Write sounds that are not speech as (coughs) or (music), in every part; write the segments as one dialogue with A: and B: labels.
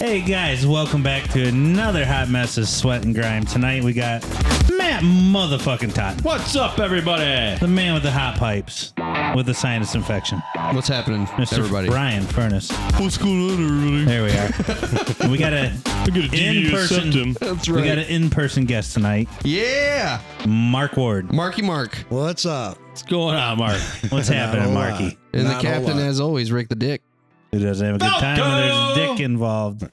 A: Hey guys, welcome back to another hot mess of sweat and grime. Tonight we got Matt motherfucking Todd,
B: What's up, everybody?
A: the man with the hot pipes, with the sinus infection.
C: What's happening,
A: Mr.
C: everybody?
A: Brian Furnace.
B: What's going on, everybody?
A: There we are.
C: (laughs)
A: we got a
B: I got a
A: in
B: deviated
A: person.
B: septum.
C: That's
A: We
C: right.
A: got an in person guest tonight,
C: Yeah,
A: Mark Ward.
C: Marky Mark,
D: What's up?
A: What's going on, Mark?
C: (laughs)
A: What's happening,
D: Not a lot.
A: Marky?
C: and
D: Not
C: the
D: a
C: captain,
D: lot.
C: as always, Rick the Dick.
A: Who doesn't have a good time when there's
B: Falco!
A: dick involved?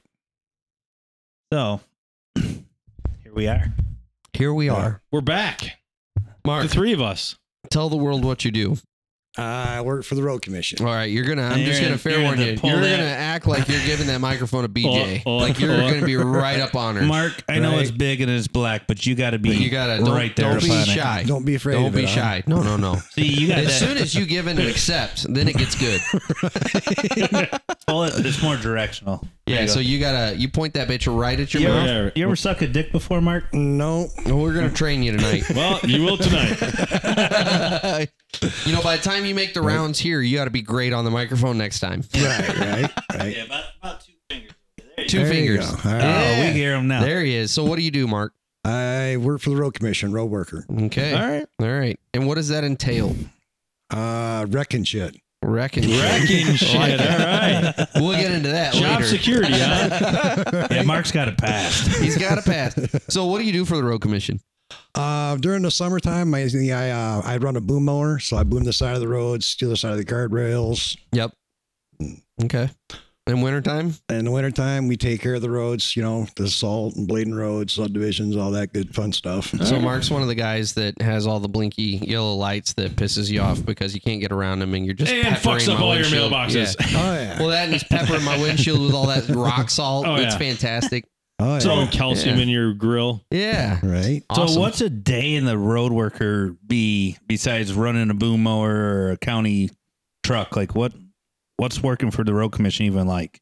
A: So (clears throat) here we are.
C: Here we are.
B: We're back. The
C: Mark,
B: three of us.
C: tell the world what you do.
D: I work for the road commission.
C: All right, you're gonna. I'm
A: You're
C: just
A: gonna-
C: gonna fair
A: you're
C: warn
A: gonna
C: you.
A: pull
C: You're
A: that-
C: gonna act like you're giving
A: (laughs)
C: that microphone a BJ.
A: Oh, oh,
C: like you're
A: oh.
C: gonna be right up on her.
A: Mark, I know
C: Right.
A: it's big and it's black, but you got to be
C: But you gotta don't,
A: right there.
C: don't be
A: upon it.
C: shy.
D: Don't be afraid.
C: Don't
D: of
C: be
D: it, huh?
C: shy. No,
A: (laughs)
C: no, no.
A: See, you got
C: As
A: that.
C: soon as you give in and accept, then it gets
A: (laughs)
C: good.
A: Well, it- it's more directional. There
C: Yeah.
A: you
C: So you gotta you point that bitch right at your
A: go. you,
C: mouth.
A: ever, you ever suck a dick before, Mark?
D: No,
C: We're gonna train you tonight.
B: Well, you will tonight.
C: you know, by the time you make the rounds here, you got to be great on the microphone next time.
D: right, right, right.
A: Yeah, about, about two fingers.
C: Two
D: There you
C: fingers.
D: go. All
A: (laughs)
D: right.
A: Oh, we
C: Yeah.
A: hear him now.
C: There he is. So what do you do, Mark?
D: I work for the road commission, road worker.
C: Okay. All
B: right.
C: All right. And what does that entail?
D: Uh, wrecking shit.
A: (laughs)
C: Wrecking.
B: Wrecking shit. All right.
C: We'll get into that
B: Job
C: later.
B: security, huh?
A: (laughs) Yeah, Mark's got it
B: (laughs)
A: passed.
C: He's got a pass. So what do you do for the road commission?
D: Uh, during the summertime, I I, uh, I run a boom mower, so I boom the side of the roads, steal the side of the guardrails.
C: Yep. Okay. In wintertime?
D: In the wintertime, we take care of the roads, you know, the salt and blading roads, subdivisions, all that good fun stuff.
C: So Mark's one of the guys that has all the blinky yellow lights that pisses you off because you can't get around him and you're just
B: And
C: peppering
B: fucks up
C: my
B: all your
C: windshield.
B: mailboxes.
C: Yeah.
D: (laughs) Oh yeah.
C: Well, that and he's peppering my windshield with all that rock salt.
B: Oh,
C: It's
B: yeah.
C: fantastic.
D: Oh yeah.
B: Throwing calcium
C: Yeah.
B: in your grill.
C: Yeah.
D: right.
C: Awesome.
A: So, what's a day in the road worker be besides running a boom mower or a county truck? Like, what what's working for the road commission even like?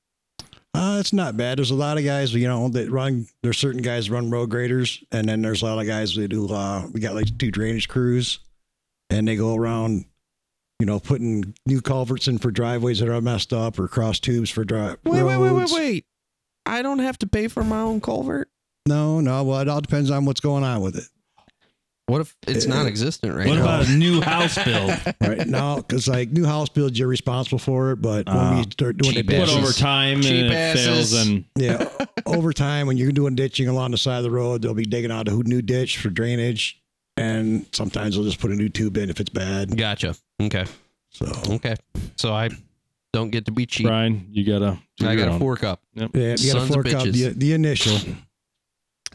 D: Uh, it's not bad. There's a lot of guys, you know, that run. There's certain guys that run road graders, and then there's a lot of guys that do. Uh, we got like two drainage crews, and they go around, you know, putting new culverts in for driveways that are messed up or cross tubes for drive.
C: Wait, wait, wait, wait,
D: roads.
C: wait. I don't have to pay for my own culvert.
D: No, no. Well, it all depends on what's going on with it
C: What if it's non-existent right
A: Uh, what
C: now?
A: about a new house build?
C: (laughs)
D: right now, because like new house builds, you're responsible for it, but when
A: Ah,
D: we
C: Uh,
D: start doing the
C: cheap ass.
B: Put
C: Asses.
D: ditching,
B: over time
C: Cheap
B: and it
C: asses.
B: fails and
D: yeah, (laughs) over time when you're doing ditching along the side of the road, they'll be digging out a new ditch for drainage. And sometimes they'll just put a new tube in if it's bad.
C: gotcha. Okay.
D: So
C: Okay. So I don't get to be cheap.
B: Brian, you gotta do
C: I
B: your
C: got to
B: own.
C: fork up.
D: yeah, you got
C: Sons
D: to
C: of
D: fork up the,
C: bitches.
D: the initial.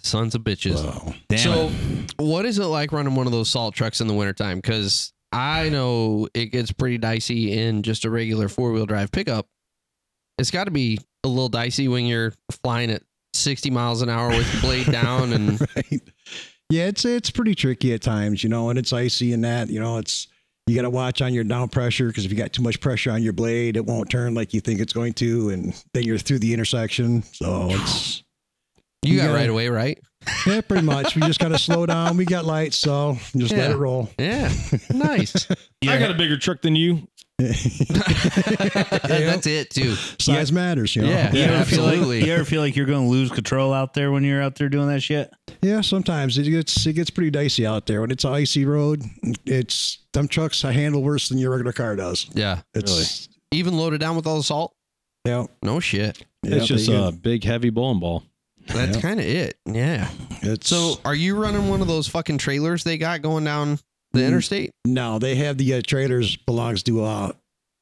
C: Sons of (laughs) bitches.
D: Wow.
A: Damn
C: so
A: it.
C: what is it like running one of those salt trucks in the wintertime? Because I know it gets pretty dicey in just a regular four-wheel drive pickup. It's got to be a little dicey when you're flying at 60 miles an hour with the blade down and
D: (laughs) right. Yeah, it's it's pretty tricky at times, you know, and it's icy and that, you know, it's you got to watch on your down pressure because if you got too much pressure on your blade, it won't turn like you think it's going to, and then you're through the intersection. So it's
C: you got
D: Yeah.
C: right away, right?
D: yeah, pretty much. We just got to slow down. We got lights, so just let
C: Yeah.
D: it roll.
C: Yeah. Nice.
B: I got a bigger truck than you.
C: That's it too.
D: Size matters, you know.
C: Yeah.
A: You ever, feel like,
C: absolutely.
A: you ever feel like you're going to lose control out there when you're out there doing that shit?
D: Yeah, sometimes it gets it gets pretty dicey out there when it's an icy road. It's dump trucks I handle worse than your regular car does.
C: Yeah.
D: It's
C: Even loaded down with all the salt?
D: yeah,
C: No shit.
D: yeah,
B: it's just
D: they
B: a
C: uh,
D: get-
B: big heavy bowling ball.
C: That's
D: Yeah.
C: kind of it. Yeah.
D: it's
C: So are you running one of those fucking trailers they got going down the
D: Mm.
C: interstate?
D: no, they have the uh, trailers belongs to uh,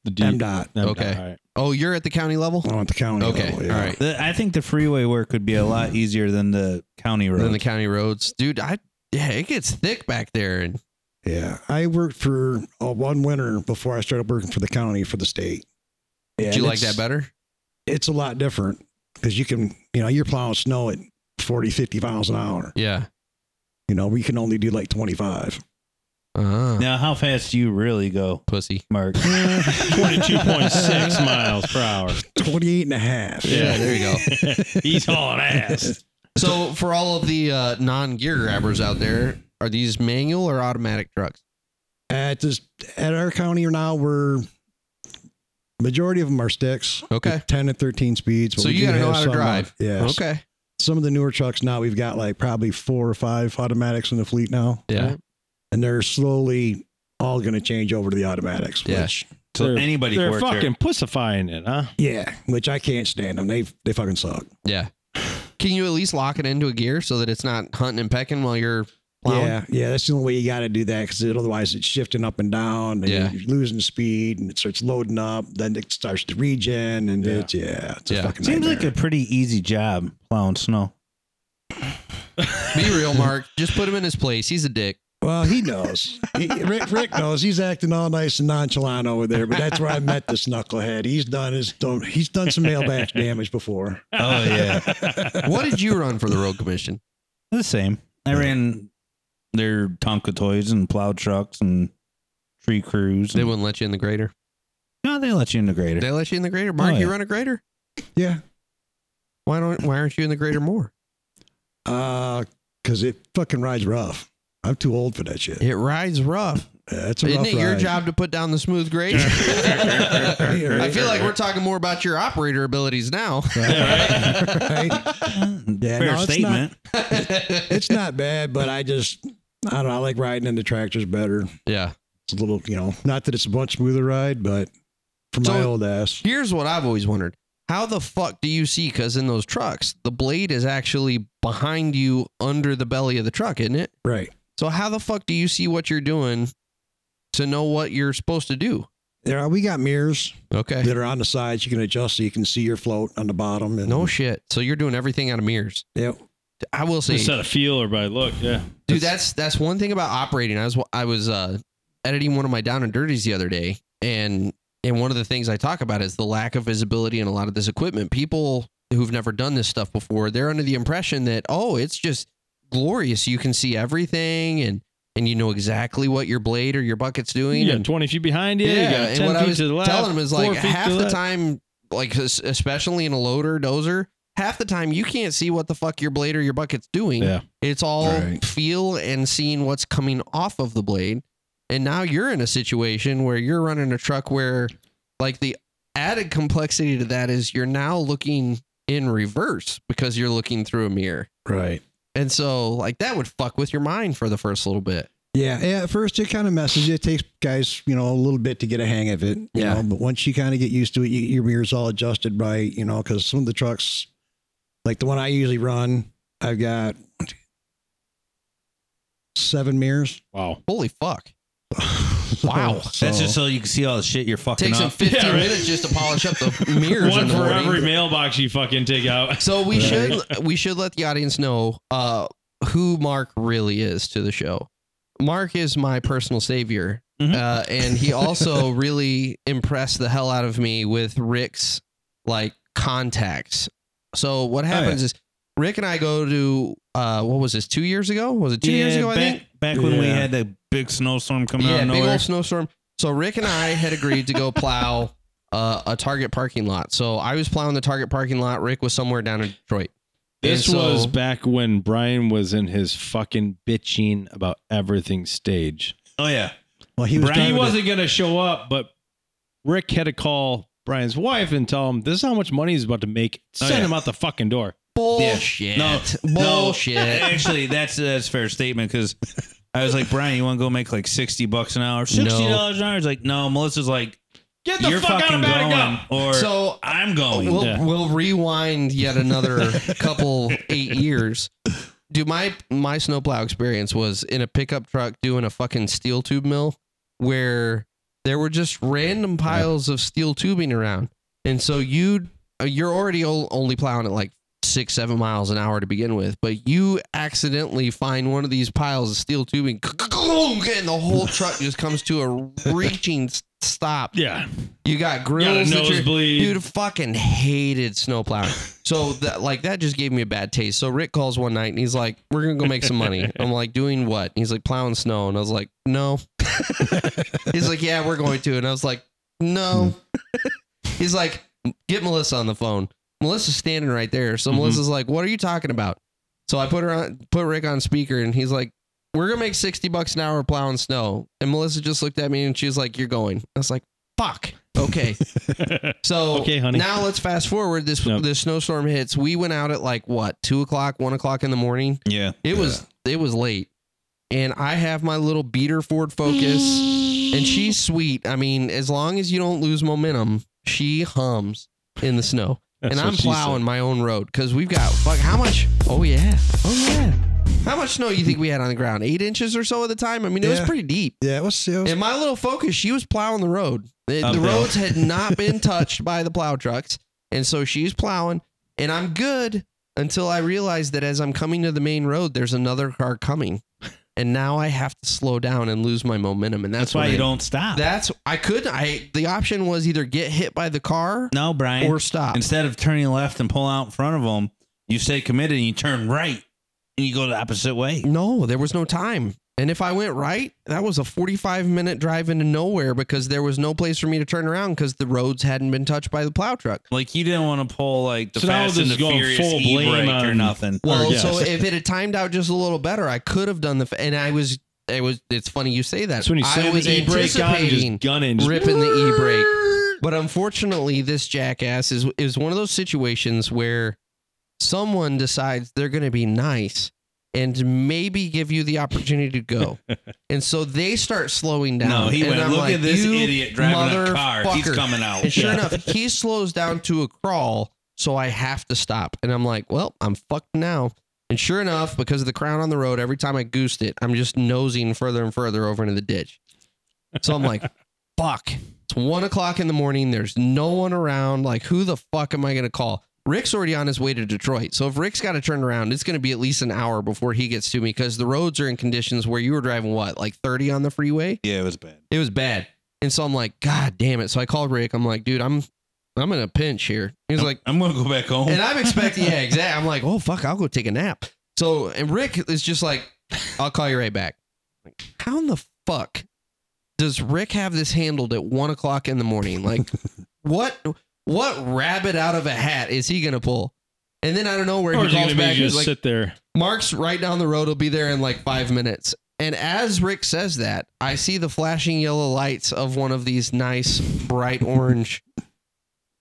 B: The D-
D: MDOT
B: M dot,
C: Okay.
B: all right.
C: Oh, you're at the county level?
D: on the county.
C: Okay.
D: level, yeah.
C: All right.
A: The, I think the freeway work would be a lot easier than the county road.
C: Then the county roads. Dude, I yeah, it gets thick back there and
D: Yeah, I worked for uh, one winter before I started working for the county for the state.
A: Yeah,
C: do you
A: and
C: like
A: it's-
C: that better?
D: It's a lot different because you can, you know, you're plowing snow at 40, 50 miles an hour.
C: Yeah.
D: You know, we can only do like 25.
C: Ah,
B: Now, how fast do you really go,
C: pussy.
A: (laughs)
B: Mark? (laughs)
E: 22.6 miles per hour.
C: (laughs)
D: 28 and a half.
C: Yeah, there you go.
E: He's
C: (laughs)
E: hauling ass.
C: So for all of the uh, non-gear grabbers out there, are these manual or automatic trucks?
D: At this, at our county now, we're majority of them are sticks.
C: Okay.
D: with 10 and 13 speeds. but
C: So
D: we
C: you
D: do
C: gotta know
D: have
C: how to
D: some, uh,
C: drive.
D: Yes.
C: Okay.
D: Some of the newer trucks now, we've got like probably four or five automatics in the fleet now,
C: Yeah.
D: and they're slowly all going to change over to the automatics.
C: Yeah.
D: Which,
B: So
E: They're-
B: anybody can
E: They're
B: work there.
E: fucking pussifying it, huh?
D: yeah. Which I can't stand them. They they fucking suck.
C: Yeah. Can you at least lock it into a gear so that it's not hunting and pecking while you're plowing?
D: Yeah, yeah, that's the only way you got to do that because otherwise it's shifting up and down. And
C: Yeah.
D: you're losing speed and it starts loading up. Then it starts to regen and
E: Yeah.
D: it's yeah, it's
C: Yeah.
D: a fucking
B: Seems like a pretty easy job
A: (laughs)
B: plowing snow.
C: Be real, Mark. Just put him in his place. He's a dick.
D: a well, he knows. He- Rick, Rick knows. He's acting all nice and nonchalant over there, but that's where I met this knucklehead. He's done his done, he's done some mailbag damage before.
B: Oh, yeah.
C: What did you run for the road commission?
B: The same. I ran their Tonka toys and plow trucks and tree crews.
C: They
B: and-
C: wouldn't let you in the grader.
B: no, they let you in the grader.
C: They let you in the grader. Mark,
B: Oh,
C: you
B: yeah.
C: run a grader.
D: Yeah,
C: Why don't? Why aren't you in the grader more?
D: uh, because it fucking rides rough. I'm too old for that shit.
C: It rides rough.
D: Yeah, That's a
C: Isn't
D: rough
C: it your
D: ride.
C: job to put down the smooth grade? I feel like we're talking more about your operator abilities now.
D: (laughs)
C: (laughs)
D: Right? Yeah,
B: Fair
D: no, it's not-
B: statement.
D: it's not bad, but I just I don't know. I like riding into tractors better.
C: yeah.
D: It's a little, you know, not that it's a much smoother ride, but for my
C: So-
D: old ass,
C: Here's what I've always wondered. How the fuck do you see? Because in those trucks, the blade is actually behind you under the belly of the truck, isn't it?
D: right?
C: So how the fuck do you see what you're doing to know what you're supposed to do?
D: There, are, we got mirrors
C: Okay.
D: (laughs) that are on the sides. You can adjust so you can see your float on the bottom. And
C: No shit. So you're doing everything out of mirrors.
D: yep.
C: I will say,
E: Instead of feel or by look, yeah.
C: dude, that's that's one thing about operating. I was I was uh, editing one of my down and dirties the other day, and and one of the things I talk about is the lack of visibility in a lot of this equipment. People who've never done this stuff before, they're under the impression that oh, it's just glorious. You can see everything, and and you know exactly what your blade or your bucket's doing.
E: You got
C: and
E: 20 feet behind you. you got 10
C: and what
E: feet
C: I was
E: to the left.
C: telling him is
E: four
C: like
E: feet to
C: half the
E: left.
C: time, like es- especially in a loader dozer, half the time you can't see what the fuck your blade or your bucket's doing.
E: Yeah.
C: It's all
D: Right.
C: feel and seeing what's coming off of the blade. And now you're in a situation where you're running a truck where like the added complexity to that is you're now looking in reverse because you're looking through a mirror.
D: Right.
C: And so like that would fuck with your mind for the first little bit.
D: Yeah. yeah, At first, it kind of messes you. It takes guys, you know, a little bit to get a hang of it. you
C: Yeah.
D: know, but once you kind of get used to it, you, your mirror's all adjusted right, you know, because some of the trucks, like the one I usually run, I've got seven mirrors. (laughs)
E: Wow.
C: Holy fuck. Wow.
B: That's just so you can see all the shit you're fucking
C: Takes them
B: up.
C: 15
E: Yeah, right.
C: minutes just to polish up the (laughs) mirrors
E: One
C: in the
E: for
C: morning.
E: every mailbox you fucking take out.
C: So we should we should let the audience know uh, who Mark really is to the show. Mark is my personal savior,
E: Mm-hmm.
B: Mhm.
C: uh, and he
E: (laughs)
C: also really impressed the hell out of me with Rick's like contacts. So what
E: Oh,
C: happens is Rick and I go to uh, what was this two years ago? Was it two years ago?
B: back,
C: I think
B: back when we
D: Yeah.
B: had that big snowstorm coming out
C: yeah,
B: of
C: big
B: nowhere.
C: old snowstorm. So Rick and I had agreed to go plow uh, a Target parking lot. So I was plowing the Target parking lot. Rick was somewhere down in Detroit.
E: This
C: And so-
E: was back when Brian was in his fucking bitching about everything stage.
B: Oh yeah,
D: Well, he was
B: Brian,
E: He
D: driving a-
E: wasn't going to show up, but Rick had to call Brian's wife and tell him this is how much money he's about to make.
B: Oh,
E: Send
B: yeah.
E: him out the fucking door.
C: Bullshit.
B: No,
C: Bullshit.
B: No, Oh, (laughs) actually, that's that's a fair statement because I was like, Brian, you want to go make like sixty bucks an hour, sixty dollars an hour? He's like, no. Melissa's like,
E: Get the
B: you're
E: fuck out
B: fucking
E: of bed and
B: going,
E: go.
B: or
C: so
B: I'm going.
C: we'll,
E: Yeah.
C: we'll rewind yet another couple eight years. Dude, my my snowplow experience was in a pickup truck doing a fucking steel tube mill where there were just random piles of steel tubing around, and so you you're already o- only plowing at like six seven miles an hour to begin with, but you accidentally find one of these piles of steel tubing, and the whole truck just comes to a reaching stop.
E: Yeah.
C: You got
E: Got a
C: grills. that you're-
E: nosebleed.
C: Dude, fucking hated snow plowing. So that like that just gave me a bad taste. So Rick calls one night and he's like, "We're gonna go make some money." I'm like, "Doing what?" And he's like, "Plowing snow." And I was like, "No." (laughs) he's like, "Yeah, we're going to." And I was like, "No." he's like, "Get Melissa on the phone." Melissa's standing right there. So
E: Mhm.
C: Melissa's like, "What are you talking about?" So I put her on, put Rick on speaker, and he's like, "We're gonna make sixty bucks an hour plowing snow." And Melissa just looked at me and she was like, "You're going." I was like, "Fuck." Okay.
E: (laughs)
C: So
E: Okay, honey.
C: Now let's fast forward. This
E: Yep.
C: this snowstorm hits. We went out at like what two o'clock, one o'clock in the morning.
B: Yeah.
C: It was it was late, and I have my little beater Ford Focus, and she's sweet. I mean, as long as you don't lose momentum, she hums in the snow.
E: That's
C: and
E: what
C: I'm
E: she said.
C: plowing my own road because we've got fuck how much? Oh yeah, oh yeah. How much snow you think we had on the ground? Eight inches or so at the time. I mean, it was
D: Yeah.
C: pretty deep.
D: Yeah, it was. It was
C: And my little focus, she was plowing the road. The, the
B: Uphill. (laughs)
C: roads had not been touched by the plow trucks. And so she's plowing, and I'm good until I realize that as I'm coming to the main road, there's another car coming. And now I have to slow down and lose my momentum. And that's,
B: That's why
C: when
B: you
C: I-
B: don't stop.
C: That's I could I the option was either get hit by the car
B: no, Brian.
C: or stop.
B: Instead of turning left and pull out in front of them, you stay committed and you turn right and you go the opposite way.
C: No, there was no time. And if I went right, that was a 45 minute drive into nowhere because there was no place for me to turn around because the roads hadn't been touched by the plow truck.
B: Like you didn't want to pull like the
E: So now
B: Fast
E: this
B: and the
E: is going
B: Furious
E: full
B: e
E: blame
B: brake or
E: on-
B: nothing.
C: Well,
E: Or yes.
C: so if it had timed out just a little better, I could have done the. F- and I was, it was. It's funny you say that.
E: That's when you
C: I
E: slam
C: was
E: the e brake on and
C: anticipating
E: just gunning. Just
C: ripping (laughs) the e brake, but unfortunately, this jackass is is one of those situations where someone decides they're going to be nice and maybe give you the opportunity to go,
E: (laughs)
C: and so they start slowing down.
B: no, he
C: And
B: went.
C: I'm
B: Look
C: like,
B: at this
C: "You
B: idiot driving a car. He's
C: motherfucker."
B: coming out.
C: And sure enough, he slows down to a crawl, so I have to stop. And I'm like, well, I'm fucked now. And sure enough, because of the crown on the road, every time I goosed it, I'm just nosing further and further over into the ditch. So I'm like, fuck. It's one o'clock in the morning. There's no one around. Like, who the fuck am I going to call? Rick's already on his way to Detroit. So if Rick's got to turn around, it's going to be at least an hour before he gets to me because the roads are in conditions where you were driving what, like 30 on the freeway?
B: Yeah, it was bad.
C: It was bad. And so I'm like, God damn it. So I called Rick. I'm like, dude, I'm I'm in a pinch here. He's like,
B: I'm gonna go back home.
C: and I'm expecting, yeah, exactly. I'm like, oh fuck, I'll go take a nap. So and Rick is just like, I'll call you right back. Like, how in the fuck does Rick have this handled at one o'clock in the morning? Like, what what rabbit out of a hat is he gonna pull? And then I don't know where
E: Or
C: he
E: is it
C: calls
E: gonna make
C: back.
E: you
C: He's
E: just
C: like,
E: sit there?
C: Mark's right down the road. He'll be there in like five minutes. And as Rick says that, I see the flashing yellow lights of one of these nice bright orange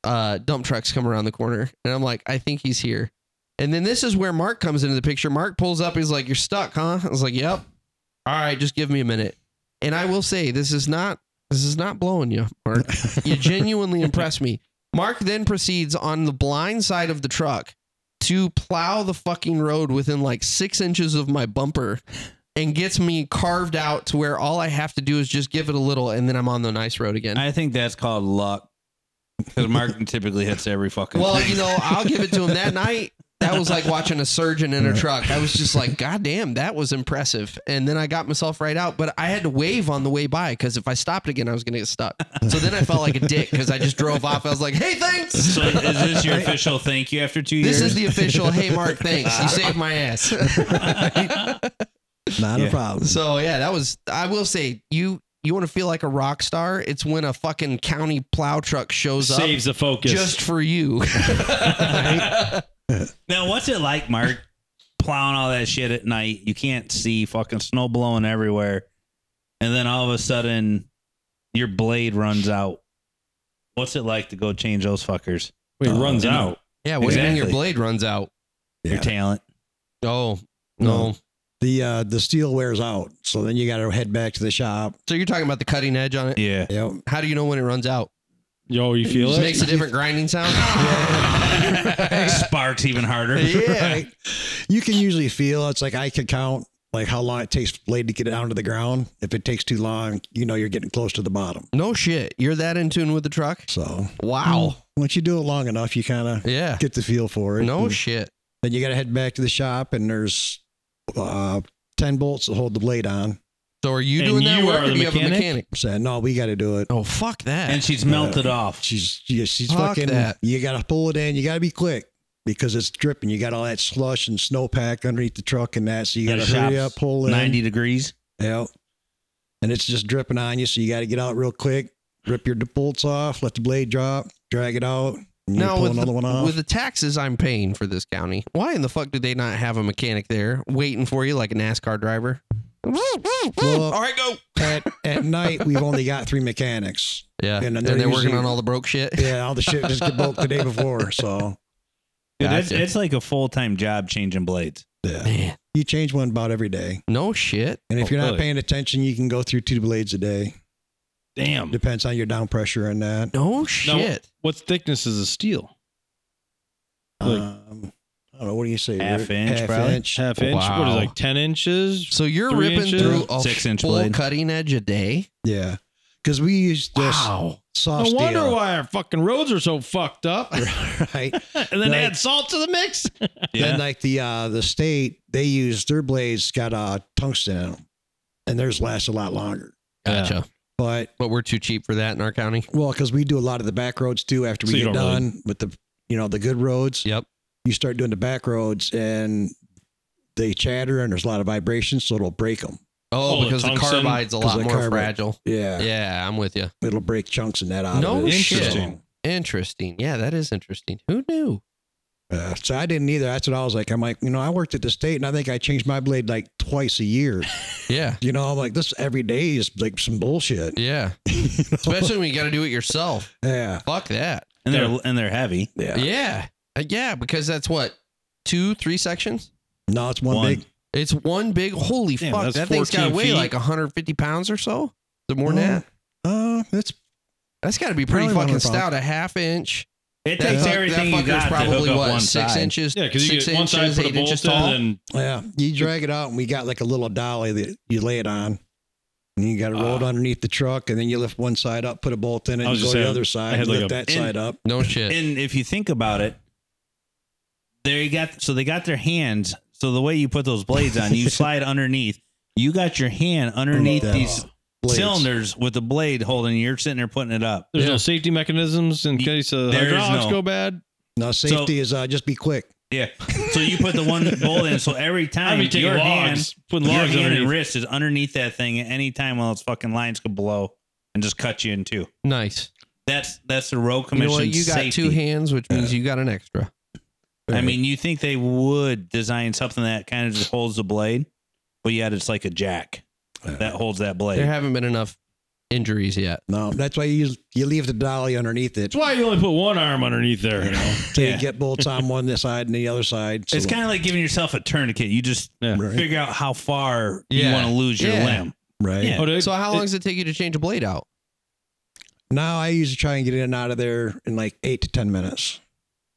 C: uh, dump trucks come around the corner. And I'm like, I think he's here. And then this is where Mark comes into the picture. Mark pulls up. He's like, You're stuck, huh? I was like, Yep. All right, just give me a minute. And I will say, this is not this is not blowing you, Mark. You genuinely impress me. Mark then proceeds on the blind side of the truck to plow the fucking road within like six inches of my bumper and gets me carved out to where all I have to do is just give it a little and then I'm on the nice road again.
B: I think that's called luck. Because Martin typically hits every fucking.
C: (laughs) well,
B: thing.
C: you know, I'll give it to him that night. That was like watching a surgeon in a truck. I was just like, God damn, that was impressive. And then I got myself right out, but I had to wave on the way by because if I stopped again, I was going to get stuck. So then I felt like a dick because I just drove off. I was like, hey, thanks.
B: So is this your official thank you after two
C: This
B: years?
C: is the official, hey, Mark, thanks. You saved my ass.
D: not
B: Yeah.
D: a problem.
C: So yeah, that was. I will say, you you want to feel like a rock star? It's when a fucking county plow truck shows up
E: Saves the focus.
C: just for you.
B: (laughs) now, what's it like, Mark? Plowing all that shit at night. You can't see fucking snow blowing everywhere. And then all of a sudden, your blade runs out. What's it like to go change those fuckers?
E: Wait, it
D: Oh,
E: runs
B: yeah.
E: out.
C: (laughs) yeah, what do you mean your
B: Exactly.
C: blade runs out?
B: Your
D: Yeah.
B: talent.
C: Oh no.
D: The uh, the steel wears out, so then you got to head back to the shop.
C: So you're talking about the cutting edge on it.
E: (laughs)
B: Yeah.
D: Yep.
C: How do you know when it runs out?
E: Yo, you
C: It
E: feel
C: just
E: it?
C: makes a different grinding sound.
B: Sparks even harder.
C: yeah.
D: (laughs) Right. You can usually feel it's like I could count like how long it takes for the blade to get down to the ground. If it takes too long, you know you're getting close to the bottom.
C: (laughs) No shit. You're that in tune with the truck?
D: So
C: Wow.
D: once you do it long enough, you kind of
C: Yeah.
D: get the feel for it.
C: No
D: And
C: shit.
D: then you got to head back to the shop, and there's uh, ten bolts that hold the blade on.
C: So are you
E: And
C: doing that
E: you
C: work
E: are
C: or
E: the
C: do you have a
E: mechanic?
C: mechanic?
D: Said, no, we got to do it.
C: Oh fuck that.
B: and she's melted off.
D: She's yeah, she's
C: Fuck
D: fucking.
C: that.
D: You got to pull it in. You got to be quick because it's dripping. You got all that slush and snowpack underneath the truck and that. So you got
B: It
D: to hurry
B: shops
D: up, pull in.
B: Ninety degrees.
D: Yep. And it's just dripping on you, so you got to get out real quick, rip your bolts off, let the blade drop, drag it out, and you
C: now
D: pull
C: with
D: another
C: the,
D: one off.
C: with the taxes I'm paying for this county, why in the fuck do they not have a mechanic there waiting for you like a NASCAR driver? All right, go.
D: at, at night, we've only got three mechanics.
C: Yeah,
D: And
C: and,
D: then
C: they're,
D: they're
C: working
D: usually-
C: on all the broke shit.
D: Yeah, all the shit just get broke the day before. So
B: Dude, it's,
C: Gotcha.
B: it's like a full time job changing blades.
D: yeah.
C: Man,
D: you change one about every day.
C: no shit.
D: And if
E: Oh,
D: you're not
E: really?
D: paying attention, you can go through two blades a day.
E: Damn.
D: Depends on your down pressure and that.
C: No shit.
E: What thickness is a steel? Like-
D: Um, I don't know. What do you say?
B: Half
D: Rick?
B: inch, probably.
D: inch.
E: Half inch? What is
C: Wow.
E: it, like 10 inches?
C: So you're
E: Three
C: ripping
E: inches?
C: through a
B: Six inch
C: full
B: blade.
C: cutting edge a day.
D: Yeah. Because we use this
C: Wow.
E: No
D: soft
E: wonder
D: steel.
E: why our fucking roads are so fucked up. (laughs) and
D: (laughs) Right.
E: then
D: Like-
E: add salt to the mix. (laughs)
D: Then like the uh the state, they use their blades got uh tungsten in them, and theirs lasts a lot longer.
C: Gotcha.
D: But
C: But we're too cheap for that in our county.
D: well, because we do a lot of the back roads too. After we
E: So you
D: get
E: don't really-
D: done with the you know the good roads,
C: Yep.
D: you start doing the back roads and they chatter and there's a lot of vibrations, so it'll break them.
C: Oh,
E: Oh,
C: because the
E: tungsten.
C: carbide's a
D: 'Cause
C: lot
D: the
C: more
D: carbide.
C: fragile.
D: Yeah,
C: Yeah, I'm with you.
D: it'll break chunks and that out.
C: No
D: of it.
C: shit.
E: Interesting.
C: Interesting. Yeah, that is interesting. Who knew?
D: Uh, so I didn't either. That's what I was like. I'm like, you know, I worked at the state, and I think I changed my blade like twice a year.
C: Yeah.
D: You know, I'm like, this every day is like some
C: (laughs)
D: bullshit.
C: Yeah. Especially when you got to do it yourself.
D: Yeah,
C: Fuck that.
B: and they're and they're heavy.
D: yeah.
C: Yeah. Uh, Yeah, because that's what? Two, three sections?
D: No, it's one,
B: One.
D: big.
C: It's one big, holy
E: Damn,
C: fuck.
E: that's
C: That thing's got to
E: 14
C: weigh
E: feet.
C: like 150 pounds or so. The more
D: Oh,
C: than that.
D: Uh, that's
C: That's got to be pretty
D: probably one
C: fucking
D: hundred pounds.
C: stout. A half inch.
B: It
C: That,
B: takes
C: fuck-
B: everything
C: that
B: you
C: fucker's
B: got to
C: probably
B: hook up
C: what?
B: one
C: six
B: side.
C: inches.
E: Yeah, because you
C: six
E: get one side
C: inches,
E: for the
C: eight inches
E: bolts in
C: tall.
E: and
D: yeah. You drag it out, and we got like a little dolly that you lay it on, and you got to roll it
E: Ah.
D: underneath the truck, and then you lift one side up, put a bolt in it,
E: I
D: and
E: was
D: go
E: just
D: the
E: saying,
D: other
E: I
D: side,
E: had
D: and
E: like
D: lift
E: a-
D: that
B: in-
D: side up.
C: No shit.
B: And if you think about it, they got so they got their hands. So the way you put those blades on,
E: (laughs)
B: you slide underneath. You got your hand underneath
D: Yeah.
B: these
D: Blades.
B: cylinders with the blade holding. You're sitting there putting it up.
E: there's no safety mechanisms in
B: Y-
E: case uh,
B: there is
E: hydraulics
B: no-
E: go bad.
D: No safety is uh, just be quick.
B: Yeah. So you put the one bolt in. So every
E: (laughs) I
B: time
E: mean, taking
B: your hand,
E: logs, putting
B: your
E: logs
B: hand and
E: underneath.
B: wrist is underneath that thing at any time while its fucking lines could blow and just cut you in two.
C: Nice.
B: That's that's the road
C: You know
B: commission.
C: what? You got two hands, which means you got an extra.
B: I mean, you think they would design something that kind of just holds the blade, but yet it's like a jack that holds that blade.
C: There haven't been enough injuries yet.
D: No, that's why you you leave the dolly underneath it.
E: That's why you only put one arm underneath there. (laughs) You know?
D: So
B: Yeah.
D: you get bolts on one this side and the other side. So
B: it's kind of like giving yourself a tourniquet. You just
E: Yeah.
D: right.
B: figure out how far you
C: Yeah.
B: want to lose your
C: Yeah.
B: limb.
D: right.
B: Yeah.
E: Oh, dude,
C: So how long
E: it-
C: does it take you to change a blade out?
D: Now I usually try and get in and out of there in like eight to ten minutes.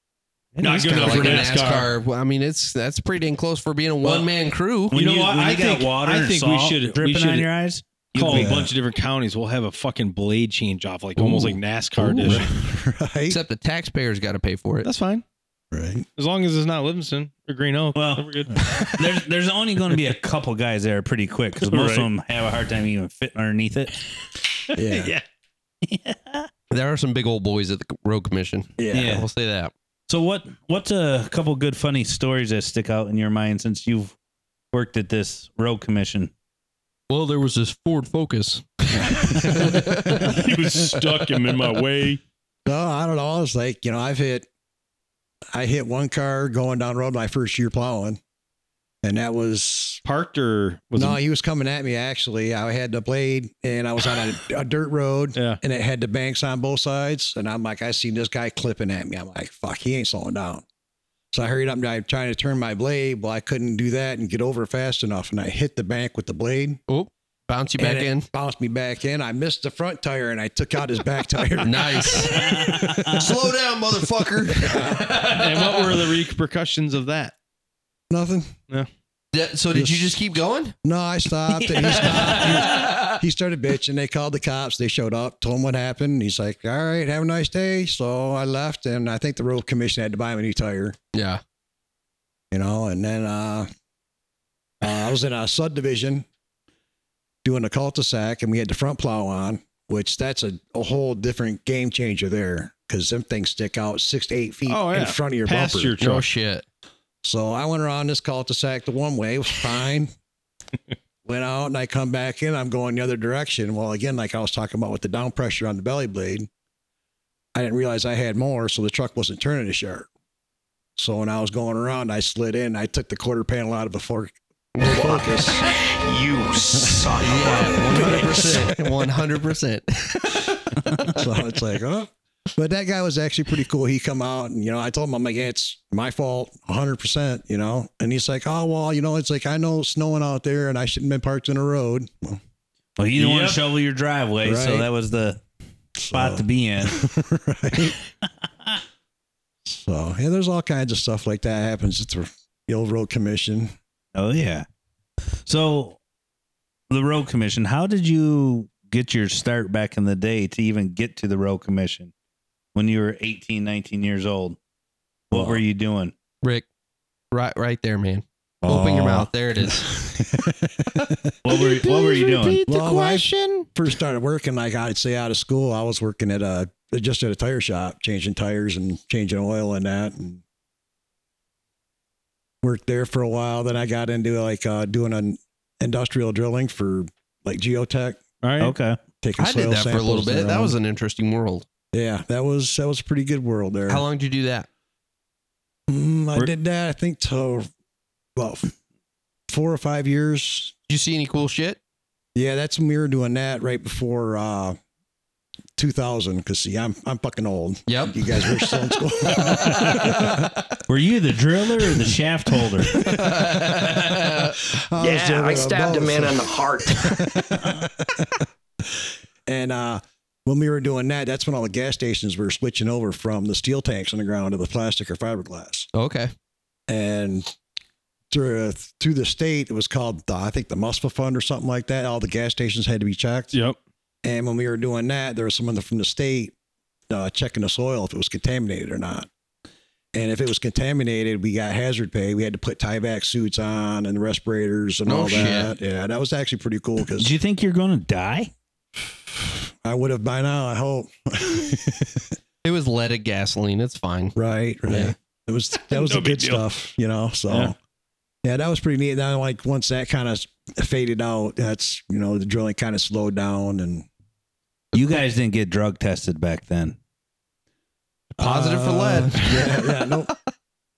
D: (laughs)
E: Not
C: It's
E: good
C: kinda
E: enough for
C: a
E: NASCAR.
C: Well, I mean, it's that's pretty dang close for being a
B: Well,
C: one man crew.
B: When
E: You know what?
B: When
E: I
B: you
E: think-
B: got water
E: I
B: and
E: think we
B: salt
E: should- we
B: dripping on
E: should-
B: your eyes.
E: call a
D: Yeah.
E: bunch of different counties. We'll have a fucking blade change off, like almost
C: Ooh.
E: like NASCAR
C: Ooh.
E: edition.
D: right.
C: Except the taxpayers got to pay for it.
E: That's fine,
D: Right.
E: as long as it's not Livingston or Green Oak.
B: Well,
E: then we're good.
B: There's there's only going to be a couple guys there pretty quick
E: (laughs)
B: because most
E: Right.
B: of them have a hard time even fitting underneath it.
D: Yeah.
E: (laughs) yeah.
C: There are some big old boys at the road commission.
D: Yeah.
B: Yeah.
C: we'll say that.
B: So what what's a couple good funny stories that stick out in your mind since you've worked at this road commission?
C: Well, there was this Ford Focus.
E: he was stuck him in my way.
D: No, I don't know. It's like, you know, I've hit, I hit one car going down the road my first year plowing. And that was,
E: Parked or was
D: no,
E: it?
D: he was coming at me actually. I had the blade and I was on a, a dirt road
E: Yeah.
D: and it had the banks on both sides. And I'm like, I seen this guy clipping at me. I'm like, fuck, he ain't slowing down. So I hurried up and I trying to turn my blade. Well, I couldn't do that and get over fast enough. And I hit the bank with the blade,
C: Oh, bounce you back
D: And it-
C: in.
D: bounced me back in. I missed the front tire and I took out his back
C: (laughs)
D: tire. (laughs)
C: Nice. Slow down, motherfucker.
E: and what were the repercussions of that?
D: Nothing.
C: That- so did you just keep going?
D: No, I stopped. And he stopped. He- he started bitching. They called the cops. They showed up, told him what happened. He's like, all right, have a nice day. So I left, and I think the road commission had to buy him a new tire,
C: yeah.
D: you know. And then uh, uh, I was in a subdivision, doing a cul-de-sac, and we had the front plow on, which that's a, a whole different game changer there because them things stick out six to eight feet
E: Oh, yeah.
D: in front of your
E: Past
D: bumper.
E: your
C: No
E: truck.
C: Oh, shit.
D: So I went around this cul-de-sac the one way, it was fine. went out and I come back in, I'm going the other direction. Well, again, like I was talking about with the down pressure on the belly blade, I didn't realize I had more, so the truck wasn't turning as sharp. So when I was going around, I slid in, I took the quarter panel out of the fork. Focus.
F: You son
C: (laughs)
F: of
C: Yeah, one hundred
F: a bitch.
C: percent. One hundred percent.
D: so it's like, oh. But that guy was actually pretty cool. He come out and, you know, I told him, I'm like, yeah, it's my fault 100%, you know? And he's like, oh, well, you know, it's like, I know it's snowing out there and I shouldn't have been parked in a road. Well,
B: Well, you didn't want
E: Yep.
B: to shovel your driveway, so
D: Right.
B: that was the spot to be in.
D: (laughs) right? so yeah, there's all kinds of stuff like that happens at the, the old road commission.
B: (laughs) Oh yeah. So the road commission, how did you get your start back in the day to even get to the road commission when you were 18, 19 years old? What were you doing?
C: Rick, right, right there, man. Open
B: (laughs)
C: your mouth. There it is.
B: What were what were you
C: (laughs)
B: doing?
D: the Well, I- question? First started working, like I'd say out of school, I was working at a just at a tire shop, changing tires and changing oil and that, and worked there for a while. Then I got into like uh, doing an industrial drilling for like geotech,
E: All right.
B: Okay.
D: taking
C: I
D: soil
C: did that for a little
D: samples and
C: bit. That
D: all.
C: was an interesting world.
D: yeah, that was that was a pretty good world there.
C: How long did you do that?
D: Mm, I
B: Were-
D: did that, I think, till about f- four or five years.
C: Did you see any cool shit?
D: Yeah, that's when we were doing that right before uh, 2000. Because see, I'm I'm fucking old.
C: (laughs) Yep.
D: You guys were still in school. (laughs)
B: Were you the driller or the shaft holder?
D: I was
F: Yeah,
D: doing
F: I
D: it
F: stabbed a
D: both.
F: man in the heart.
D: (laughs) and uh, when we were doing that, that's when all the gas stations were switching over from the steel tanks on the ground to the plastic or fiberglass.
C: (laughs) okay.
D: and through through the state, it was called the, I think the MUSPA fund or something like that. All the gas stations had to be checked,
E: Yep.
D: and when we were doing that, there was someone from the state uh, checking the soil if it was contaminated or not. And if it was contaminated, we got hazard pay. We had to put tieback suits on and respirators and
C: Oh,
D: all that. Yeah, that was actually pretty cool
B: Did
D: because
B: you think you're going to die?
D: I would have by now. I hope.
C: It was leaded gasoline. It's fine.
D: Right, right.
C: Yeah.
D: It was that was the
E: No
D: good
E: big deal.
D: stuff, you know. So
E: Yeah.
D: yeah. that was pretty neat. Now like once that kind of faded out, that's you know, the drilling kind of slowed down and
B: You guys didn't get drug tested back then.
C: Positive for
D: Uh,
C: lead.
D: (laughs) Yeah, yeah, no.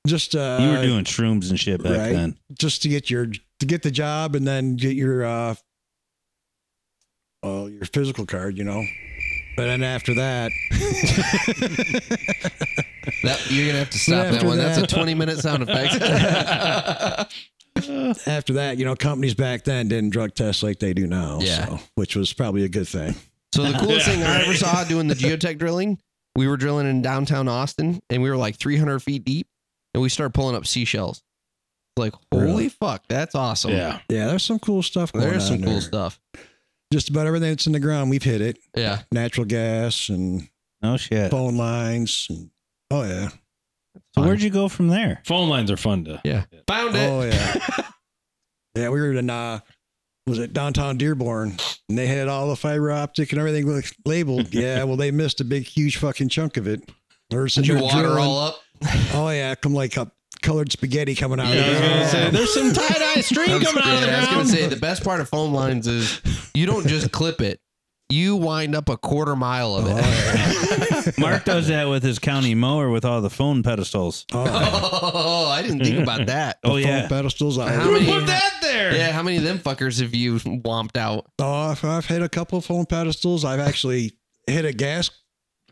D: Just uh
B: You were doing shrooms and shit back
D: right.
B: then.
D: just to get your to get the job and then get your uh well, your physical card, you know. But then after that,
C: That, you're gonna have to stop that
D: After
C: one.
D: that-
C: That's a 20 minute sound
B: (laughs)
C: effect.
D: after that, you know, companies back then didn't drug test like they do now.
C: Yeah.
D: So, which was probably a good thing.
C: So the coolest
E: Yeah,
C: thing I ever
E: right.
C: saw doing the geotech drilling, we were drilling in downtown Austin, and we were like 300 feet deep, and we started pulling up seashells. Like, holy
D: Really?
C: fuck, that's awesome!
E: Yeah.
D: Yeah, there's some cool stuff going
C: there's some
D: on
C: cool
D: there.
C: stuff.
D: just about everything that's in the ground we've hit it
C: Yeah,
D: natural gas and
B: No shit. So
D: phone lines and, oh yeah
B: where'd you go from there?
E: (laughs) Phone lines are fun to.
C: yeah, found it.
D: oh yeah (laughs) yeah we were in uh was it downtown dearborn and they had all the fiber optic and everything was
C: (laughs)
D: labeled yeah well they missed a big huge fucking chunk of it there's
C: Did you water all up?
E: (laughs)
D: oh yeah come like a colored spaghetti coming out
E: Yeah,
D: of the ground.
E: I was gonna say there's (laughs) some tie dye
C: I
E: string
C: was-
E: coming out of the
C: yeah, I was
E: ground.
C: gonna say the best part of phone lines is you don't just clip it; you wind up a quarter mile
D: Oh,
C: of it. (laughs)
B: Mark does that with his county mower with all the phone pedestals.
D: oh, yeah.
C: (laughs) oh, I didn't think about that.
E: (laughs)
B: Oh
D: Phone
B: yeah.
D: pedestals out
C: How many-
E: Put that there.
C: Yeah, how many of them fuckers have you womped out?
D: Oh, I've, I've hit a couple of phone pedestals. I've actually hit a gas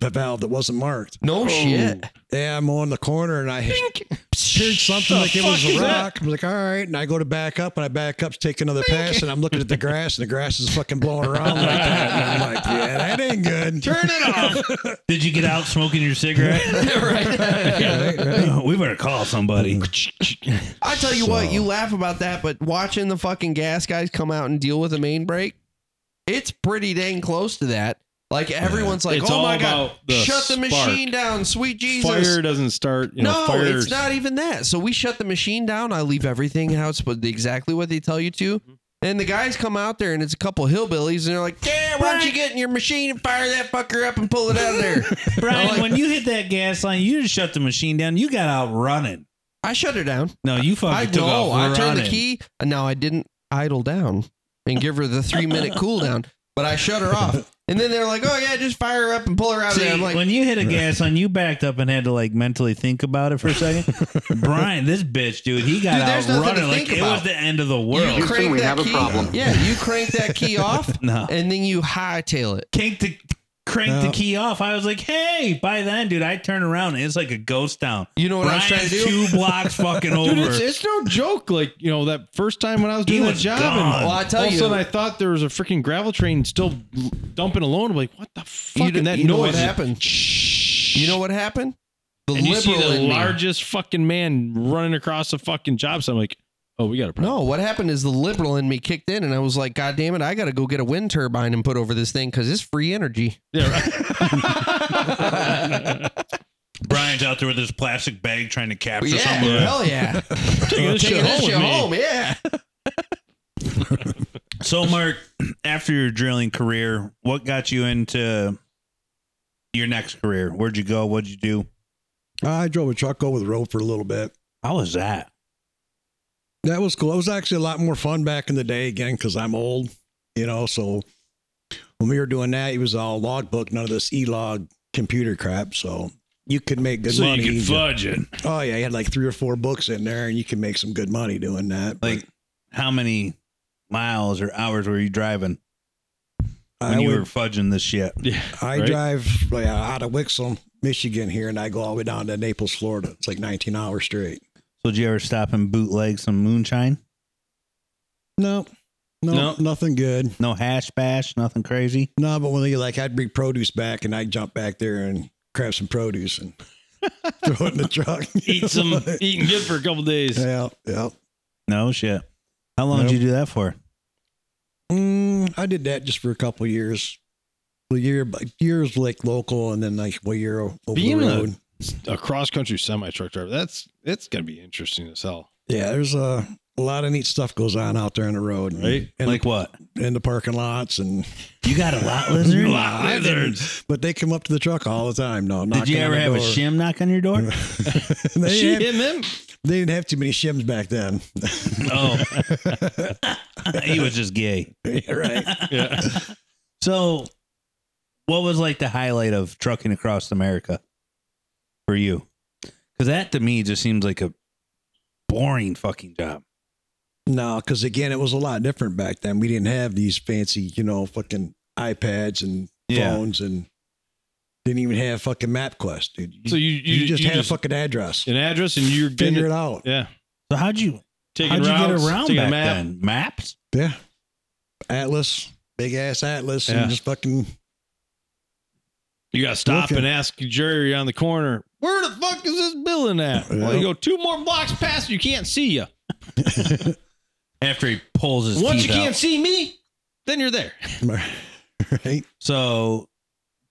D: valve that wasn't marked.
C: No shit.
D: Yeah, I'm on the corner and I heard something like it was
E: fuck
D: a
E: is that?
D: rock. I'm like, all right. And I go to back up and I back up to take another pass and I'm looking at the grass and the grass is fucking blowing around like that. And I'm like, yeah, that ain't good.
E: Turn it off.
B: Did you get out smoking your cigarette?
D: Right, right.
B: (laughs) we better call somebody.
C: I tell you what, you laugh about that, but watching the fucking gas guys come out and deal with a main break, it's pretty dang close to that. Like everyone's like,
E: It's
C: "Oh
E: all
C: my god,
E: about the
C: shut the
E: spark.
C: machine down, sweet Jesus!"
E: Fire doesn't start. You know,
C: no,
E: fires.
C: it's
E: Mm-hmm.
C: not even that. So we shut the machine down. I leave everything how it's supposed exactly what they tell you to. And the guys come out there and it's a couple hillbillies and they're like, Yeah, why don't you get in your machine and fire that fucker up and pull it out of there?
B: (laughs) Brian,
C: I'm like,
B: when you hit that gas line, you just shut the machine down. You got out running.
C: I shut her down.
B: No, you fucking
C: I
B: took
C: know.
B: off.
C: I
B: running.
C: turned the key. and Now I didn't idle down and give her the three minute cool down, but I shut her off. And then they're like, Oh yeah, just fire her up and pull her out
B: See,
C: of there. I'm like,
B: when you hit a gas line, you backed up and had to like mentally think about it for a
C: (laughs)
B: second. Brian, this bitch, dude, he got
C: Dude, there's
B: out
C: nothing to
B: running like
C: think
B: it was
C: about.
B: the end of the
C: you
B: world.
F: cra-
C: crank
F: we
C: that
F: have a
C: key.
F: problem.
C: Yeah, you crank that key off
B: no,
C: and then you hightail it.
B: crank the crank the
D: No.
B: key off. I was like, hey, by then, dude, I turn around and it's like a ghost town.
C: You know what I was trying to
B: Brian's
C: do?
B: two blocks
C: (laughs)
B: fucking over.
E: Dude, it's, it's no joke. Like you know that first time when I was
B: He
E: doing the
B: was
E: job,
B: gone.
E: and
C: Well, I tell
E: all of a
C: you,
E: sudden I thought there was a freaking gravel train still l- dumping alone. I'm like, what the fuck?
C: you,
E: and that
C: you know
E: noise
C: what happened? You know what happened? The
E: And you see
C: liberal
E: the
C: in me-
E: largest fucking man running across the fucking job. So I'm like, oh, we got a problem.
C: No, what happened is the liberal in me kicked in, and I was like, God damn it, I got to go get a wind turbine and put over this thing because it's free energy.
E: Yeah, right.
B: Brian's out there with his plastic bag trying to capture
C: yeah,
B: something.
C: hell yeah.
E: Taking this
C: Taking
E: shit
C: this
E: home
C: shit
E: with me.
C: home, yeah.
B: So, Mark, after your drilling career, what got you into your next career? Where'd you go? What'd you do?
D: I drove a truck over the road for a little bit.
B: How was that?
D: That was cool. It was actually a lot more fun back in the day again because I'm old, you know. So when we were doing that, it was all logbook, none of this e log computer crap. So you could make good
E: so
D: money.
E: you can fudge it.
D: oh yeah, you had like three or four books in there, and you could make some good money doing that. But
B: Like, how many miles or hours were you driving when
D: I
B: you
D: would-
B: were fudging this shit?
E: Yeah,
D: I
E: right?
D: drive like, out of Wixom, Michigan here, and I go all the way down to Naples, Florida. It's like 19 hours straight.
B: So, did you ever stop and bootleg some moonshine?
D: No, no,
E: No.
D: nothing good.
B: No hash bash, nothing crazy.
D: No, but when they like, I'd bring produce back, and I'd jump back there and grab some produce and (laughs) throw it in the truck. (laughs)
E: eat some eating good for a couple days.
D: Yeah, yeah.
B: No shit. How long did
D: Nope.
B: you do that for?
D: Mm, I did that just for a couple of years. A year, years like local, and then like one year over
E: Being
D: the
E: a-
D: road.
E: A cross country semi truck driver. That's it's gonna be interesting as hell,
D: yeah, there's a, a lot of neat stuff goes on out there on the road,
E: right?
D: And
B: like what?
D: in the parking lots and
B: You got a
D: (laughs)
B: lot lizard?
E: A lot
D: I didn't. But they come up to the truck all the time. No,
B: Did you ever have a shim knock on your door?
D: (laughs) They,
E: Shit,
D: had-
E: him, him.
D: they didn't have too many shims back then. (laughs)
B: oh, (laughs) he was just gay.
D: right.
E: Yeah.
B: So, what was like the highlight of trucking across America for you? Because that to me just seems like a boring fucking job.
D: No, because again, it was a lot different back then. We didn't have these fancy, you know, fucking iPads and
B: Yeah.
D: phones and didn't even have fucking MapQuest, dude. You,
E: So you
D: you,
E: you,
D: just
E: you
D: had a fucking address.
E: an address and you're getting
D: Figure
E: it,
D: it out.
E: yeah
B: So how'd you
E: taking
B: how'd you get
E: routes,
B: around
E: taking a
B: back
E: map.
B: then? Maps?
D: Yeah. Atlas, big ass Atlas,
E: Yeah.
D: and just fucking (laughs)
E: You gotta stop
D: Looking.
E: and ask your jury on the corner. Where the fuck is this building at?
D: Yeah.
E: Well, you go two more blocks past, you can't see you.
B: After he pulls his
E: Once
B: teeth
E: you can't
B: out.
E: see me, then you're there.
D: right.
B: So,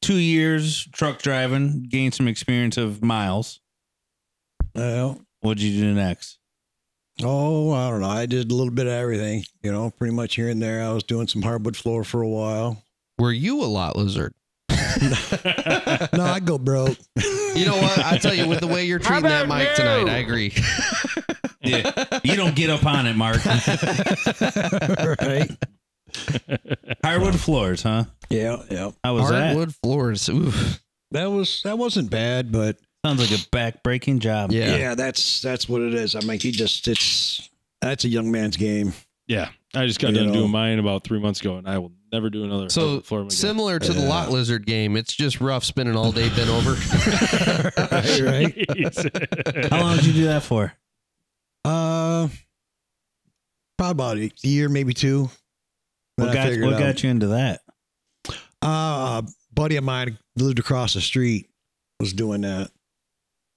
B: two years truck driving, gained some experience of miles.
D: Well,
B: What'd you do next?
D: Oh, I don't know. I did a little bit of everything, you know, pretty much here and there. I was doing some hardwood floor for a while.
C: Were you a lot lizard?
D: No, I'd go broke.
C: You know what? I tell you, with the way you're treating that mic tonight, I agree.
B: Yeah, you don't get up on it, Mark.
D: (laughs) right?
B: Hardwood floors, huh?
D: Yeah, yeah.
B: How was that?
C: Hardwood floors. Oof.
D: That was that wasn't bad, but
B: Sounds like a back-breaking job.
D: yeah.
C: Yeah.
D: that's that's what it is. I mean, he just it's that's a young man's game.
E: yeah, (laughs) I just got
D: You
E: done
D: know.
E: doing mine about three months ago, and I will never do another.
C: So,
E: floor again. (laughs)
C: Similar to the
D: Yeah.
C: lot lizard game, it's just rough spinning all day, bent over.
D: Right, right.
E: Jeez.
B: How long did you do that for?
D: Uh, probably about a year, maybe two. Then
B: What
D: I
B: got,
D: figured
B: what
D: out.
B: got you into that?
D: Uh, a buddy of mine lived across the street was doing that,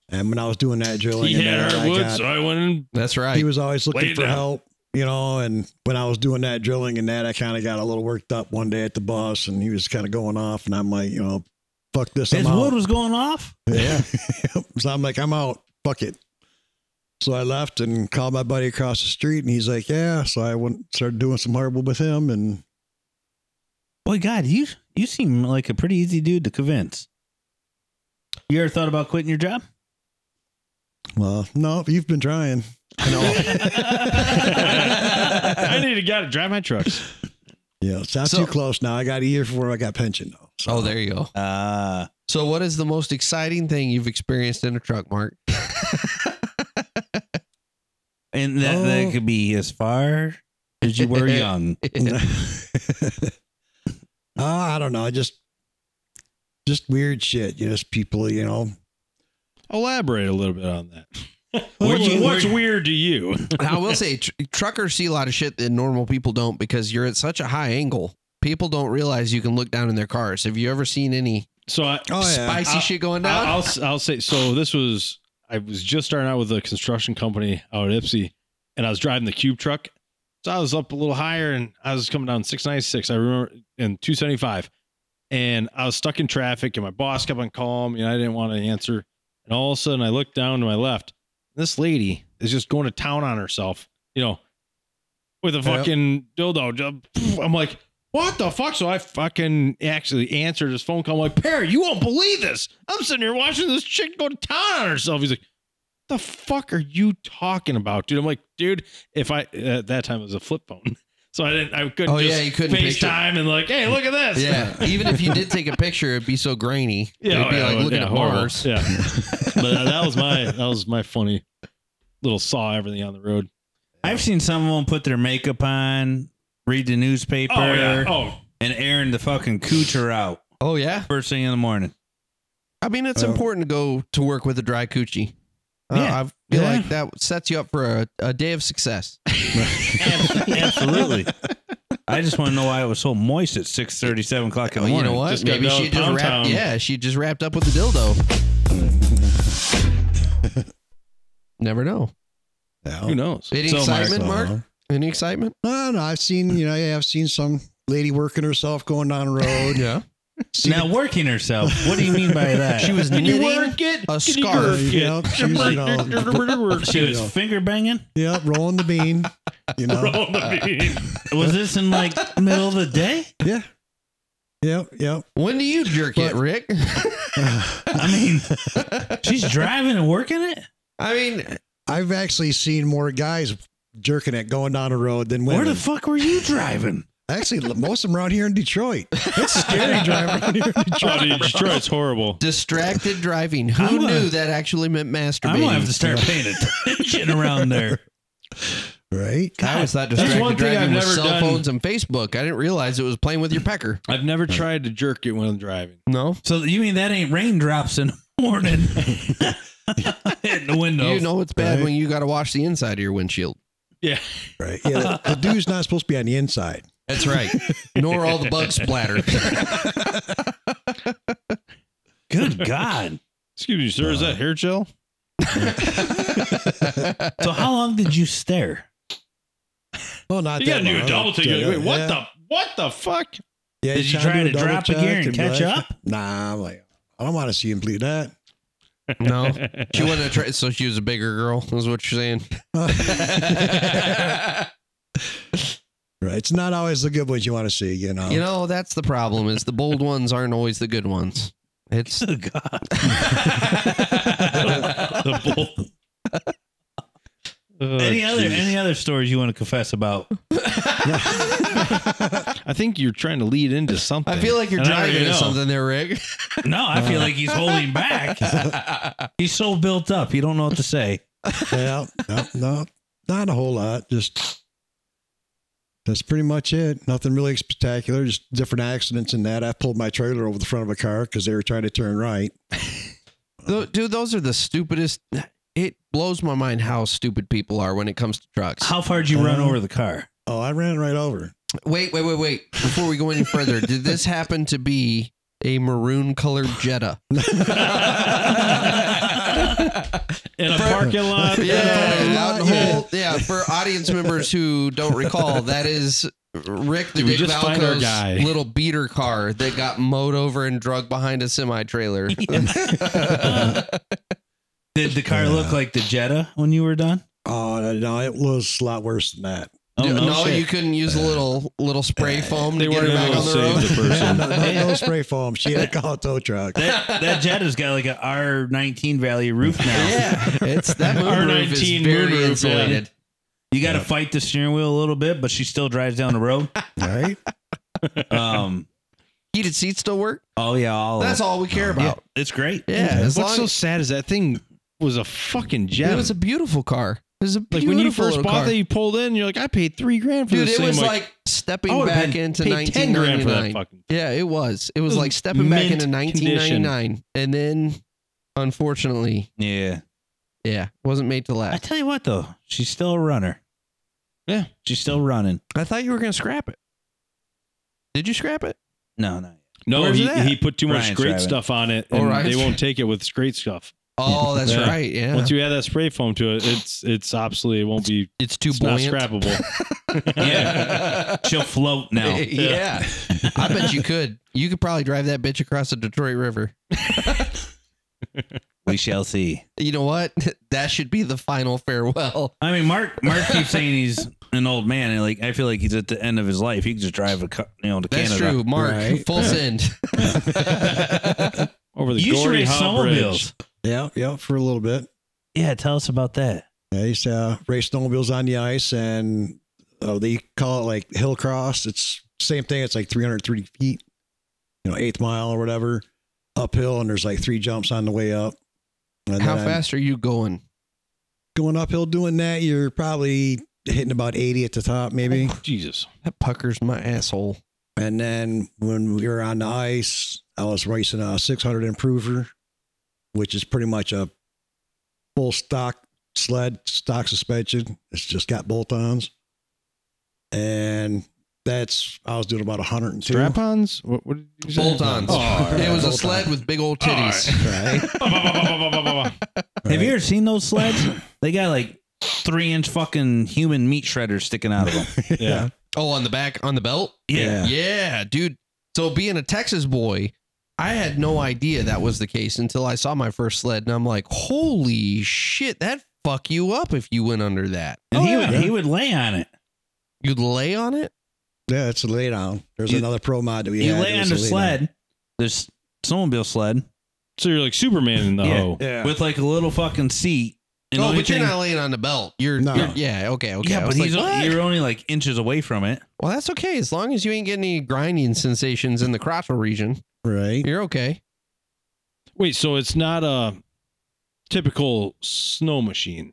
D: and when I was doing that drilling,
E: He
D: and
E: had
D: that, I
E: hardwood,
D: got-
E: so I
D: (laughs)
E: went and
C: (laughs) That's right.
D: he was always
E: Lay
D: looking
E: it
D: for
E: down.
D: help, you know. And when I was doing that drilling and that, I kind of got a little worked up one day at the bus, and he was kind of going off, and I'm like, you know, fuck this, (laughs)
B: His
D: I'm
B: wood
D: out. (laughs)
B: was going off.
D: yeah. so I'm like, I'm out. Fuck it. So I left and called my buddy across the street, and he's like, "Yeah." So I went started doing some hardwood with him, and
B: Boy, God, you you seem like a pretty easy dude to convince. You ever thought about quitting your job?
D: well, no, you've been trying. (laughs)
E: (laughs) I need to get to drive my trucks.
D: Yeah, it's not
C: So-
D: too close now. I got a year before I got pension though. So
C: Oh, there you go.
B: Uh,
C: So, what is the most exciting thing you've experienced in a truck, Mark? (laughs)
B: and that, that
D: Oh.
B: could be as far as you
D: (laughs)
B: were young.
D: Uh, I don't know. Just just weird shit. You know, just people. You know,
E: Elaborate a little bit on that.
D: (laughs)
B: Where'd
E: What's-
B: you-
E: what's
B: where'd-
E: weird to you?
C: I will say, tr- truckers see a lot of shit that normal people don't because you're at such a high angle. People don't realize you can look down in their cars. Have you ever seen any
E: So I,
D: oh yeah,
C: spicy
E: Uh,
C: shit going down?
E: I'll, I'll I'll say so. This was I was just starting out with a construction company out at Ipsy, and I was driving the cube truck. So I was up a little higher, and I was coming down six ninety six. I remember and two seventy five, and I was stuck in traffic, and my boss kept on calling me, and I didn't want to answer. And all of a sudden, I looked down to my left. This lady is just going to town on herself, you know, with a fucking dildo. Just- I'm like, what the fuck? So I fucking actually answered his phone call. I'm like, Perry, you won't believe this. I'm sitting here watching this chick go to town on herself. He's like, the fuck are you talking about, dude? I'm like, dude, if I uh, at that time it was a flip phone, (laughs) so I didn't, I couldn't.
C: Oh,
E: just
C: yeah, you couldn't picture-
E: FaceTime and like, hey, look at this.
C: yeah. Even if you did take a picture, it'd be so grainy.
E: (laughs) yeah, oh,
C: it'd be
E: yeah,
C: like looking
E: yeah,
C: at
E: horrible.
C: Mars. (laughs)
E: Yeah, but that was my that was my funny little saw everything on the road.
B: I've seen some of them put their makeup on, read the newspaper,
E: Oh yeah. Oh
B: and airing the fucking coocher out
C: Oh yeah.
B: first thing in the morning.
C: I mean, it's
D: Oh.
C: important to go to work with a dry coochie. Uh,
B: Yeah.
C: I feel
B: Yeah.
C: like that sets you up for a, a day of success.
B: Absolutely. I just want to know why it was so moist at six thirty, seven o'clock in the
C: Oh, you
B: morning.
C: know what?
E: Just go
C: Maybe
E: down
C: she
E: to
C: just
E: Pound
C: wrapped.
E: Town.
C: Yeah, she just wrapped up with a dildo. Never know.
D: Yeah.
E: who knows?
C: Any
B: So, Mark,
C: excitement, Mark? Any excitement?
D: No, no. I've seen. You know, yeah, I've seen some lady working herself going down the
E: (laughs)
D: road.
C: Yeah.
D: Seen
B: Now working herself. What do you mean by that?
C: She (laughs) was
E: Can you
C: knitting
E: work it?
C: a
E: Can you
C: scarf.
E: work it?
D: Yeah, she's, you
E: (laughs)
D: know-
B: she was finger banging.
D: Yeah, rolling the bean. You know.
E: Roll the bean.
B: Was this in like middle of the day?
D: Yeah. Yep. Yep.
C: When do you jerk it,
D: But-
C: Rick? (laughs)
B: I (laughs) mean, she's driving and working it.
C: I mean,
D: I've actually seen more guys jerking it going down the road than women.
B: Where the fuck were you driving?
D: actually, most of them are out here in Detroit. It's scary driving around here in Detroit.
E: Oh, dude, Detroit's horrible.
C: distracted driving. Who
B: I'm gonna-
C: knew that actually meant masturbating?
B: I'm gonna have to start paying attention around there.
D: Right?
C: I always thought
E: That's
C: distracted
E: one thing
C: driving
E: I've
C: was
E: never
C: cell
E: done.
C: phones and Facebook. I didn't realize it was playing with your pecker.
E: (laughs) I've never tried to jerk it when I'm driving.
C: No,
B: So you mean that ain't raindrops in the morning hitting the windows?
C: you know it's bad
D: Right.
C: when you got to wash the inside of your windshield.
E: Yeah.
D: Right. Yeah. The, the dude's not supposed to be on the inside.
C: That's right. Nor all the bug splatter.
B: Good God!
E: Excuse me, sir. Is that hair gel?
B: So how long did you stare?
D: Well, Oh, not
E: You
D: that
E: gotta do a
D: long.
E: double take. You're like, Wait, what
D: yeah.
E: the what the fuck?
D: Yeah,
B: Did you
D: try
B: try
D: do
B: to
D: double
B: drop a
D: check
B: gear and
D: be
B: catch
D: like,
B: up?
D: Nah, I'm like, I don't want to see him bleed that.
C: (laughs)
E: (laughs)
C: no, she wanted to try. So she was a bigger girl. Is what you're saying?
D: Right. It's not always the good ones you want to see, you know.
C: You know that's the problem. Is the bold ones aren't always the good ones. It's
B: Good God!
E: the bull. Oh,
B: any other
E: jeez.
B: any other stories you want to confess about?
E: I think you're trying to lead into something.
C: I feel like you're
E: And I
C: driving
E: already
C: into
E: know.
C: something there, Rick. (laughs)
B: No, I feel like he's (laughs) holding back. He's so built up, you don't know what to say.
D: yeah, no, no, not a whole lot. Just that's pretty much it. Nothing really spectacular. Just different accidents and that. I pulled my trailer over the front of a car because they were trying to turn right.
C: Tho- Dude, those are the stupidest. It blows my mind how stupid people are when it comes to trucks.
B: How far did you run
D: Um,
B: over the car?
D: Oh, I ran right over.
C: Wait, wait, wait, wait. Before we go any further, did this happen to be a maroon colored
E: (laughs)
C: Jetta?
E: in a parking lot.
C: Yeah,
D: Yeah.
C: out in Holt. Yeah, for audience members who don't recall, that is Rick the
E: Did we
C: Dick
E: just find our
C: Valco's
E: guy?
C: little beater car that
E: (laughs)
C: got mowed over and drug behind a semi trailer.
B: Did the car look
D: Yeah.
B: like the Jetta when you were done?
D: Oh no, it was a lot worse than
C: (laughs)
D: that.
B: Oh,
C: no,
B: shit. (laughs)
C: you couldn't use a little little spray foam
E: They
C: to get her
E: weren't
C: back
E: able
C: on the
E: to save
C: road.
E: the person.
D: no, no spray foam. She had to call a tow truck.
B: that, that Jetta's got like a R19 value roof now.
C: (laughs) yeah, it's that moon roof is
E: R19
C: very
E: moonroof, yeah.
C: insulated.
B: You got to fight the steering wheel a little bit, but she still drives down the road.
D: Right?
B: (laughs) Um,
C: Heated seats still work.
B: oh yeah, all
C: That's all we care about.
B: Yeah, it's great.
C: Yeah, as long
E: What's so sad is that thing was a fucking gem.
C: it was a beautiful car. It was a
E: like
C: beautiful
E: when you first
C: little
E: bought
C: car.
E: that, you pulled in, you're like, I paid three grand for
C: dude.
E: this
C: It
E: thing.
C: was
E: I'm
C: like, stepping
E: I would've
C: back
E: been-
C: into
E: paid ten grand for
C: 1999.
E: that fucking.
C: Yeah, it was. It was
E: It was
C: like stepping back
E: mint
C: into 1999, and then unfortunately,
B: Yeah.
C: yeah, wasn't made to
B: I
C: last.
B: tell you what though, she's still a runner.
E: Yeah.
B: she's still running.
C: I thought you were gonna scrap it. Did you scrap it?
B: No, no.
E: No,
C: Where's
E: he,
C: that?
E: he put too much
B: Ryan's
E: great
B: driving.
E: stuff on it,
C: Oh,
E: and
C: Ryan's
E: they won't take it with great stuff.
C: Oh, that's
E: Yeah.
C: right. Yeah,
E: Once you add that spray foam to it, it's it's obsolete. It won't be.
C: it's too
E: It's not
C: buoyant.
E: scrappable.
C: (laughs)
B: Yeah. She'll float (laughs) now.
C: yeah, I bet you could. You could probably drive that bitch across the Detroit River.
B: We shall see.
C: You know what? (laughs) That should be the final farewell.
B: I mean, Mark. Mark keeps saying he's an old man, and like I feel like he's at the end of his life. He can just drive a cu- you know to
C: That's
B: Canada.
C: true, Mark.
D: Right. (laughs)
C: Full send.
E: Over the
B: You should
E: Gordy
B: race
E: Howe Bridge.
B: snowmobiles.
D: Yeah, yeah, for a little bit.
B: Yeah, tell us about that.
D: Yeah, I used to uh, race snowmobiles on the ice, and uh, they call it like hill cross. It's same thing. It's like 330 feet, you know, eighth mile or whatever, uphill, and there's like three jumps on the way up. And
C: How
D: then
C: fast are you going?
D: Going uphill, doing that, you're probably hitting about 80 at the top, maybe.
E: Oh, Jesus.
C: That puckers my asshole.
D: And then when we were on the ice, I was racing a 600 improver, which is pretty much a full stock sled, stock suspension. It's just got bolt ons. And that's, I was doing about 102.
E: Strap ons? What, what did you say?
C: Bolt-ons.
E: Oh, all right.
C: It was a
D: Hold
C: sled
D: on.
C: with big old titties.
D: Right.
B: Have you
D: Right.
B: ever seen those sleds? (coughs) they got like three inch fucking human meat shredders sticking out of them.
E: Yeah.
C: (laughs) Oh, on the back, on the belt?
D: Yeah.
C: Yeah, dude. So being a Texas boy, I had no idea that was the case until I saw my first sled and I'm like, holy shit, that'd fuck you up if you went under that.
B: And
E: Oh,
B: he
E: yeah.
B: would he would lay on it.
C: You'd lay on it?
D: Yeah, it's a lay down. There's
B: You-
D: another pro mod that we
B: You
D: had.
B: lay
D: It
B: on
D: was
B: the
D: a lay
B: sled. There's snowmobile sled
E: So you're like Superman in the
B: Yeah.
E: hoe.
D: down. Yeah.
B: with like a little fucking seat. And
C: oh,
B: only
C: but you're
B: thing-
C: not laying on the belt. You're,
D: No.
C: you're- yeah, okay, okay.
B: yeah,
C: I
B: but
C: was
B: he's
C: like,
B: o-
C: "What?"
B: you're only like inches away from it.
C: well, that's okay. As long as you ain't getting any grinding sensations in the crotchal region,
D: right.
C: you're okay.
E: Wait, so it's not a typical snow machine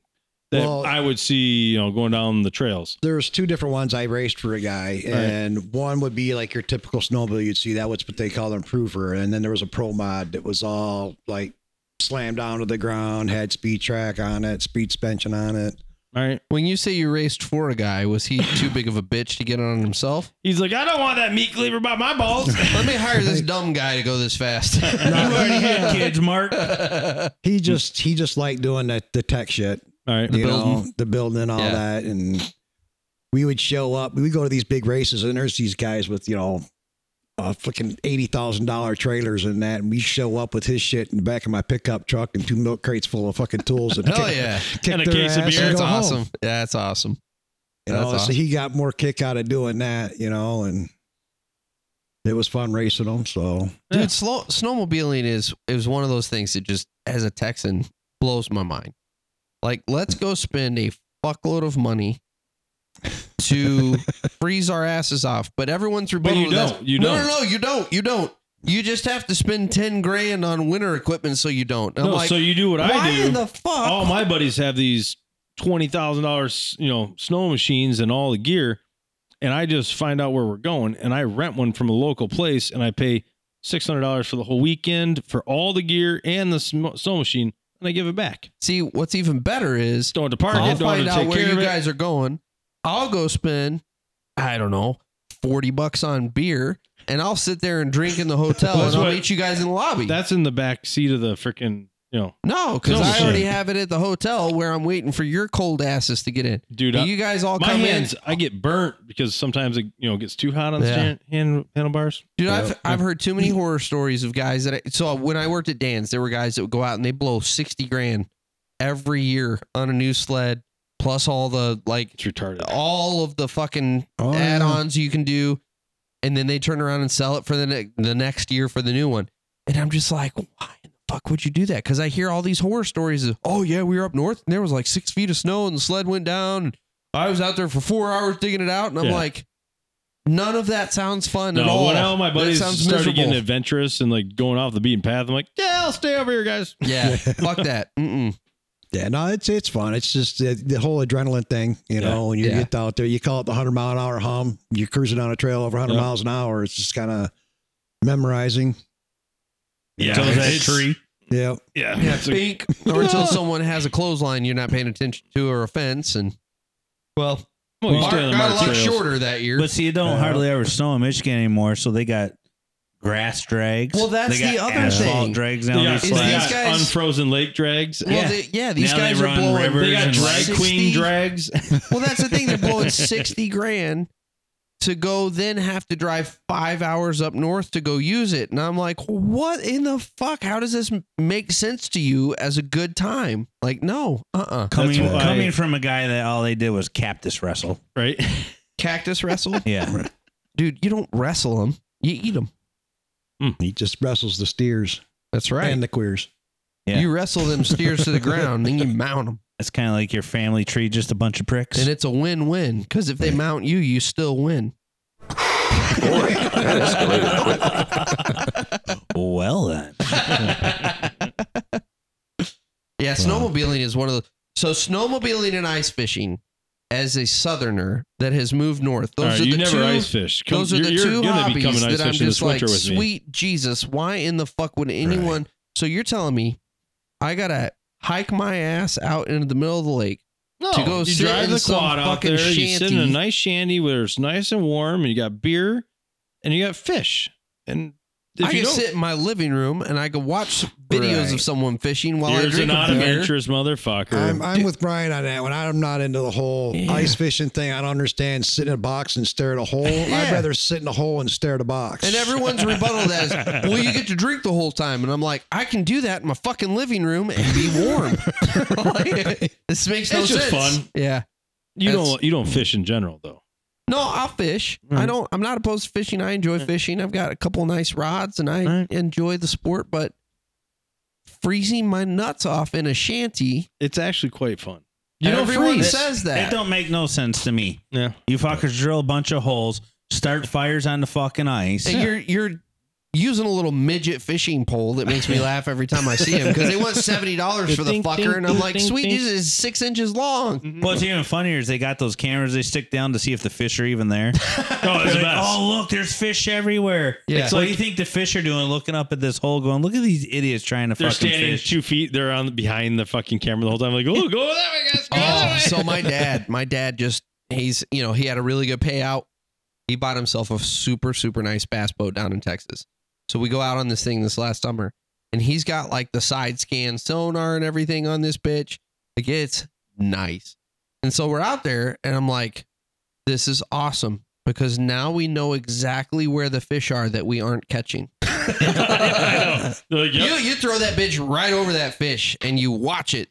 E: that
D: Well-
E: I would see, you know, going down the trails.
D: There's two different ones I raced for a guy, and one would be like your typical snowmobile you'd see. That was what they call an improver, and then there was a pro mod that was all like slammed down to the ground, had speed track on it, speed suspension on it.
E: All right.
C: When you say you raced for a guy, was he too big of a bitch to get on himself?
E: He's like, I don't want that meat cleaver by my balls.
C: Let me hire this dumb guy to go this (laughs) fast.
B: You already had kids, Mark.
D: He just he just liked doing that the tech shit,
E: (laughs) All right.
D: the
C: building.
D: the building, and all
C: Yeah.
D: that, and we would show up. We would go to these big races, and there's these guys with you know. Uh, fucking eighty thousand dollar trailers and that, and we show up with his shit in the back of my pickup truck and two milk crates full of fucking tools and
C: Hell
D: (laughs) kick-
C: yeah.
D: kick
E: And a
D: their
E: case of
D: ass
E: beer.
D: and
C: That's
D: go home.
C: awesome. Yeah, that's awesome.
D: You
C: That's
D: know,
C: awesome.
D: so he got more kick out of doing that, you know, and it was fun racing him. So
E: Yeah.
C: Dude, slow, snowmobiling is is one of those things that just as a Texan blows my mind. Like, let's go spend a fuckload of money
E: (laughs)
C: to freeze our asses off, but everyone's rebuttal.
E: you
C: to that's-
E: don't. You
C: no,
E: don't.
C: No, no, you don't. You don't. You just have to spend ten grand on winter equipment, so you don't. I'm
E: no,
C: like,
E: so you do what
C: why
E: I do.
C: in the fuck?
E: all my buddies have these twenty thousand dollars, you know, snow machines and all the gear, and I just find out where we're going, and I rent one from a local place, and I pay six hundred dollars for the whole weekend for all the gear and the sm- snow machine, and I give it back.
C: See, what's even better is
E: Don't have to park
C: I'll
E: it. Don't have
C: find
E: to
C: out
E: take
C: where
E: care of
C: you
E: it.
C: guys are going. I'll go spend, I don't know, 40 bucks on beer and I'll sit there and drink in the hotel
E: That's
C: and I'll
E: what-
C: meet you guys in the lobby.
E: That's in the back seat of the freaking, you know,
C: no, because
E: No
C: I
E: shit.
C: already have it at the hotel where I'm waiting for your cold asses to get in.
E: dude.
C: And
E: I-
C: you guys all
E: my
C: come
E: hands,
C: in.
E: I get burnt because sometimes it, you know, gets too hot on the
C: Yeah.
E: stand- hand handlebars.
C: Dude, I've, I've heard too many horror stories of guys that I, so when I worked at Dan's, there were guys that would go out and they blow 60 grand every year on a new sled, plus all the like
E: It's retarded.
C: all of the fucking
D: Oh, yeah.
C: add-ons you can do, and then they turn around and sell it for the ne- the next year for the new one. And I'm just like, why in the fuck would you do that? Because I hear all these horror stories of, oh yeah, we were up north and there was like six feet of snow and the sled went down. and I was out there for four hours digging it out, and I'm
E: Yeah.
C: like, none of that sounds fun at
E: No,
C: all.
E: when all my
C: That
E: buddies
C: sounds
E: started
C: miserable.
E: getting adventurous and like going off the beaten path, I'm like, yeah, I'll stay over here, guys. (laughs)
C: yeah, fuck that. Mm-mm.
D: Yeah, no, it's it's fun. It's just the, the whole adrenaline thing, you know. When you
C: Yeah.
D: get out there, you call it the hundred mile an hour hum. You're cruising down a trail over hundred
E: Yeah.
D: miles an hour. It's just kind of memorizing.
B: Yeah,
E: Until
B: that
E: it's-
B: tree.
D: Yeah,
E: (laughs) Yeah,
C: Yeah,
E: It's
C: bink.
E: like-
C: or
E: (laughs)
C: until someone has a clothesline you're not paying attention to or a fence, and well,
E: well, you
C: Mark
E: stay on the
C: got a
E: mountain
C: lot
E: trails.
C: shorter that year.
B: But see, it don't
D: Uh-huh.
B: hardly ever snow in Michigan anymore, so they got grass drags.
C: Well, that's
B: They got
C: the other
B: asphalt
C: thing.
B: drags
E: They
B: down
E: got,
B: their
C: Is
E: they
B: sleds.
E: got
C: these guys-
E: unfrozen lake drags.
C: Well,
B: Yeah.
C: they- yeah, these
B: Now they
C: guys are
B: run
C: blowing.
B: rivers
E: They got
B: and
E: drag
C: 60
E: queen drags.
C: Well, that's the
B: (laughs)
C: thing. They're blowing sixty grand to go, then have to drive five hours up north to go use it. And I'm like, what in the fuck? How does this m- make sense to you as a good time? Like, no, uh, uh
B: Coming,
E: That's why-
B: coming from a guy that all they did was cactus wrestle.
E: right?
C: Cactus wrestle, (laughs)
B: Yeah,
C: dude. You don't wrestle them. You eat them.
D: he just wrestles the steers
C: That's
D: and the queers.
B: Yeah.
C: You wrestle them steers to the ground, then you mount them,
B: it's kind of like your family tree, just a bunch of pricks.
C: and it's a win-win. Because if they mount you, you still win.
B: well then,
C: Yeah, snowmobiling is one of the so snowmobiling and ice fishing. As a southerner that has moved north,
E: All
C: those
E: right,
C: are
E: you
C: the
E: never
C: two.
E: ice fish. Come-
C: those are
E: you're,
C: the
E: you're
C: 2
E: gonna
C: hobbies
E: be coming ice
C: that I'm
E: fishing
C: just
E: this
C: like,
E: winter with me.
C: sweet Jesus, why in the fuck would anyone? So you're telling me I gotta hike my ass out into the middle of the lake?
E: No,
C: to go
E: you
C: sit
E: drive
C: in
E: the
C: some
E: quad out
C: fucking
E: there. You sit in a
C: shanty.
E: nice shanty where it's nice and warm, and you got beer, and you got fish, and if
C: I
E: you
C: can
E: don't,
C: sit in my living room and I could watch videos
D: Right.
C: of someone fishing while
E: you're
C: I
E: a
C: drink a beer.
E: non-adventurous motherfucker.
D: I'm I'm with Brian on that one. I'm not into the whole
C: Yeah.
D: ice fishing thing. I don't understand sitting in a box and stare at a hole.
C: Yeah.
D: I'd rather sit in a hole and stare at a box.
C: And everyone's rebuttal to that is, well, you get to drink the whole time. And I'm like, I can do that in my fucking living room and be warm. (laughs) Like, this makes no sense.
E: It's just fun.
C: Yeah.
E: you
C: that's-
E: don't you don't fish in general though.
C: No, I'll fish. I don't, I'm not opposed to fishing. I enjoy fishing. I've got a couple nice rods and I
B: Right.
C: enjoy the sport, but freezing my nuts off in a shanty.
E: It's actually quite fun.
C: You
E: don't
C: everyone
E: freeze.
C: says
B: it
C: that.
B: don't make no sense to me.
E: Yeah.
B: You fuckers drill a bunch of holes, start fires on the fucking ice.
C: And you're, you're, Using a little midget fishing pole that
E: (laughs)
C: makes me laugh every time I see him because they want seventy dollars for the
E: Ding, ding,
C: fucker, and I'm
E: ding,
C: like,
E: ding,
C: sweet,
E: ding.
C: this is six inches long.
B: What's even funnier is they got those cameras they stick down to see if the fish are even there.
E: Oh,
B: They're like, (laughs) oh, look, there's fish everywhere.
C: Yeah.
B: It's what do you think the fish are doing looking up at this hole going, look at these idiots trying to
E: They're
B: fucking
E: standing
B: fish.
E: two feet. They're on behind the fucking camera the whole time. Like, oh, go that way, guys. Go that
C: Oh, (laughs)
E: way.
C: so my dad, my dad just he's you know he had a really good payout. He bought himself a super super nice bass boat down in Texas. So we go out on this thing this last summer, and he's got like the side scan sonar and everything on this bitch. Like it's nice. And so we're out there, and I'm like, this is awesome because now we know exactly where the fish are that we aren't catching.
E: (laughs) I know. They're like, yep.
C: You you throw that bitch right over that fish, and you watch it,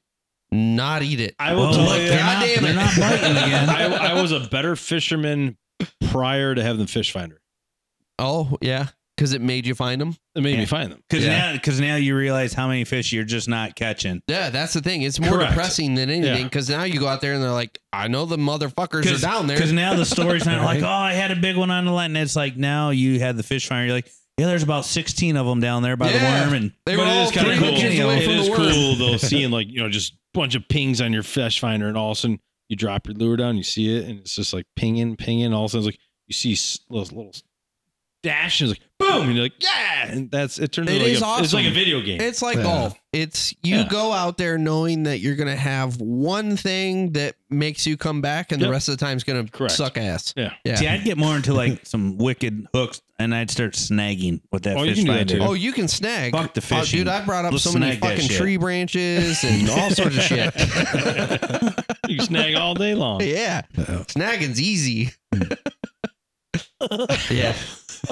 C: not eat it.
E: I
B: Oh,
E: will
B: look,
E: tell you.
B: they're,
C: God
B: not,
C: damn it.
B: they're not biting
C: (laughs)
B: again.
E: I, I was a better fisherman prior to having the fish finder.
C: Oh yeah, because it made you find them.
E: It made
B: Yeah.
E: me find them.
B: Because
C: Yeah.
B: now, because now you realize how many fish you're just not catching.
C: Yeah, that's the thing. It's more
E: Correct.
C: depressing than anything
E: Yeah.
C: because now you go out there and they're like, I know the motherfuckers are down
B: Because
C: there.
B: now the story's (laughs) not like,
C: Right.
B: oh, I had a big one on the line. And it's like now you had the fish finder. You're like, yeah, there's about 16 of them down there by
C: Yeah.
B: the worm. And
C: They were
E: But it
C: all
E: is kinda
C: three
E: cool.
C: inches away
E: It
C: from the
E: is
C: worm.
E: cool though, seeing like you know just bunch of pings on your fish finder, and all of a sudden you drop your lure down, you see it, and it's just like pinging, pinging. All of a sudden, it's like you see s- those little dash, and it's like boom, and you're like yeah, and that's it. Turns
C: It
E: into like
C: is
E: a, it's like a
C: awesome.
E: video game.
C: It's like
D: Yeah.
C: golf. It's you
E: Yeah.
C: go out there knowing that you're gonna have one thing that makes you come back, and the
E: Yep.
C: rest of the time's gonna
E: Correct.
C: suck ass.
E: Yeah.
C: yeah.
B: See, I'd get more into (laughs) like some wicked hooks, and I'd start snagging with that
E: Oh, you
B: fish
E: can do that
B: finder.
E: too.
C: Oh, you can snag.
B: Fuck the
C: Oh,
B: fishing.
C: dude, I brought up
B: Let's
C: so many
B: snag that
C: fucking
B: shit.
C: tree branches and all sorts of shit.
E: you can snag all day long.
C: (laughs) Yeah.
D: Yeah.
C: Snagging's easy. yeah.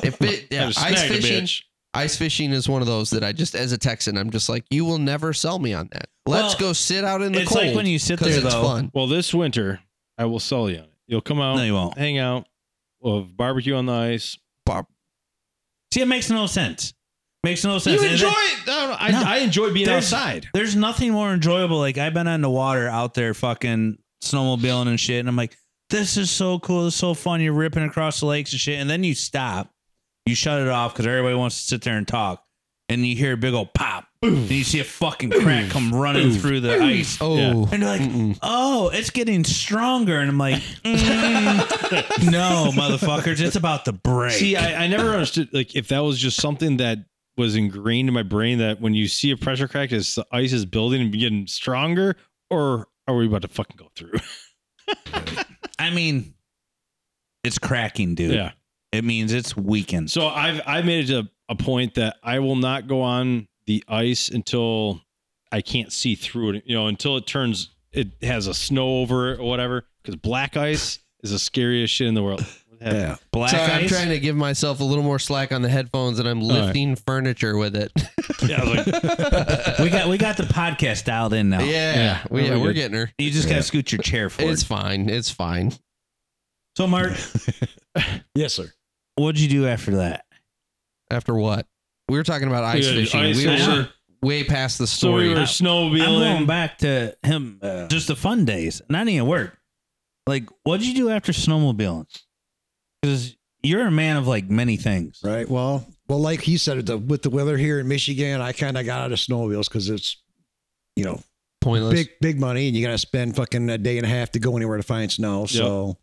C: If it, yeah,
E: Just
C: ice
E: snag a
C: fishing,
E: bitch.
C: Ice fishing is one of those that I just, as a Texan, I'm just like, you will never sell me on that. Let's
B: Well,
C: go sit out in the
B: it's
C: cold.
B: like when you sit
C: 'cause
B: there
C: it's
B: though.
C: fun.
E: Well, this winter I will sell you on it. You'll come out,
B: No, you won't.
E: hang out, we'll have barbecue on the ice.
C: Bar-
B: See, it makes no sense. Makes no
E: You
B: sense. And
E: enjoy
B: that-
E: it. I, don't know. I,
B: No.
E: I enjoy being
B: There's-
E: outside.
B: There's nothing more enjoyable. Like I've been on the water out there, fucking snowmobiling and shit, and I'm like, this is so cool. This is so fun. You're ripping across the lakes and shit, and then you stop, you shut it off because everybody wants to sit there and talk, and you hear a big old pop, and you see a fucking crack come running through the ice,
C: Oh,
E: Yeah.
B: and you're like,
C: Mm-mm.
B: oh, it's getting stronger, and I'm
E: (laughs)
B: like, mm, no, motherfuckers, it's about to break.
E: See, I, I never understood like if that was just something that was ingrained in my brain that when you see a pressure crack, is the ice is building and getting stronger, or are we about to fucking go
C: (laughs)
E: through?
B: I mean, it's cracking, dude.
E: Yeah.
B: It means it's weakened.
E: So I've I've made it a, a point that I will not go on the ice until I can't see through it. You know, until it turns it has a snow over it or whatever. Because black ice is the scariest shit in the world. What happened?
D: Yeah.
B: Black
C: Sorry,
B: ice.
C: I'm trying to give myself a little more slack on the headphones, and I'm
E: right.
C: lifting furniture with it.
E: Yeah, I was
B: (laughs)
E: like,
B: we got we got the podcast dialed in now.
C: yeah,
E: Yeah,
C: we, yeah,
E: really
C: we're
E: good.
C: getting her.
B: You just gotta scoot your chair forward.
C: It's fine. It's fine.
B: so, Mark,
D: Yes, sir.
B: what'd you do after that?
C: After what? We were talking about ice
E: Yeah,
C: fishing.
E: ice
C: we
E: fishing.
C: were way past the
E: so
C: story.
E: we
B: I'm
E: were
B: going
E: snowmobiling.
B: back to him. uh,
C: Uh,
B: just the fun days, not even work. Like, what'd you do after snowmobiling? Because you're a man of like many things.
D: Right. Well, well, like he said, the, with the weather here in Michigan, I kind of got out of snowmobiles because it's, you know,
C: Pointless.
D: big big money, and you got to spend fucking a day and a half to go anywhere to find snow. So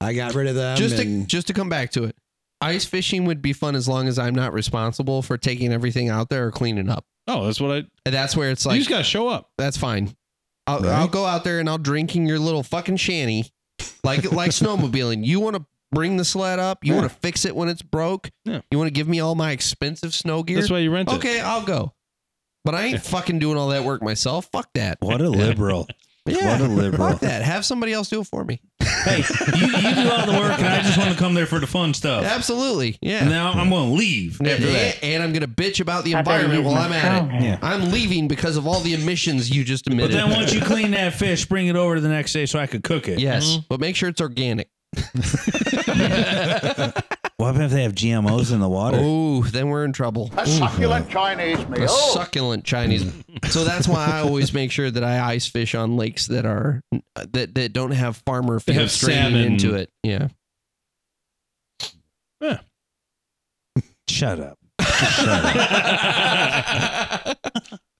D: I got rid of them.
C: just to
D: and-
C: just to come back to it. Ice fishing would be fun as long as I'm not responsible for taking everything out there or cleaning up.
E: Oh, that's what I.
C: And that's where it's
E: you
C: like
E: just gotta show up.
C: that's fine. I'll,
D: Right.
C: I'll go out there and I'll drink in your little fucking shanty, like like snowmobiling. You want to bring the sled up? You want to fix it when it's broke?
E: Yeah.
C: You want to give me all my expensive snow gear?
E: That's why you rent it.
C: okay, I'll go. But I ain't fucking doing all that work myself. Fuck that.
B: What a liberal.
C: Yeah.
B: What a liberal.
C: Fuck that. Have somebody else do it for me.
B: hey, you, you do all the work, and I just want to come there for the fun stuff.
C: Absolutely. Yeah.
B: And now I'm going to leave after that.
C: And I'm gonna bitch about the
G: I better
C: environment
G: use
C: while
G: my
C: I'm at it.
G: phone.
B: Yeah.
C: I'm leaving because of all the emissions you just
B: But
C: emitted.
B: then once you clean that fish, bring it over to the next day so I could cook it.
C: yes, but make sure it's organic.
B: What happens if they have GMOs in the water?
C: Oh, then we're in trouble.
F: A succulent Chinese
C: A succulent Chinese. so that's why I always make sure that I ice fish on lakes that are that that don't have farmer
E: They have
C: fields straining
E: salmon.
C: into it. Yeah.
B: Shut up.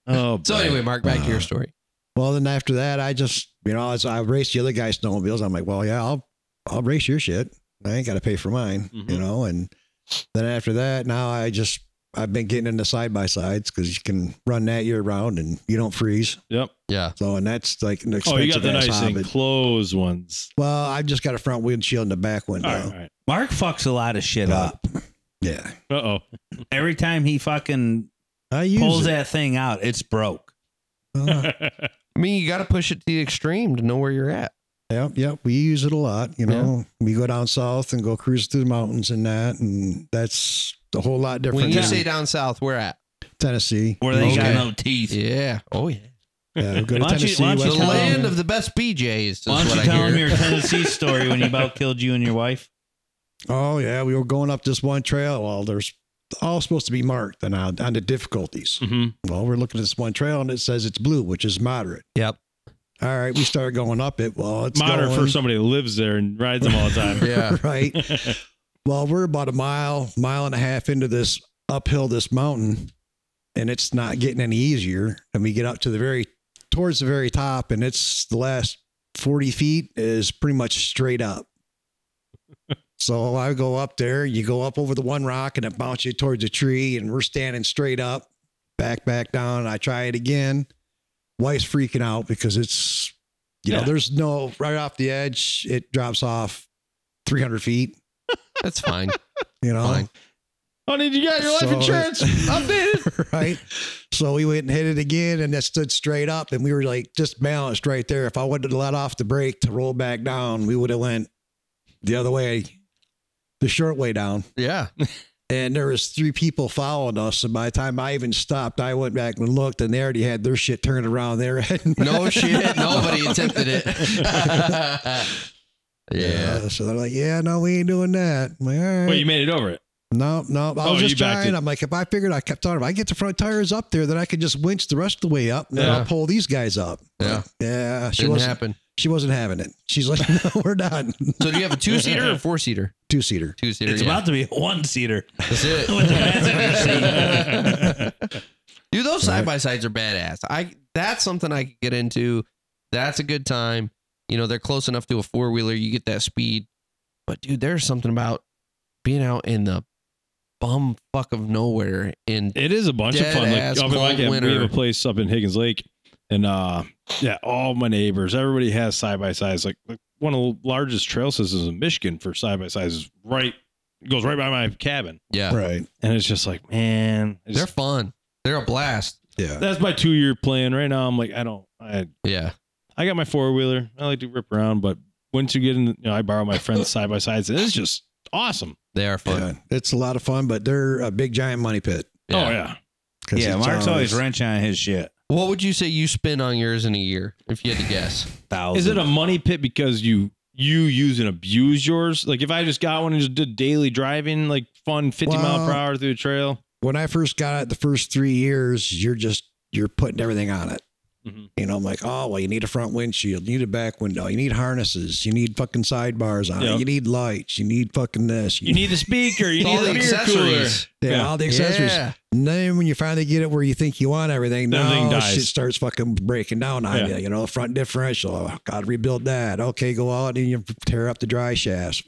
E: Oh,
C: So anyway, Mark, back to your story.
D: Well, then after that, I just, you know, as I raced the other guy's snowmobiles, I'm like, well, yeah, I'll, I'll race your shit. I ain't got to pay for mine,
E: Mhm.
D: you know? And then after that, now I just, I've been getting into side by sides because you can run that year round and you don't freeze.
E: Yep.
C: Yeah.
D: So, and that's like an
E: Oh,
D: expensive
E: you got the
D: ass
E: nice
D: hobby.
E: enclosed ones.
D: Well, I've just got a front windshield and a back window.
E: All right. All right.
B: Mark fucks a lot of shit up.
D: Yeah.
E: Uh oh. (laughs)
B: Every time he fucking
D: I use
B: pulls
D: it. Uh,
B: that thing out, it's broke.
D: Well,
C: I mean, you got to push it to the extreme to know where you're at.
D: Yep, yep. We use it a lot. You
C: Yeah.
D: know, we go down south and go cruise through the mountains and that, and that's a whole lot different.
C: When you
D: than
C: say down south, we're at.
D: Tennessee,
B: Where they
C: Okay.
B: got no teeth.
C: Yeah. Oh yeah.
D: yeah, we go to
B: Why don't you-
D: Tennessee.
B: why don't
C: The
B: you
D: West
B: tell 'em-
D: Virginia.
C: land of the best PJs. Is
B: Why don't
C: what
B: you
C: I
B: tell
C: hear.
B: him your Tennessee story when you about killed you and your wife?
D: Oh yeah, we were going up this one trail. Well, there's all supposed to be marked and on, on
B: (laughs)
D: the difficulties.
E: (laughs) hmm
D: Well, we're looking at this one trail and it says it's blue, which is moderate.
C: Yep.
D: All right, we start going up it. Well, it's
E: Modern
D: going,
E: for somebody who lives there and rides them all the (laughs) time.
C: Yeah.
D: (laughs) right. Well, we're about a mile, mile and a half into this uphill this mountain, and it's not getting any easier. And we get up to the very towards the very top, and it's the last 40 feet is pretty much straight up. so I go up there, you go up over the one rock and it bounces you towards a tree, and we're standing straight up, back, back down. And I try it again. Wife's freaking out because it's you know,
E: Yeah.
D: there's no right off the edge, it drops off 300 feet,
C: That's (laughs) fine.
D: you know.
C: Fine.
E: Honey, you got your life
D: So-
E: insurance
D: (laughs)
E: updated.
D: right? So we went and hit it again, and that stood straight up, and we were like just balanced right there. If I would have let off the brake to roll back down, we would have went the other way, the short way down.
C: Yeah.
D: and there was three people following us. And by the time I even stopped, I went back and looked, and they already had their (laughs) shit turned around. They were heading
C: No
D: back.
C: shit. Nobody attempted it. (laughs) yeah.
D: Uh, so they're like, "Yeah, no, we ain't doing that." I'm like, All right.
E: (laughs) Well, you made it over it.
D: No, no. I was
E: Oh,
D: just
E: you backed
D: trying.
E: it.
D: I'm like, if I figured I kept on, if I get the front tires up there, then I could just winch the rest of the way up and then
C: Yeah.
D: I'll pull these guys up.
C: Yeah.
D: Like, yeah. She
C: Didn't
D: wasn't,
C: happen.
D: she wasn't having it. She's like, (laughs) no, we're not.
C: So do you have a two seater or four seater?
D: Two seater.
C: Two seater.
B: It's
C: yeah.
B: about to be a one seater.
C: That's
B: (laughs)
C: it.
B: With the passenger
C: (laughs) Dude, those side by sides are badass. I that's something I could get into. That's a good time. You know, they're close enough to a four wheeler. You get that speed. But dude, there's something about being out in the bum fuck of nowhere in
E: (laughs) It is a bunch of
C: Dead
E: fun.
C: ass
E: Like up in my
C: cold
E: camp, we
C: winter.
E: have a place up in Higgins Lake, and uh, yeah, all my neighbors, everybody has side by sides. Like like, one of the largest trail systems in Michigan for side by sides is right goes right by my cabin,
C: yeah.
D: Right.
E: and it's just like man, I
C: They're
E: just-
C: fun. They're a blast.
D: Yeah.
E: that's my two year plan right now. I'm like I don't I
C: Yeah.
E: I got my four wheeler. I like to rip around, but once you get in, you know, I borrow
C: (laughs)
E: my friend's side by sides, and it's just awesome.
C: They are fun.
D: Yeah. It's a lot of fun, but they're a big giant money pit.
E: Oh yeah,
D: 'Cause
B: yeah,
D: it's
B: Mark's always wrenching on his shit.
C: What would you say you spend on yours in a year if you had to (laughs) guess?
B: Thousand.
E: (laughs) is it a money pit because you you use and abuse yours? Like if I just got one and just did daily driving, like fun fifty mile per
D: Well-
E: hour through the trail.
D: When I first got it, the first three years, you're just, you're putting everything on it.
E: Mhm.
D: You know, I'm like, oh, well, you need a front windshield, you need a back window, you need harnesses, you need fucking sidebars on
E: Yeah.
D: it, you need lights, you need fucking this,
E: You need the speaker. (laughs) You
C: All
E: need the
C: the
E: beer cooler.
C: accessories.
D: yeah,
E: yeah.
D: all the accessories.
C: Yeah.
D: And then when you finally get it where you think you want everything,
E: Then everything
D: now
E: dies.
D: shit starts fucking breaking down on
E: Yeah.
D: you. You know, the front differential, oh, got to rebuild that. Okay, go out and you tear up the dry shafts.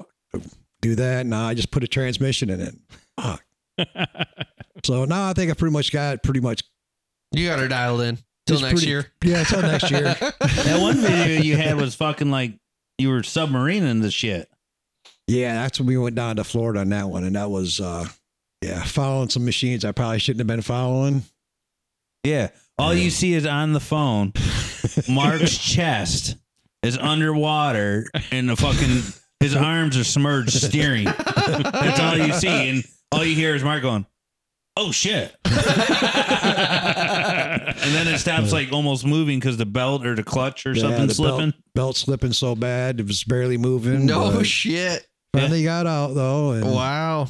D: Do that. Now I just put a transmission in it.
E: (laughs)
D: Fuck. so now I think I pretty much got it pretty much.
C: You got her dialed in till
D: It's
C: next
D: pretty-
C: year.
D: (laughs) Yeah, until next year.
C: (laughs)
B: That one video you had was fucking like you were submarining the shit.
D: yeah, that's when we went down to Florida on that one. And that was, uh, yeah, following some machines I probably shouldn't have been following.
B: Yeah. All you see is on the
D: (laughs)
B: phone, Mark's chest is underwater and the fucking his arms are submerged steering. That's all you see. And all you hear is Mark going, Oh
D: (laughs)
B: shit. And then it stops like almost moving because the belt or the clutch or
D: Yeah,
B: something
D: the
B: slipping.
D: Belt, belt slipping so bad, it was barely moving.
C: no
D: but
C: shit.
D: Finally got out though. And
C: Wow.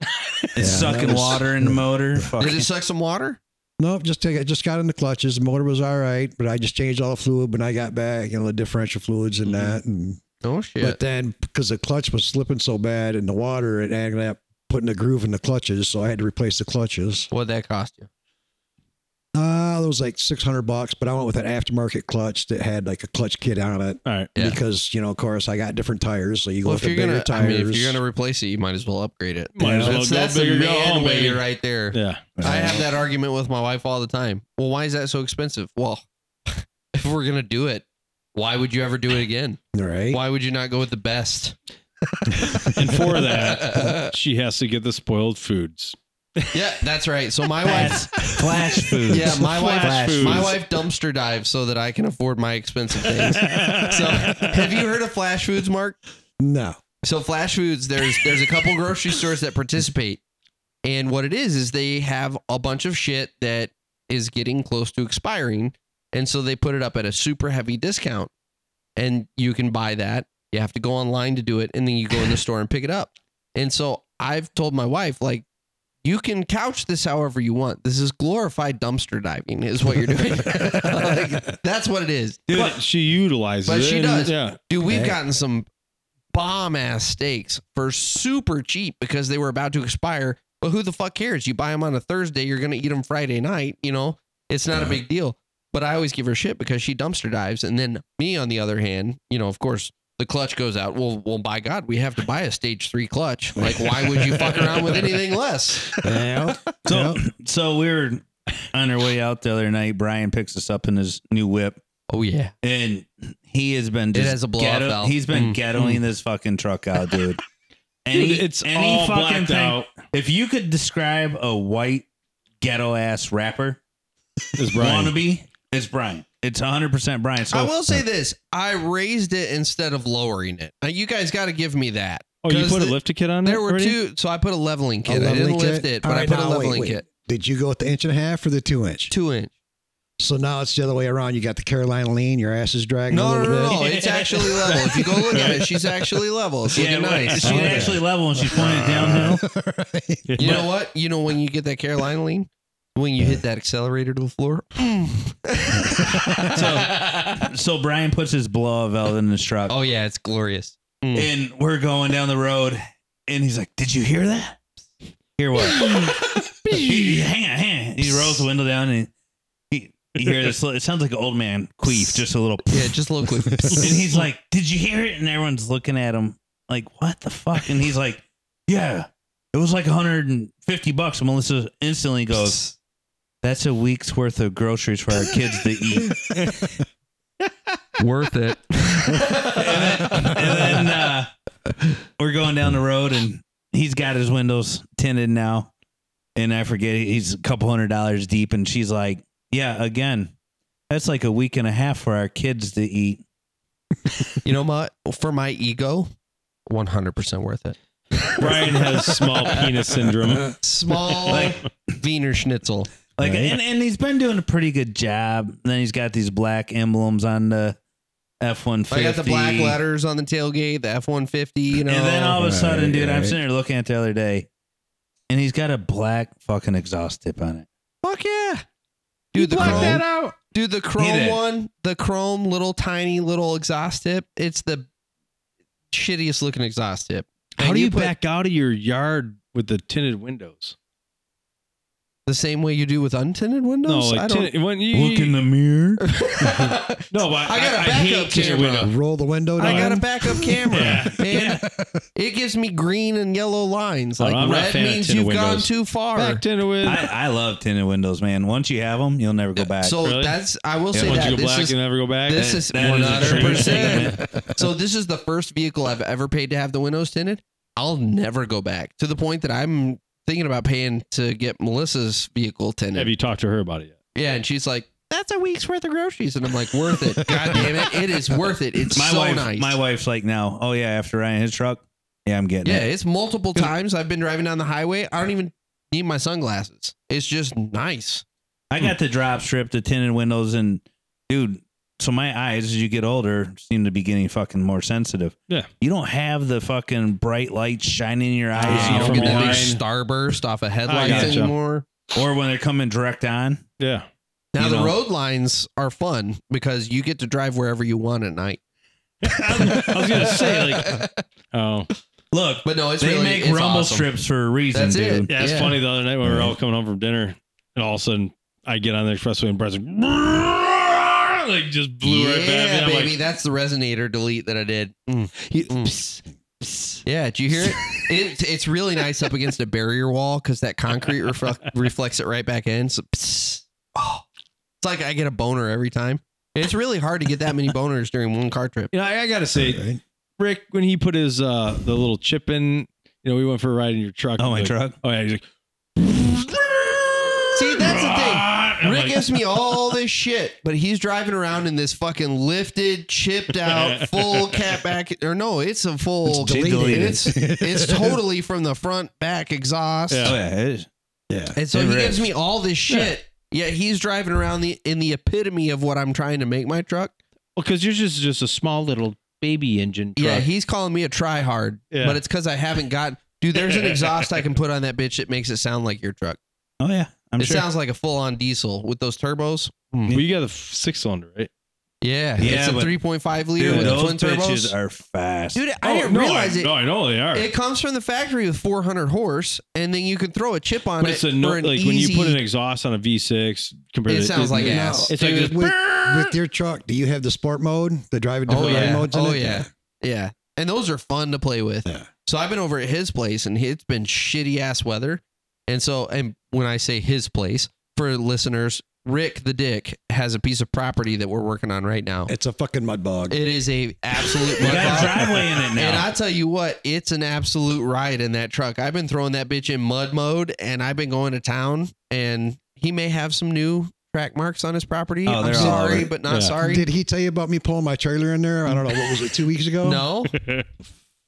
B: It's
D: Yeah,
B: sucking
D: that was-
B: water in the motor. Fuck.
C: Did it suck some water?
D: Nope, just take it. Just got in the clutches. The motor was all right, but I just changed all the fluid when I got back, you know, the differential fluids and that. And
C: Oh
D: but
C: shit.
D: then because the clutch was slipping so bad in the water, it ended up putting a groove in the clutches, so I had to replace the clutches.
C: What'd that cost you?
D: Uh, it was like six hundred bucks, but I went with an aftermarket clutch that had like a clutch kit on it
E: All right.
C: Yeah.
D: because you know, of course, I got different tires, so you go
C: Well,
D: with
C: if
D: the
C: you're
D: bigger
C: gonna,
D: tires.
C: I mean, if you're gonna replace it, you might as well upgrade it.
E: Might as well
C: that's
E: go
C: that's
E: bigger,
C: the
E: go
C: man
E: home,
C: way
E: baby.
C: right there.
E: Yeah.
C: I have that argument with my wife all the time. Well, why is that so expensive? Well, (laughs) if we're gonna do it, why would you ever do it again?
D: right.
C: Why would you not go with the best?
E: (laughs) And
C: (laughs)
E: for that, she has to get the spoiled foods.
C: Yeah, that's right. So my wife,
B: Flash,
E: (laughs)
B: flash food.
C: yeah, my
E: Flash
C: wife,
E: foods.
C: my wife dumpster dives so that I can afford my expensive
E: (laughs)
C: things. (laughs) So, have you heard of Flash Foods, Mark?
D: No.
C: So Flash Foods, there's there's a couple grocery stores that participate, and what it is is they have a bunch of shit that is getting close to expiring, and so they put it up at a super heavy discount, and you can buy that. You have to go online to do it, and then you go in the store and pick it up. And so I've told my wife like. You can couch this however you want. This is glorified dumpster diving, is what you're doing. (laughs) Like, that's what it is.
E: (laughs) Dude, she utilizes
C: But
E: it.
C: she
E: and-
C: does.
E: Yeah.
C: Dude, we've
D: Hey.
C: gotten some bomb ass steaks for super cheap because they were about to expire. But who the fuck cares? You buy them on a Thursday, you're gonna eat them Friday night. You know, it's not a big deal. But I always give her shit because she dumpster dives, and then me on the other hand, you know, of course. The clutch goes out. Well, well, by God, we have to buy a stage three clutch. Like, why would you fuck around with anything less?
D: Yeah.
B: So, so we were on our way out the other night. Brian picks us up in his new whip,
C: Oh yeah,
B: and he has been
C: It
B: just
C: has a blow-off
B: ghetto-
C: valve.
B: He's been
C: Mm.
B: ghettoing this fucking truck out,
C: (laughs)
B: dude. Any,
E: Dude, it's
B: any
E: all
B: fucking
E: blacked
B: thing.
E: out.
B: If you could describe a white ghetto ass rapper
E: Is
B: (laughs)
E: Brian.
B: wannabe, it's Brian. It's 100 percent Brian. So
C: I will say this: I raised it instead of lowering it. Now, you guys got to give me that.
E: Oh, you
C: 'Cause
E: put a
C: the-
E: lift kit on
C: There
E: it
C: were
E: already?
C: two. So I put a leveling kit. I
D: leveling
C: didn't lift it, but
D: All
C: I
D: right,
C: put a
D: now, wait,
C: leveling
D: wait.
C: kit.
D: Did you go with the inch and a half or the two inch?
C: Two inch.
D: So now it's the other way around. You got the Carolina lean. Your ass is dragging a
C: No, no,
D: little
C: no,
D: bit.
C: no. It's actually level. If you go look at it, she's actually level. It's looking
B: Yeah, (laughs)
C: nice.
B: she's actually level and she's pointing downhill.
C: (laughs) You know what? You know when you get that Carolina lean, when you hit that accelerator to the
D: (laughs)
C: floor. (laughs)
B: so, so Brian puts his blow of Elvin in his truck,
C: Oh yeah, it's glorious.
B: and we're going down the road, and he's like, "Did you hear that? Hear what? He- he- hang on, hang on." He rolls the window down, and he, he hear this. little- It sounds like an old man queef, just a little.
C: Yeah, just look
D: (laughs)
C: with.
B: And he's like, "Did you hear it?" And everyone's looking at him like, "What the fuck?" And he's like, "Yeah, it was like 150 bucks." And Melissa instantly goes, "That's a week's worth of groceries for our kids to eat."
C: (laughs) worth it.
B: and then, and then uh, we're going down the road, and he's got his windows tinted now. And I forget he's a couple hundred dollars deep, and she's like, "Yeah, again, that's like a week and a half for our kids to eat."
C: You know what? For my ego, one hundred percent worth it.
E: Brian has
C: (laughs)
E: small penis syndrome.
C: Small
B: Like,
C: Wiener Schnitzel.
B: Like
E: Right.
B: and, and he's been doing a pretty good job. And then he's got these black emblems on the F one fifty.
C: I got the black letters on the tailgate, the F one fifty. You know,
B: And then all of a
D: Right,
B: sudden, dude, I'm
D: right.
B: sitting here looking at it the other day, and he's got a black fucking exhaust tip on it.
C: fuck yeah, dude. The
E: Block
C: chrome,
E: that out.
C: dude. The chrome
B: did.
C: one, the chrome little tiny little exhaust tip. It's the shittiest looking exhaust tip.
E: How
C: And
E: do you,
C: put
E: back out of your yard with the tinted windows?
C: the same way you do with untinted
E: No,
C: windows? I
E: like
C: don't.
E: tinted, when you
B: the mirror.
E: No, but
C: I got a
E: I,
C: backup
E: hate tinted
C: camera.
E: window.
D: Roll the window down.
C: I got a (laughs) backup camera,
E: (laughs) Yeah.
C: man. It gives me green and yellow lines.
E: Oh,
C: Like
E: I'm not a
C: red
E: fan of
C: means
E: tinted
C: you've gone
E: windows.
C: too far.
E: Back tinted window.
B: I, I love tinted windows, man. Once you have them, you'll never go back.
C: so
E: Really?
C: that's I will
B: Yeah,
C: say
B: once
C: that
E: Once you go
C: this
E: black,
C: is
E: you never go back.
C: this is
B: That
C: one
B: is a true
C: hundred percent.
B: statement. (laughs)
C: So this is the first vehicle I've ever paid to have the windows tinted. I'll never go back to the point that I'm thinking about paying to get Melissa's vehicle tinted.
E: Have you talked to her about it yet?
C: Yeah, and she's like, "That's a week's worth of groceries," and I'm like,
B: (laughs)
C: "Worth it, god damn it, it is worth it. It's
B: my
C: so
B: wife,
C: nice."
B: my wife's like now, oh yeah, after Ryan his truck, yeah, I'm getting
C: yeah,
B: it.
C: it's multiple times I've been driving down the highway. I don't even need my sunglasses. It's just nice.
B: I got the drop strip, the tinted windows, and dude, so my eyes as you get older seem to be getting fucking more sensitive.
E: Yeah.
B: You don't have the fucking bright lights shining in your eyes,
E: Ah,
B: you
C: you
B: know,
C: don't
E: from
C: get that big
E: wine.
C: starburst off of headlights
E: gotcha.
C: anymore.
B: or when they're coming direct on.
E: Yeah.
C: Now
B: You
C: the
B: know.
C: road lines are fun because you get to drive wherever you want at night.
E: (laughs) I was gonna
C: (laughs)
E: say like, oh,
B: Look,
C: But no, it's
B: they
C: really
B: make
C: it's
B: rumble
C: awesome.
B: strips for a reason,
C: That's it.
B: dude.
E: yeah. It's
C: Yeah.
E: funny the other night when we were all coming home from dinner, and all of a sudden I get on the expressway and Brett's like, like just blew right
C: Yeah,
E: back.
C: baby, that's the resonator delete that I did. Mm. Mm. Yeah, did you (laughs) hear it? it? It's really nice up against a barrier wall because that concrete reflect, reflects it right back in. So, psst. oh, it's like I get a boner every time. It's really hard to get that many boners during one car trip.
E: You know, I, I gotta say, Rick, when he put his uh the little chip in, you know, we went for a ride in your truck.
B: Oh my
E: Like,
B: truck.
E: Oh yeah, he's like,
C: See, that's the thing.
E: "Ah," I'm
C: Rick
E: like,
C: gives me all this shit, but he's driving around in this fucking lifted, chipped
E: (laughs)
C: out, full cat back. Or no, it's a full.
D: It's deleted.
C: And It's, it's totally from the front back exhaust.
E: Yeah.
B: Oh yeah, it is.
D: yeah.
C: And so
B: It
C: he
B: rips.
C: gives me all this shit. Yet he's driving around the in the epitome of what I'm trying to make my truck.
E: well, because yours is just a small little baby engine. Truck.
C: Yeah, he's calling me a try hard,
E: Yeah.
C: but it's because I haven't gotten. Dude, there's an exhaust I can put on that bitch that makes it sound like your truck.
B: Oh yeah, I'm
C: it
B: sure.
C: sounds like a full on diesel with those turbos. Hmm.
E: well, you got the f- six cylinder, right?
C: Yeah,
B: Yeah,
C: it's a
B: but-
C: 3.5 liter
B: dude,
C: with the
B: those
C: twin turbos.
B: bitches are fast.
C: Dude, I
E: Oh,
C: didn't
E: no,
C: realize
E: I,
C: it.
E: No, I know they are.
C: It comes from the factory with 400 horse, and then you can throw a chip on
E: but
C: it
E: it's a no,
C: for an
E: like
C: easy.
E: when you put an exhaust on a V6 compared
C: it
E: to
C: sounds like
D: No.
C: ass.
E: It's like
D: Dude,
E: this-
D: with, with your truck, do you have the sport mode, the drive it
C: Oh
D: different
C: yeah.
D: modes in
C: Oh
D: it?
C: yeah. Yeah. And those are fun to play with.
D: Yeah.
C: So I've been over at his place and it's been shitty ass weather. And so and when I say his place, for listeners, Rick the Dick has a piece of property that we're working on right now.
D: It's a fucking mud bog.
C: It is a absolute
B: we got a
C: mud bog.
B: driveway in it
C: (laughs) And
B: now.
C: I tell you what, it's an absolute ride in that truck. I've been throwing that bitch in mud mode and I've been going to town and he may have some new track marks on his property.
B: Oh,
C: I'm
B: they're all over
C: sorry,
B: it.
C: but not
E: Yeah.
C: sorry.
D: Did he tell you about me pulling my trailer in there? I don't know. What was it? Two weeks ago?
C: no.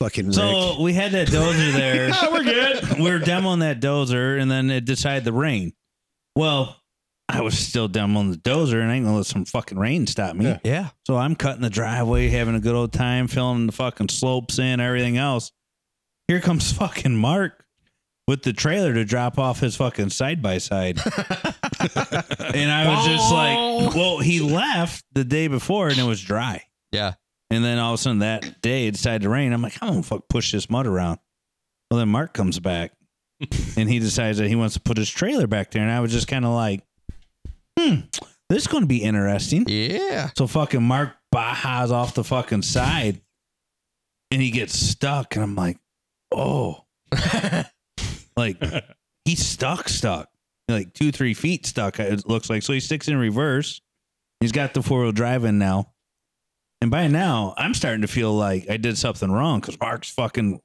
D: Fucking Rick.
B: So we had that dozer (laughs) there. we're good. We were demoing that dozer, and then it decided to rain. Well, I was still demoing the dozer, and I ain't gonna let some fucking rain stop me.
E: Yeah.
C: Yeah.
B: So I'm cutting the driveway, having a good old time, filling the fucking slopes in, everything else. Here comes (laughs) fucking Mark with the trailer to drop off his fucking side by side. And I was just like, well, he left the day before and it was dry.
C: Yeah.
B: And then all of a sudden that day it decided to rain. I'm like, I'm gonna fuck push this mud around. Well then Mark comes back and he decides that he wants to put his trailer back there. And I was just kind of like, hmm, this is gonna be interesting.
C: Yeah.
B: So fucking Mark Baja's off the fucking side and he gets stuck. And I'm like, oh. like he's stuck, stuck. Like two, three feet stuck, it looks like. So he sticks in reverse. He's got the four wheel drive in now. And by now, I'm starting to feel like I did something wrong because Mark's fucking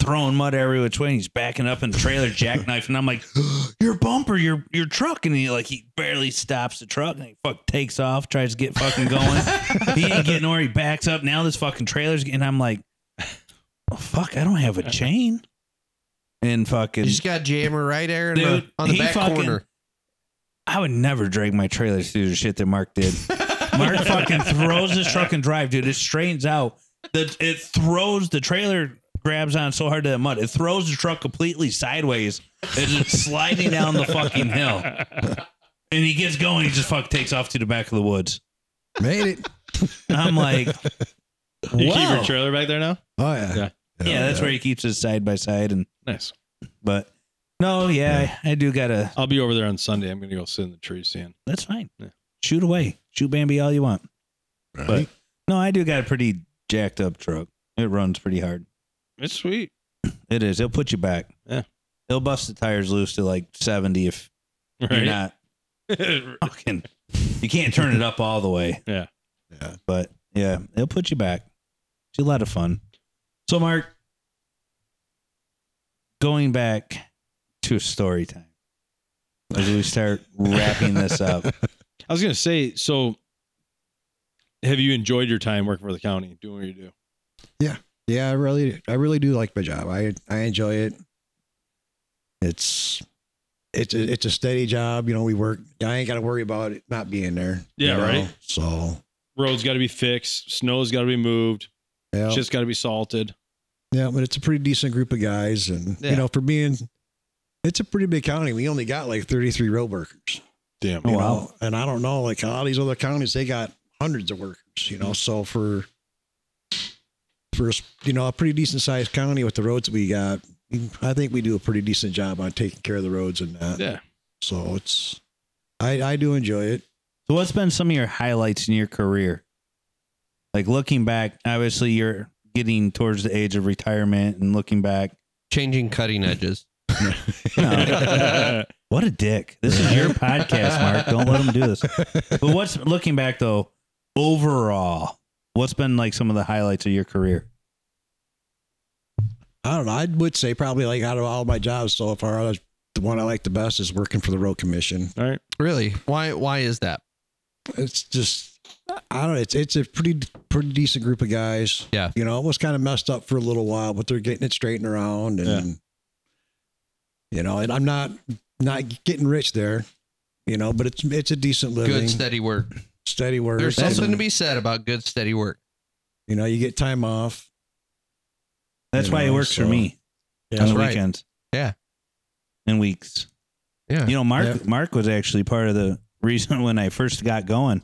B: throwing mud every which way and he's backing up in the trailer jackknife. And I'm like, (gasps) your bumper, your your truck. And he like he barely stops the truck and he fuck takes off, tries to get fucking going. he ain't getting where he backs up. Now this fucking trailer's and I'm like, oh, fuck, I don't have a chain. And fucking
C: You just got jammer right there in the-
B: Dude,
C: on the
B: he
C: back
B: fucking-
C: corner.
B: I would never drag my trailers through the shit that Mark did. Mark fucking throws his truck and drive, dude. It straightens out. The it throws the trailer grabs on so hard to that mud. It throws the truck completely sideways as it's sliding down the fucking hill. And he gets going, he just fuck takes off to the back of the woods.
D: Made it.
B: And I'm like,
E: You keep
B: wow.
E: your trailer back there now?
D: Oh yeah.
E: Yeah.
B: yeah, that's where he keeps his side by side and
E: Nice.
B: but no, yeah, I, I do gotta
E: I'll be over there on Sunday. I'm gonna go sit in the tree stand.
B: that's fine.
E: Yeah.
B: Shoot away. Shoot Bambi all you want.
D: Right.
B: But no, I do got a pretty jacked up truck. It runs pretty hard.
E: It's sweet.
B: It is. It'll put you back.
E: Yeah.
B: It'll bust the tires loose to like 70 if you're
E: (laughs) Right.
B: not fucking. (laughs) You can't turn it up all the way.
E: Yeah.
D: Yeah.
B: But yeah, it'll put you back. It's a lot of fun. So, Mark, going back to story time as we start wrapping this up.
E: I was gonna say, so have you enjoyed your time working for the county, doing what you do?
D: Yeah, I really, I really do like my job. I, I enjoy it. It's, it's, a, it's a steady job. You know, we work. I ain't got to worry about it not being there. you
E: Yeah,
D: know?
E: right.
D: So,
E: Roads gotta be fixed, snow's gotta be moved,
D: yeah,
E: shit's gotta be salted.
D: yeah, but it's a pretty decent group of guys, and
E: Yeah.
D: you know, for being, it's a pretty big county. We only got like thirty-three road workers.
E: Damn.
D: You
B: Oh, wow.
D: know, and I don't know, like all these other counties, they got hundreds of workers. You know, so for, for a s- you know a pretty decent sized county with the roads that we got, I think we do a pretty decent job on taking care of the roads and that.
E: Yeah.
D: So it's, I I do enjoy it.
B: So what's been some of your highlights in your career? Like looking back, obviously you're getting towards the age of retirement and looking back.
C: Changing cutting edges.
B: No,
E: (laughs)
B: what a dick. This is your podcast, Mark. Don't let him do this. But what's looking back though, overall, what's been like some of the highlights of your career?
D: I don't know. I would say probably like out of all my jobs so far, that's the one I like the best is working for the road commission.
E: All right.
C: Really? Why? Why is that?
D: It's just. I don't know. It's it's a pretty pretty decent group of guys.
C: Yeah.
D: You know, it was kind of messed up for a little while, but they're getting it straightened around, and you know, and I'm not not getting rich there, you know, but it's it's a decent living,
C: Good steady work.
D: steady work.
C: There's something
D: and,
C: to be said about good steady work.
D: You know, you get time off.
B: That's
D: You
B: why it
D: know,
B: works for
D: so-
B: me on
C: That's
B: the
C: right.
B: weekends.
C: Yeah.
B: And weeks.
C: Yeah.
B: You know, Mark
D: Yeah.
B: Mark was actually part of the reason (laughs) when I first got going.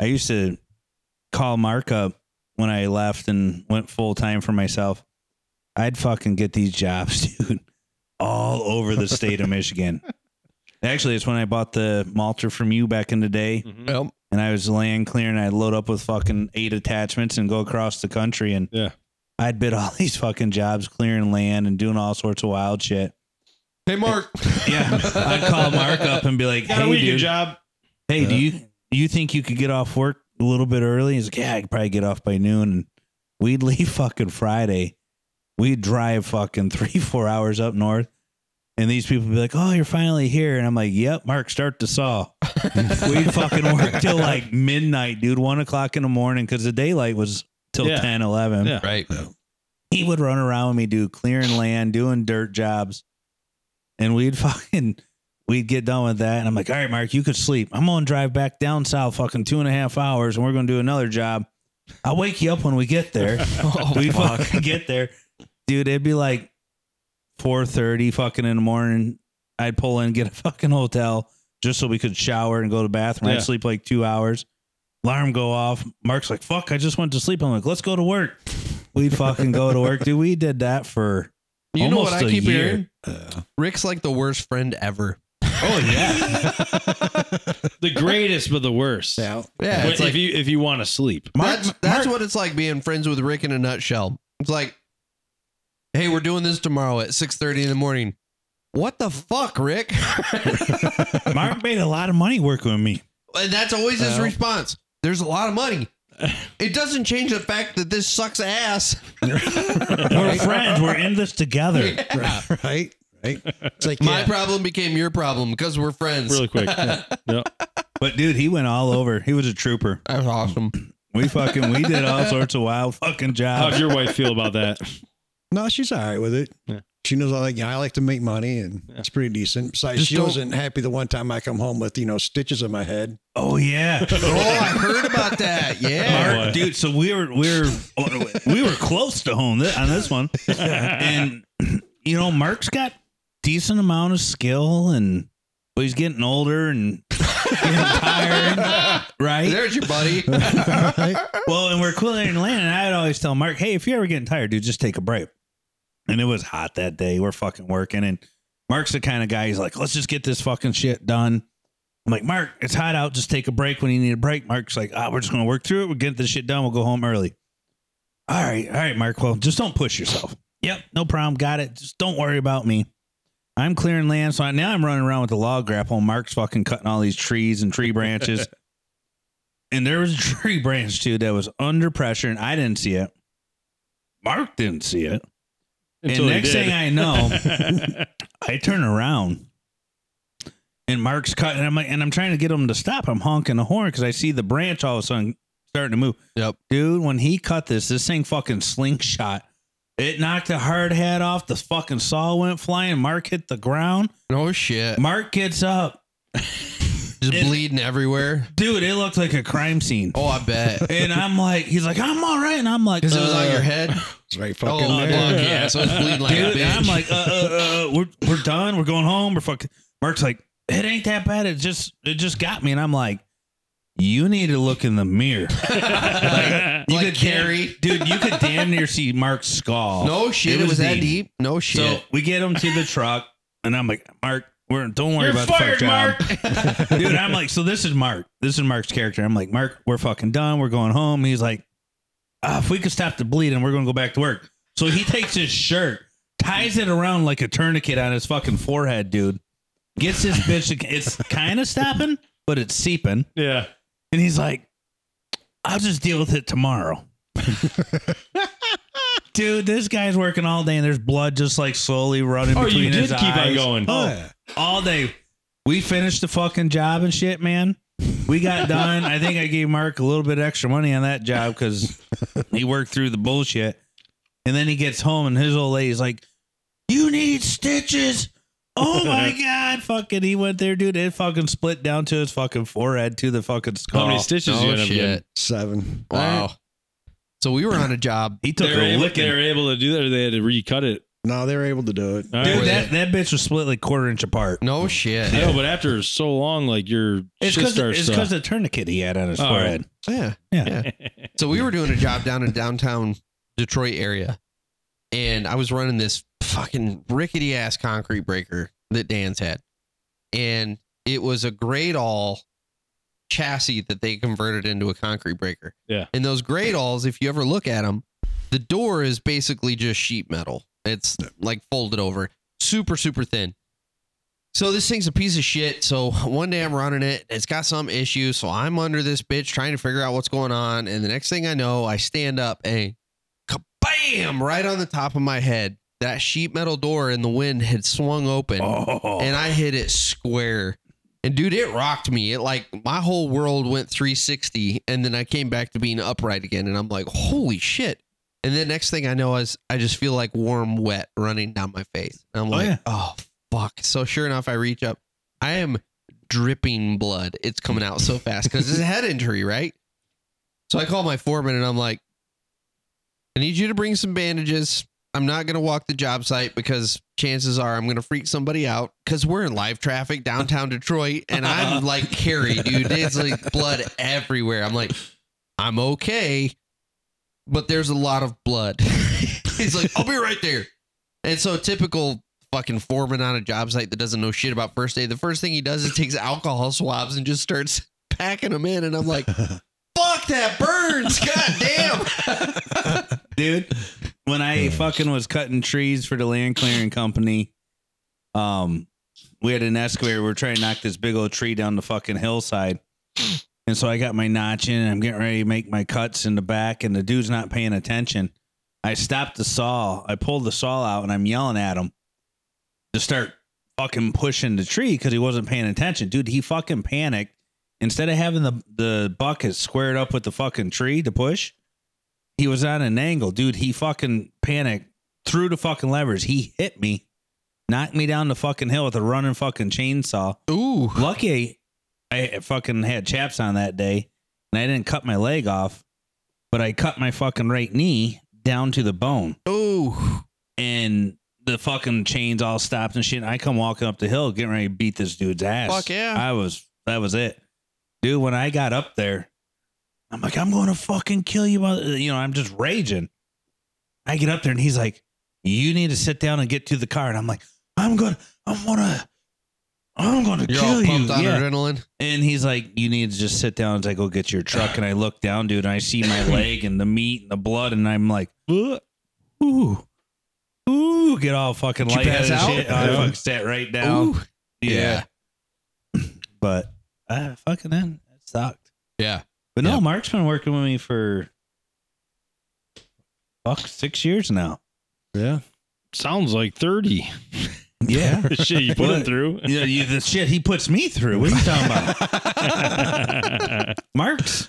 B: I used to call Mark up when I left and went full time for myself. I'd fucking get these jobs, (laughs) dude, all over the state of Michigan. Actually, it's when I bought the malter from you back in the day
E: Mhm.
C: Well,
B: and I was land clearing. I'd load up with fucking eight attachments and go across the country. And
E: Yeah.
B: I'd bid all (laughs) these fucking jobs clearing land and doing all sorts of wild shit.
C: hey
E: (laughs)
C: Mark.
B: Yeah, I'd call Mark up and be like,
E: Got a
B: "Hey,
E: weekend
B: dude,
E: job.
B: hey, do you do you think you could get off work a little bit early?" He's like, "Yeah, I could probably get off by noon." And we'd (laughs) leave fucking Friday. We'd drive fucking three four hours up north. And these people would be like, "Oh, you're finally here," and I'm like, "Yep, Mark, start the saw." We'd fucking work till like midnight, dude, one o'clock in the morning, because the daylight was till
E: Yeah.
B: ten, eleven. 10, 11.
E: Yeah.
C: Right.
B: he would run around with me, dude, clearing land, doing dirt jobs, and we'd (laughs) fucking we'd get done with that. And I'm like, all right, Mark, you could sleep. I'm gonna drive back down south, fucking two and a half hours, and we're gonna do another job. I'll wake you up when we get there. (laughs) we fucking get there, dude. It'd be like four thirty fucking in the morning. I'd pull in, get a fucking hotel just so we could shower and go to the bathroom.
E: Yeah.
B: I'd sleep like two hours. Alarm go off. Mark's like, "Fuck! I just went to sleep." I'm like, "Let's go to work." We fucking go to work, dude. We did that for
C: You know what
B: Almost
C: I
B: a
C: keep
B: year.
C: hearing?
D: Uh,
C: Rick's like the worst friend ever.
E: Oh yeah, the greatest but the worst.
D: yeah.
C: Yeah,
E: But
C: it's like
E: if you if you want to sleep,
C: that's that's what it's like being friends with Rick in a nutshell. It's like, hey, we're doing this tomorrow at six thirty in the morning. What the fuck, Rick? (laughs)
B: Mark made a lot of money working with me.
C: and that's always his
D: Well.
C: response. There's a lot of money. It doesn't change the fact that this sucks ass.
B: We're
C: (laughs)
B: friends. We're in this (laughs) together.
C: (laughs) Yeah.
D: (laughs) Right? Right?
C: (laughs)
D: It's like,
C: My
D: yeah.
C: problem became your problem because we're friends. (laughs)
E: really quick. Yeah. Yep.
B: But dude, he went all over. He was a trooper.
C: That was awesome.
B: We fucking we did (laughs) all sorts of wild fucking
E: How'd
B: jobs.
E: your wife feel about that?
D: No, she's all right with it.
E: Yeah.
D: She knows I like yeah, I like to make money and it's pretty decent. Besides,
C: Just
D: she
C: don't-
D: wasn't happy the one time I come home with, you know, stitches in my head.
B: Oh yeah.
C: Oh, I heard about that. Yeah.
E: boy.
B: Mark, dude. So we were we were we were close to home thi- on this (laughs) one, and you know Mark's got decent amount of skill, and but he's getting older and getting (laughs) tired, right?
C: There's your buddy.
D: Right?
B: Well, and we're clearing land, and I'd always tell Mark, "Hey, if you're ever getting tired, dude, just take a break." And it was hot that day. We're fucking working, and Mark's the kind of guy. He's like, "Let's just get this fucking shit done." I'm like, "Mark, it's hot out. Just take a break when you need a break." Mark's like, "Ah, we're just gonna work through it. We'll get this shit done. We'll go home early." All right, all right, Mark. Well, just don't push yourself. Yep, no problem. Got it. Just don't worry about me. I'm clearing land, so I, now I'm running around with the log grapple. and Mark's fucking cutting all these trees and tree branches. and there was a tree (laughs) branch too that was under pressure, and I didn't see it. Mark didn't see it.
E: Until
B: and
E: he
B: next
E: did.
B: thing I know,
E: (laughs)
B: I turn around and Mark's cutting. And I'm like, and I'm trying to get him to stop. I'm honking the horn because I see the branch all of a sudden starting to move.
C: Yep.
B: Dude, when he cut this, this thing fucking slingshot. It knocked a hard hat off. The fucking saw went flying. Mark hit the ground.
C: Oh shit.
B: Mark gets up.
C: Just
B: It-
C: bleeding everywhere.
B: Dude, it looked like a crime scene.
C: Oh, I bet.
B: And I'm like, he's like, I'm all right. And I'm like,
C: Because it was on
B: uh,
C: your head.
D: It's right
C: Oh,
D: fucking
C: fuck,
D: there.
C: yeah. So it's bleeding like
B: dude.
C: a bitch.
B: and I'm like, uh, uh, uh, we're we're done. We're going home. We're fucking. Mark's like, it ain't that bad. It just it just got me, and I'm like, you need to look in the mirror. (laughs) You
C: Like
B: could
C: Carrie.
B: damn, dude. You could damn near see Mark's skull.
C: no shit. It
B: It
C: was,
B: was
C: that
B: deep.
C: deep. No
B: So
C: shit.
B: we get him to the truck, and I'm like, Mark, we're don't worry
E: You're
B: about
E: fired,
B: the fuck job, (laughs) dude. I'm like, so this is Mark. This is Mark's character. I'm like, Mark, we're fucking done. We're going home. He's like, ah, if we could stop the bleeding, we're gonna go back to work. So he takes his shirt, ties it around like a tourniquet on his fucking forehead, dude. Gets his bitch. to- It's kind of stopping, but it's seeping.
E: yeah.
B: And he's like, I'll just deal with it
E: (laughs)
B: tomorrow. Dude, this guy's working all day and there's blood just like slowly running
E: Oh,
B: between
E: you did
B: his
E: keep on
B: eyes.
E: going.
B: Oh,
D: Yeah.
B: all day. We finished the fucking job and shit, man. We
E: (laughs)
B: got done. I think I gave Mark a little bit extra money on that job because he worked through the bullshit. And then he gets home and his old lady's like, You need stitches. Oh
E: (laughs)
B: my God. Fucking, he went there, dude. It fucking split down to his fucking forehead to the fucking skull.
E: How many stitches you
C: no
E: end up getting?
C: Oh, shit.
D: Seven.
C: Wow. So we were on a job.
B: He took
E: They were,
B: a
E: able,
B: licking.
E: they were able to do that, or they had to recut it.
D: No, they were able to do it.
E: All right.
B: Dude, that, that bitch was split like quarter inch apart.
C: No shit.
E: I know, but after so long, like your
B: It's
E: shit
B: because
E: starts
B: it's
E: to-
B: because the tourniquet he had on his
E: Oh.
B: forehead.
C: Yeah.
B: Yeah.
C: So we were doing a job down in downtown Detroit area, and I was running this fucking rickety ass concrete breaker that Dan's had, and it was a grade all chassis that they converted into a concrete breaker.
E: Yeah.
C: And those grade alls, if you ever look at them, the door is basically just sheet metal. It's like folded over, super super thin. So this thing's a piece of shit. So (laughs) one day I'm running it, it's got some issue. So I'm under this bitch trying to figure out what's going on. And the next thing I know, I stand up and kabam! Right on the top of my head, that sheet metal door in the wind had swung open,
B: Oh.
C: and I hit it square. And dude, it rocked me. It like my whole world went 360, and then I came back to being upright again. And I'm like, holy shit! And the next thing I know is I just feel like warm wet running down my face. And I'm
E: Oh,
C: like,
E: yeah.
C: oh fuck. So sure enough, I reach up. I am dripping blood. It's coming out so fast because it's a head injury, right? So I call my foreman and I'm like, I need you to bring some bandages. I'm not gonna walk the job site because chances are I'm gonna freak somebody out because we're in live traffic downtown Detroit and I'm like Carrie, dude. It's like blood everywhere. I'm like, I'm okay, but there's a lot of blood. (laughs) He's like, I'll be right there. And so typical fucking foreman on a job site that doesn't know shit about first aid. The first thing he does is takes (laughs) alcohol swabs and just starts packing them in. And I'm
E: (laughs)
C: like, fuck that burns. God damn.
B: dude. When I fucking was cutting trees for the land clearing company, um, we had an excavator. We were trying to knock this big old tree down the fucking hillside, and so I got my notch in, and I'm getting ready to make my cuts in the back, and the dude's not paying attention. I stopped the saw. I pulled the saw out, and I'm yelling at him to start fucking pushing the tree because he wasn't paying attention, dude. He fucking panicked. Instead of having the the bucket squared up with the fucking tree to push, he was on an angle, dude. He fucking panicked, threw the fucking levers. He hit me, knocked me down the fucking hill with a running fucking chainsaw.
C: Ooh.
B: Lucky I fucking had chaps on that day and I didn't cut my leg off, but I cut my fucking right knee down to the bone
C: Ooh.
B: and the fucking chains all stopped and shit. And I come walking up the hill, getting ready to beat this dude's ass.
C: Fuck yeah.
B: I was that was it, dude. When I got up there, I'm like, I'm going to fucking kill you, mother. You know, I'm just raging. I get up there and he's like, you need to sit down and get to the car. And I'm like, I'm gonna, I'm gonna, I'm gonna
C: You're
B: kill
C: all pumped
B: you.
C: on
B: yeah.
C: adrenaline.
B: And he's like, "You need to just sit down." As I go get your truck, and I look down, dude, and I see
C: (laughs)
B: my leg and the meat and the blood, and I'm like, "Ugh. "Ooh, ooh, get all fucking
C: Did you
B: lightheaded and
C: pass out?
B: shit." I
E: Yeah.
B: fucking sat right down.
C: Ooh.
B: Yeah.
C: Yeah.
B: (clears throat) but uh, fucking then it sucked.
C: Yeah.
B: But no,
C: Yeah.
B: Mark's been working with me for fuck six years now.
D: Yeah.
E: Sounds
B: (laughs)
E: like 30.
B: Yeah,
E: (laughs) Shit, you put him
B: What?
E: through.
B: yeah, you, the shit he puts me through. What are you talking about?
C: (laughs)
B: Mark's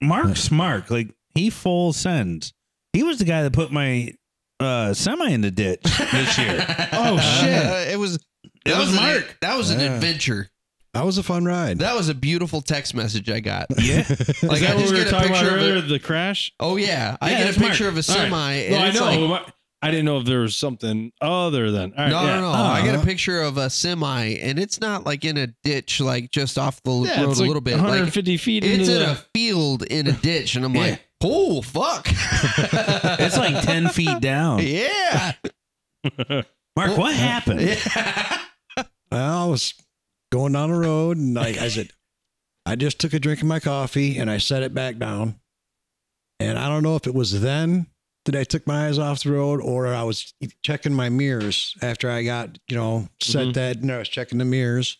B: Mark's Mark, like he full sends. He was the guy that put my uh semi in the ditch this
C: (laughs)
B: year.
E: Oh,
D: Uh,
E: shit.
C: it was
B: It was
C: an-
B: Mark.
C: that was an
D: Yeah.
C: adventure.
D: That was a fun ride.
C: That was a beautiful text message I got.
B: yeah.
C: Like
E: Is that
C: I
E: what
C: just
E: we were
C: get a
E: talking about
C: picture of
E: earlier?
C: it.
E: The crash?
C: Oh yeah, I
B: Yeah,
C: get
B: that's
C: a picture
B: Mark.
C: of a
E: All right.
C: semi. and
E: No, I
C: it's
E: know.
C: like-
E: I didn't know if there was something other than. All right,
C: no,
E: yeah.
C: no, no, I got a picture of a semi, and it's not like in a ditch, like just off the
E: Yeah,
C: road
E: it's
C: a
E: like
C: little bit. Like
E: 150 feet into
C: it's in
E: the-
C: a field in a ditch, and I'm like, oh fuck.
B: It's like ten feet down.
C: yeah.
B: Mark, what happened?
C: yeah.
D: I was going down the road and like I said, I just took a drink of my coffee and I set it back down. And I don't know if it was then that I took my eyes off the road or I was checking my mirrors after I got, you know, set
E: Mhm.
D: that and I was checking the mirrors.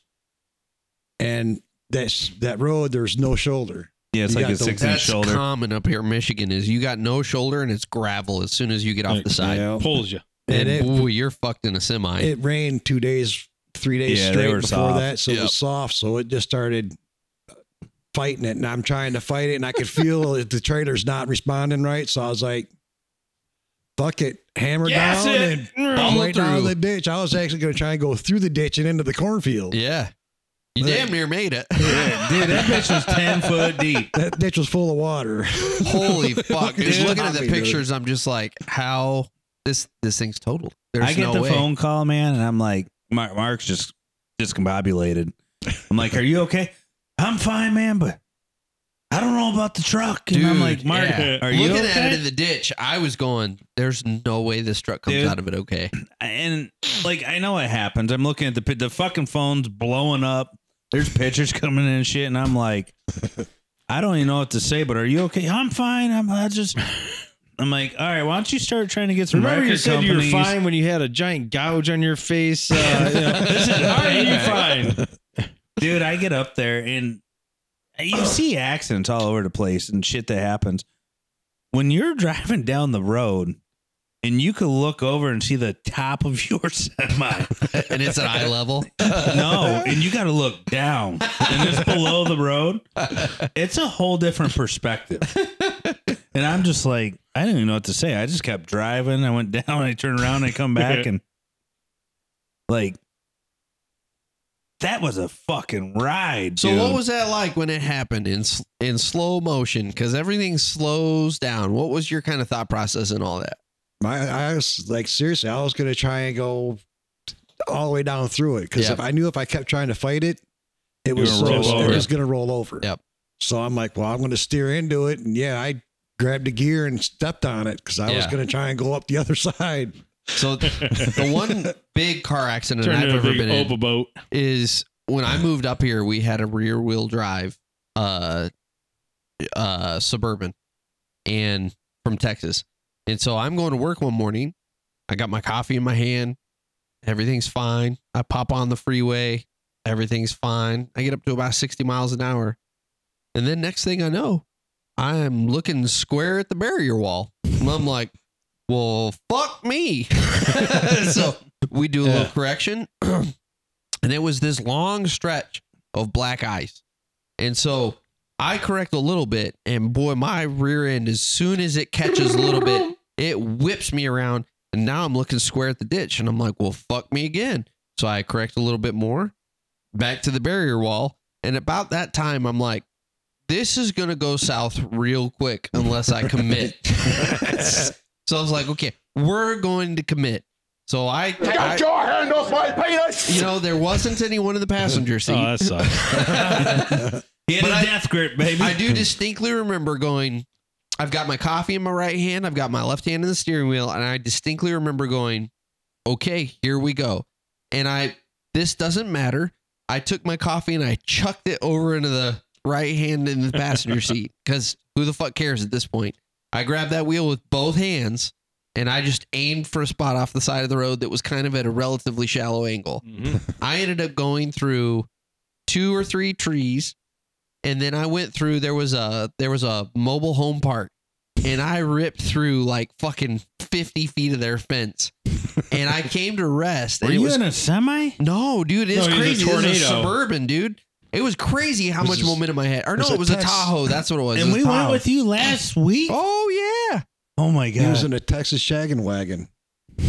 D: And that's that road, there's no shoulder.
B: Yeah, it's
D: You
B: like
D: got
B: a
D: the-
B: six inch
C: That's
B: shoulder.
C: common up here in Michigan is you got no shoulder and it's gravel as soon as you get off
E: Like,
C: the side.
D: yeah.
E: Pulls (laughs) you.
C: And
D: And it-
C: ooh, you're fucked in a semi.
D: It rained two days, three days
B: Yeah, they
D: straight
B: were
D: before
B: soft.
D: that. So it
C: Yep.
D: was soft. So it just started uh, fighting it. And I'm trying to fight it. And I could feel (laughs) that the trailer's not responding right. So I was like, fuck it, hammer
E: Gas
D: down
E: it! (laughs)
D: and
E: Mm.
D: all right down
C: through.
D: the ditch. I was actually going to try and go through the ditch and into the cornfield.
C: yeah. You
D: Yeah.
C: damn near made it.
B: Yeah, dude, that (laughs) bitch was ten foot deep.
D: That ditch was full of water.
C: (laughs) Holy fuck! Dude,
D: Dude.
C: looking at the
D: Fuck me, dude.
C: pictures, I'm just like, how this this thing's totaled. There's
B: I get
C: no
B: the
C: way.
B: phone call, man, and I'm like, Mark, Mark's just discombobulated. I'm like, Are you okay? I'm fine, man, but I don't know about the truck. And I'm
C: Dude,
B: like, Mark,
E: yeah.
B: are you
C: Looking
B: okay?
C: at it in the ditch, I was going, "There's no way this truck comes
B: Dude.
C: out of it okay."
B: and like I know it happens. I'm looking at the pi- the fucking phones blowing up. There's pictures (laughs) coming in and shit, and I'm like, I don't even know what to say. But are you okay? I'm fine. I'm I just. I'm like, all right. Why don't you start trying to get some
E: Remember
B: record
E: you said
B: companies?
E: you were fine when you had a giant gouge on your face. Uh, you know, this is are you fine?
B: (laughs) dude? I get up there and you see accidents all over the place and shit that happens when you're driving down the road. And you could look over and see the top of your (laughs) semi.
C: and it's at
B: (laughs)
C: eye level.
B: No, and you got to look down, and it's below the road. It's a whole different perspective, and I'm just like, I didn't even know what to say. I just kept driving. I went down. I turned around. I come back and like that was a fucking ride.
C: So
B: dude.
C: what was that like when it happened in s- in slow motion? Because everything slows down. What was your kind of thought process and all that?
D: My, I was like, seriously, I was gonna try and go all the way down through it because
C: Yeah.
D: if I knew if I kept trying to fight it, it was
E: gonna roll
D: so-
E: over.
D: it was gonna roll over.
C: Yep.
D: So I'm like, well, I'm gonna steer into it, and yeah, I grabbed a gear and stepped on it because I was
C: Yeah.
D: gonna try and go up the other (laughs) side.
C: So the
B: (laughs)
C: one big car accident
E: Turned
C: I've
E: into a
C: ever
E: big
C: been in
E: Opa (laughs) boat.
C: is when I moved up here. We had a rear wheel drive, uh, uh, suburban, and from Texas. And so I'm going to work one morning. I got my coffee in my hand. Everything's fine. I pop on the freeway. Everything's fine. I get up to about 60 miles an hour. And then next thing I know, I'm looking square at the barrier wall. And I'm like, well, fuck me. (laughs) so we do a
E: Yeah.
C: little correction. and it was this long stretch of black ice. And so I correct a little bit, and boy, my rear end, as soon as it catches a little bit, it whips me around. And now I'm looking square at the ditch, and I'm like, well, fuck me again. So I correct a little bit more, back to the barrier wall. And about that time, I'm like, this is going to go south real quick unless I commit. so I was like, okay, we're going to commit. So I, I
F: your hand off my penis!
C: you know, there wasn't anyone in the passenger seat.
E: Oh, (laughs) that sucks.
C: (laughs)
B: He had
C: But
B: a
C: I-
B: death grip, baby.
C: I do distinctly remember going, I've got my coffee in my right hand, I've got my left hand in the steering wheel, and I distinctly remember going, okay, here we go. And I, this doesn't matter. I took my coffee and I chucked it over into the right hand in the passenger seat because who the fuck cares at this point? I grabbed that wheel with both hands and I just aimed for a spot off the side of the road that was kind of at a relatively shallow angle.
E: Mhm.
C: I ended up going through two or three trees, and then I went through. There was a there was a mobile home park, and I ripped through like fucking fifty feet of their fence, and I came to rest.
B: Were
C: and it
B: you
C: was
B: in a semi?
C: no, dude,
E: No,
C: it's
E: he's a
C: crazy. It was a
E: tornado.
C: suburban, dude. It was crazy how
D: It was
C: much
D: just-
C: momentum I had. Or no,
D: it's
C: it
D: a
C: was a
D: Tex-
C: Tahoe. That's what it was. It
B: and
C: was
B: we
C: a
B: went
C: Tahoe.
B: with you last week. Oh,
C: Oh yeah,
B: my
D: He was
B: god!
D: in a Texas shagging wagon.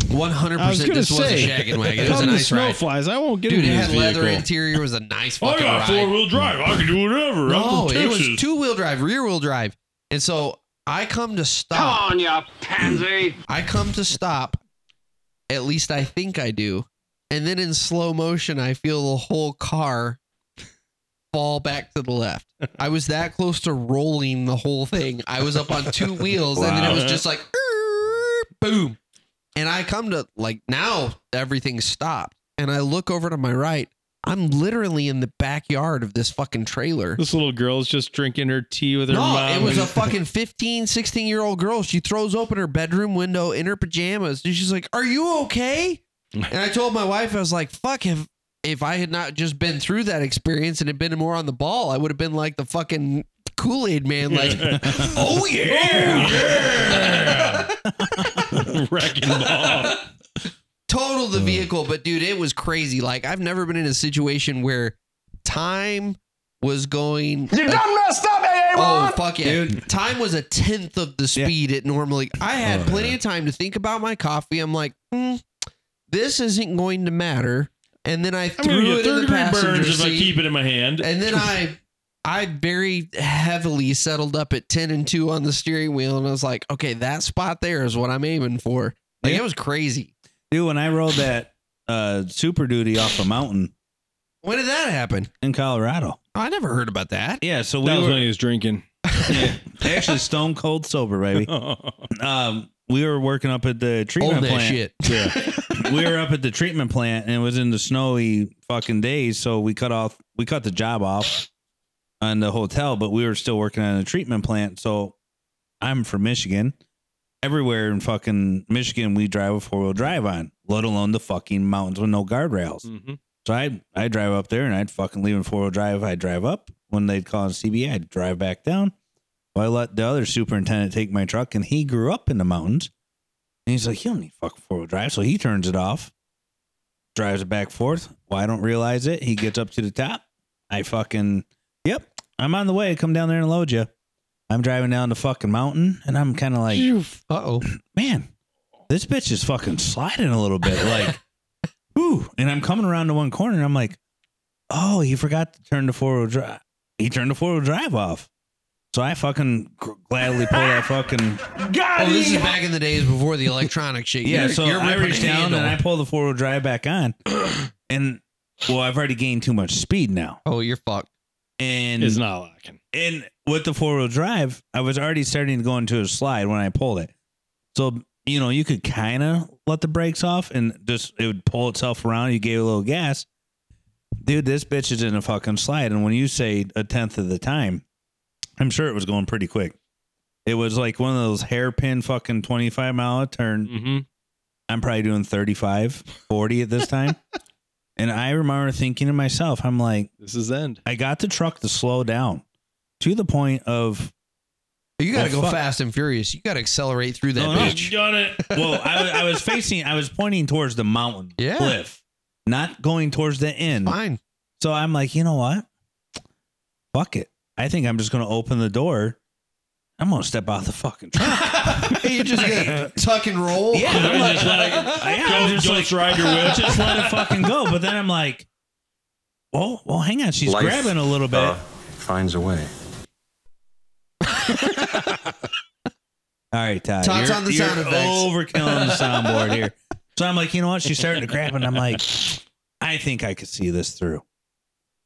C: one hundred
E: I was
C: percent.
E: gonna
C: This was a
E: say,
C: shagging wagon. It was a
E: Come the
C: nice
E: snow
C: ride,
E: flies. I won't get
C: dude. It
E: into this
C: had leather
E: vehicle.
C: interior. It was a nice
E: I
C: fucking
E: got
C: ride.
E: four wheel drive. I can do whatever. I'm
C: No,
E: from
C: it
E: Texas.
C: was two wheel drive, rear wheel drive. And so I come to
F: Come
C: stop.
F: on, you pansy!
C: (clears throat) I come to stop. At least I think I do. And then in slow motion, I feel the whole car fall back to the left. I was that close to rolling the whole thing. I was up on two wheels, and then it was just like "Err," boom. And I come to like now everything's stopped, and I look over to my right. I'm literally in the backyard of this fucking trailer.
E: This little girl's just drinking her tea with her
C: No,
E: mom.
C: it was a
E: and-
C: fucking 15, 16 year old girl. She throws open her bedroom window in her pajamas. And she's like, Are you okay? And I told my wife, I was like, Fuck, if, if I had not just been through that experience and had been more on the ball, I would have been like the fucking Kool Aid man. (laughs) Like, Oh, yeah.
E: wrecking ball.
C: total
E: Mm.
C: the vehicle, but dude, it was crazy. Like, I've never been in a situation where time was going
F: You done messed up,
C: Oh
F: AA1!
C: fuck yeah! Time was a tenth of the speed it normally. I
E: Oh,
C: had plenty of time to think about my coffee. I'm like, hmm, this isn't going to matter. And then I
E: I'm gonna
C: threw
E: get
C: it in
E: third
C: the
E: degree
C: passenger
E: burns if I
C: seat.
E: keep it in my hand.
C: and then I, I very heavily settled up at ten and two on the steering wheel, and I was like, okay, that spot there is what I'm aiming for. Like
B: Yeah.
C: it was crazy.
B: (laughs) Dude, when I rode that uh, Super Duty off a mountain
C: When did that happen?
B: in Colorado,
C: I never heard about that.
B: yeah, so we
E: (laughs) that was
B: were
E: when he was drinking.
B: actually stone cold sober, baby.
C: (laughs)
E: (laughs)
B: Um, we were working up at the
C: Old
B: treatment
C: that
B: plant.
C: shit.
E: yeah.
B: we were up at the treatment plant and it was in the snowy fucking days, so we cut off we cut the job off on the hotel, but we were still working on the treatment plant. So I'm from Michigan. Everywhere in fucking Michigan we drive a four wheel drive on, let alone the fucking mountains with no guardrails.
E: Mhm.
B: So I I drive up there and I'd fucking leave in four wheel drive. I'd drive up when they'd call in CBA. I'd drive back down. Well, I let the other superintendent take my truck, and he grew up in the mountains. And he's like, "You don't need fucking four wheel drive," so he turns it off, drives it back forth. Well, I don't realize it. He gets up to the top. I fucking yep. I'm on the way. Come down there and load you. I'm driving down the fucking mountain and I'm kind of (laughs) like,
C: Uh oh.
B: man, this bitch is fucking sliding a little bit. Like,
C: (laughs)
B: ooh. And I'm coming around to one corner and I'm like, oh, he forgot to turn the four wheel drive. He turned the four wheel drive off. So I fucking gr- gladly pull that fucking.
F: God,
C: Oh, this is back in the days before the electronic shit.
B: Yeah.
C: (laughs) You're-
B: so
C: you're
B: I
C: ripping
B: reach
C: a
B: down
C: handle.
B: and I pull the four wheel drive back
C: (clears throat)
B: on. and, well, I've already gained too much speed now.
C: oh, you're fucked.
B: And
E: It's not locking.
B: and with the four wheel drive, I was already starting to go into a slide when I pulled it. So you know, you could kind of let the brakes off and just it would pull itself around. You gave it a little gas, dude. This bitch is in a fucking slide, and when you say a tenth of the time, I'm sure it was going pretty quick. It was like one of those hairpin fucking 25 mile turn.
E: Mm-hmm.
B: I'm probably doing 35, 40 at this
E: (laughs)
B: time. and I remember thinking to myself, I'm like,
E: This is the end.
B: I got the truck to slow down to the point of
C: You got to
B: Well,
C: go
B: fuck.
C: fast and furious. You got to accelerate through that
B: No, no.
C: bitch.
E: Got it.
B: well, I, was- I was facing, I was pointing towards the mountain
C: Yeah.
B: cliff, not going towards the end.
C: Fine.
B: So I'm like, you know what? Fuck it. I think I'm just gonna open the door. I'm gonna step out the fucking truck.
C: (laughs) you just
D: (laughs)
C: gonna tuck and roll.
B: Yeah, I'm like, (laughs)
E: Just let it-
B: yeah, I'm just like,
E: ride your
B: (laughs)
E: whip.
B: just let it fucking go. But then I'm like, well, well, hang on. She's
G: Life,
B: grabbing a little bit.
G: uh, finds a way.
B: All right, Todd.
C: Todd's
B: you're,
C: on the
B: you're
C: sound effects.
B: Overkilling the soundboard here. (laughs) So I'm like, you know what? She's starting to grab, and I'm like, I think I could see this through.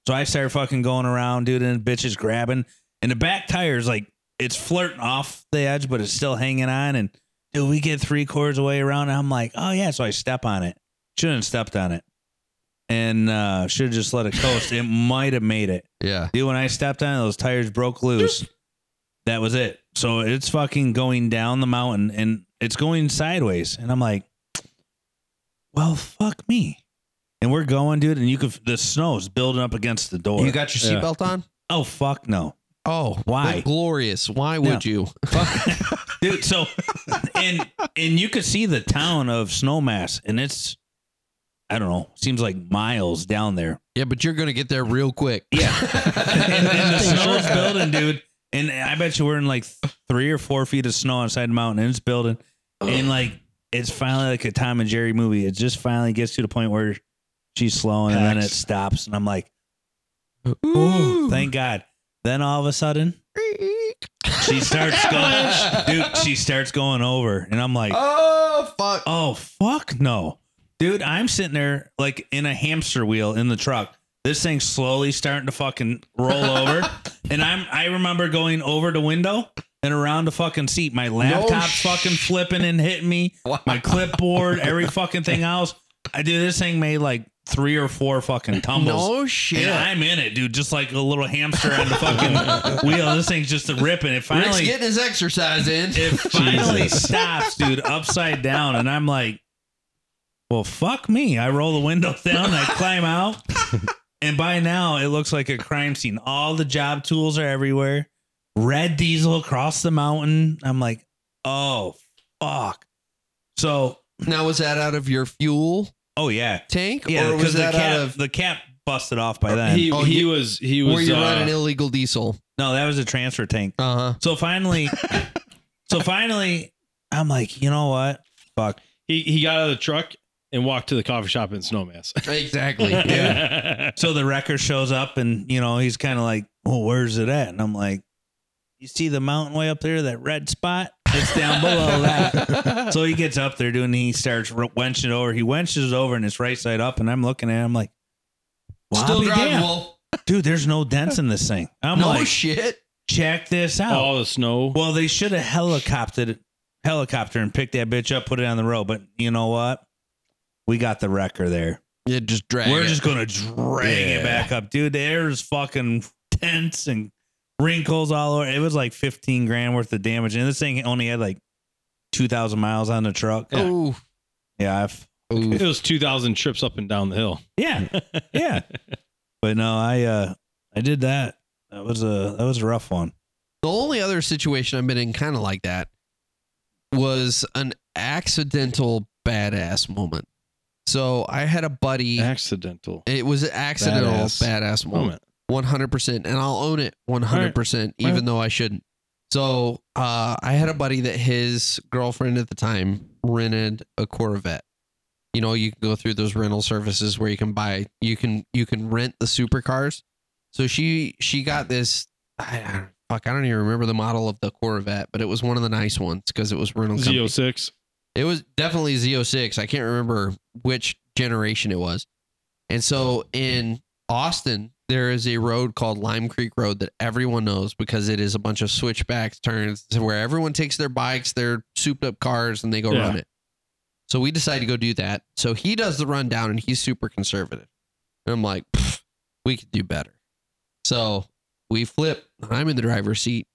B: So I start fucking going around, dude, and bitch is grabbing, and the back tire is like it's flirting off the edge, but it's still hanging on. And dude, we get three quarters away around, and I'm like, oh yeah. So I step on it. Shouldn't have stepped on it, and uh, should have just let it coast. it might have made it.
C: Yeah.
B: Dude, when I stepped on it, those tires broke loose. That was it. So it's fucking going down the mountain and it's going sideways. And I'm like, well, fuck me. And we're going, dude. And you could, the snow's building up against the door.
C: You got your
E: Yeah.
C: seatbelt on?
B: oh, fuck no.
C: Oh,
B: Why?
C: Glorious. Why would you? (laughs)
B: Dude, so, and, and you could see the town of Snowmass and it's, I don't know, seems like miles down there.
C: Yeah, but you're gonna get there real quick. Yeah.
B: and, and the snow's building, dude. And I bet you we're in like three or four feet of snow outside the mountain, and it's building. And like, it's finally like a Tom and Jerry movie. It just finally gets to the point where she's slowing, and then it
E: Packs.
B: stops. And I'm like,
C: Ooh.
B: thank God. Then all of a sudden, she starts going, dude. She starts going over, and I'm like,
C: Oh fuck.
B: oh fuck no, dude. I'm sitting there like in a hamster wheel in the truck. This thing's slowly starting to fucking roll
C: (laughs)
B: over, and I'm I remember going over the window and around the fucking seat. My laptop
C: sh-
B: fucking flipping and hitting
C: (laughs)
B: me. My clipboard, every fucking thing else. I do this thing made like three or four fucking tumbles.
C: No
B: And
C: shit.
B: I'm in it, dude, just like a little hamster on the
C: (laughs)
B: fucking wheel. This thing's just a ripping. It
C: Rick's
B: finally
C: getting his exercise in.
B: it finally stops, dude, upside down, and I'm like, "Well, fuck me!" I roll the window (laughs) down, I climb out, and by now it looks like a crime scene. All the job tools are everywhere. Red diesel across the mountain. I'm like, "Oh, fuck!" So,
C: Now was that out of your fuel
B: oh yeah,
C: tank?
B: yeah,
C: or was
B: because the
C: that out
B: cap
C: of
B: the cap busted off by then.
E: He,
C: Oh,
E: he,
C: you-
E: was he
C: were
E: was
C: you
E: uh,
C: running illegal diesel?
B: no, that was a transfer tank.
C: Uh-huh.
B: So finally, so finally, I'm like, you know what? Fuck.
E: he he got out of the truck and walked to the coffee shop in Snowmass.
B: (laughs)
E: (laughs)
C: Exactly. Oh.
E: Yeah.
B: So the wrecker shows up and, you know, he's kind of like, well, where's it at? And I'm like, you see the mountain way up there, that red spot? It's down below that.
C: (laughs)
B: So he gets up there, dude, and he starts r- wenching it over. He wenches it over and it's right side up. And I'm looking at him like, well, I'll
C: Still
B: be damned.
C: drivable.
B: Dude, there's no dents in this thing. I'm
C: no
B: like,
C: shit.
B: check this out.
E: All the snow.
B: Oh, Well, they should have helicoptered helicopter and picked that bitch up, put it on the road. But you know what? We got the wrecker there.
C: It just dragged.
B: We're just gonna drag it back up, dude. The air is fucking tense and wrinkles all over. It was like fifteen grand worth of damage, and this thing only had like two thousand miles on the truck. Yeah,
C: Ooh.
B: yeah, I've,
C: Ooh.
E: It was two thousand trips up and down the hill.
B: yeah, yeah. but no, I uh, I did that. That was a that was a rough one.
C: The only other situation I've been in kind of like that was an accidental badass moment. So I had a buddy.
E: Accidental
C: It was an accidental
E: Badass.
C: badass, moment.
E: moment.
C: 100%. And I'll own it 100%, even
E: Alright.
C: though I shouldn't. So uh, I had a buddy that his girlfriend at the time rented a Corvette. You know, you can go through those rental services where you can buy, you can you can rent the supercars. So she she got this. I, I, fuck, I don't even remember the model of the Corvette, but it was one of the nice ones because it was rental. company.
E: Z06.
C: It was definitely Z06. I can't remember which generation it was. And so in Austin, there is a road called Lime Creek Road that everyone knows because it is a bunch of switchbacks, turns to where everyone takes their bikes, their souped up cars, and they go
E: Yeah.
C: run it. So we decide to go do that. So he does the rundown and he's super conservative. And I'm like, "Pff, we could do better. So we flip. I'm in the driver's seat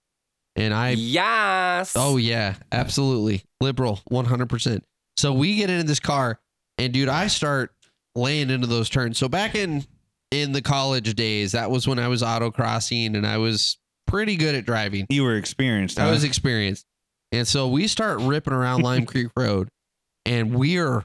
C: and I
G: yes.
C: Oh yeah, absolutely. Liberal, 100%. So we get into this car and dude, I start laying into those turns. So back in in the college days, that was when I was autocrossing and I was pretty good at driving.
A: You were experienced.
C: I
A: huh?
C: was experienced. And so we start ripping around
A: (laughs)
C: Lime Creek Road and we're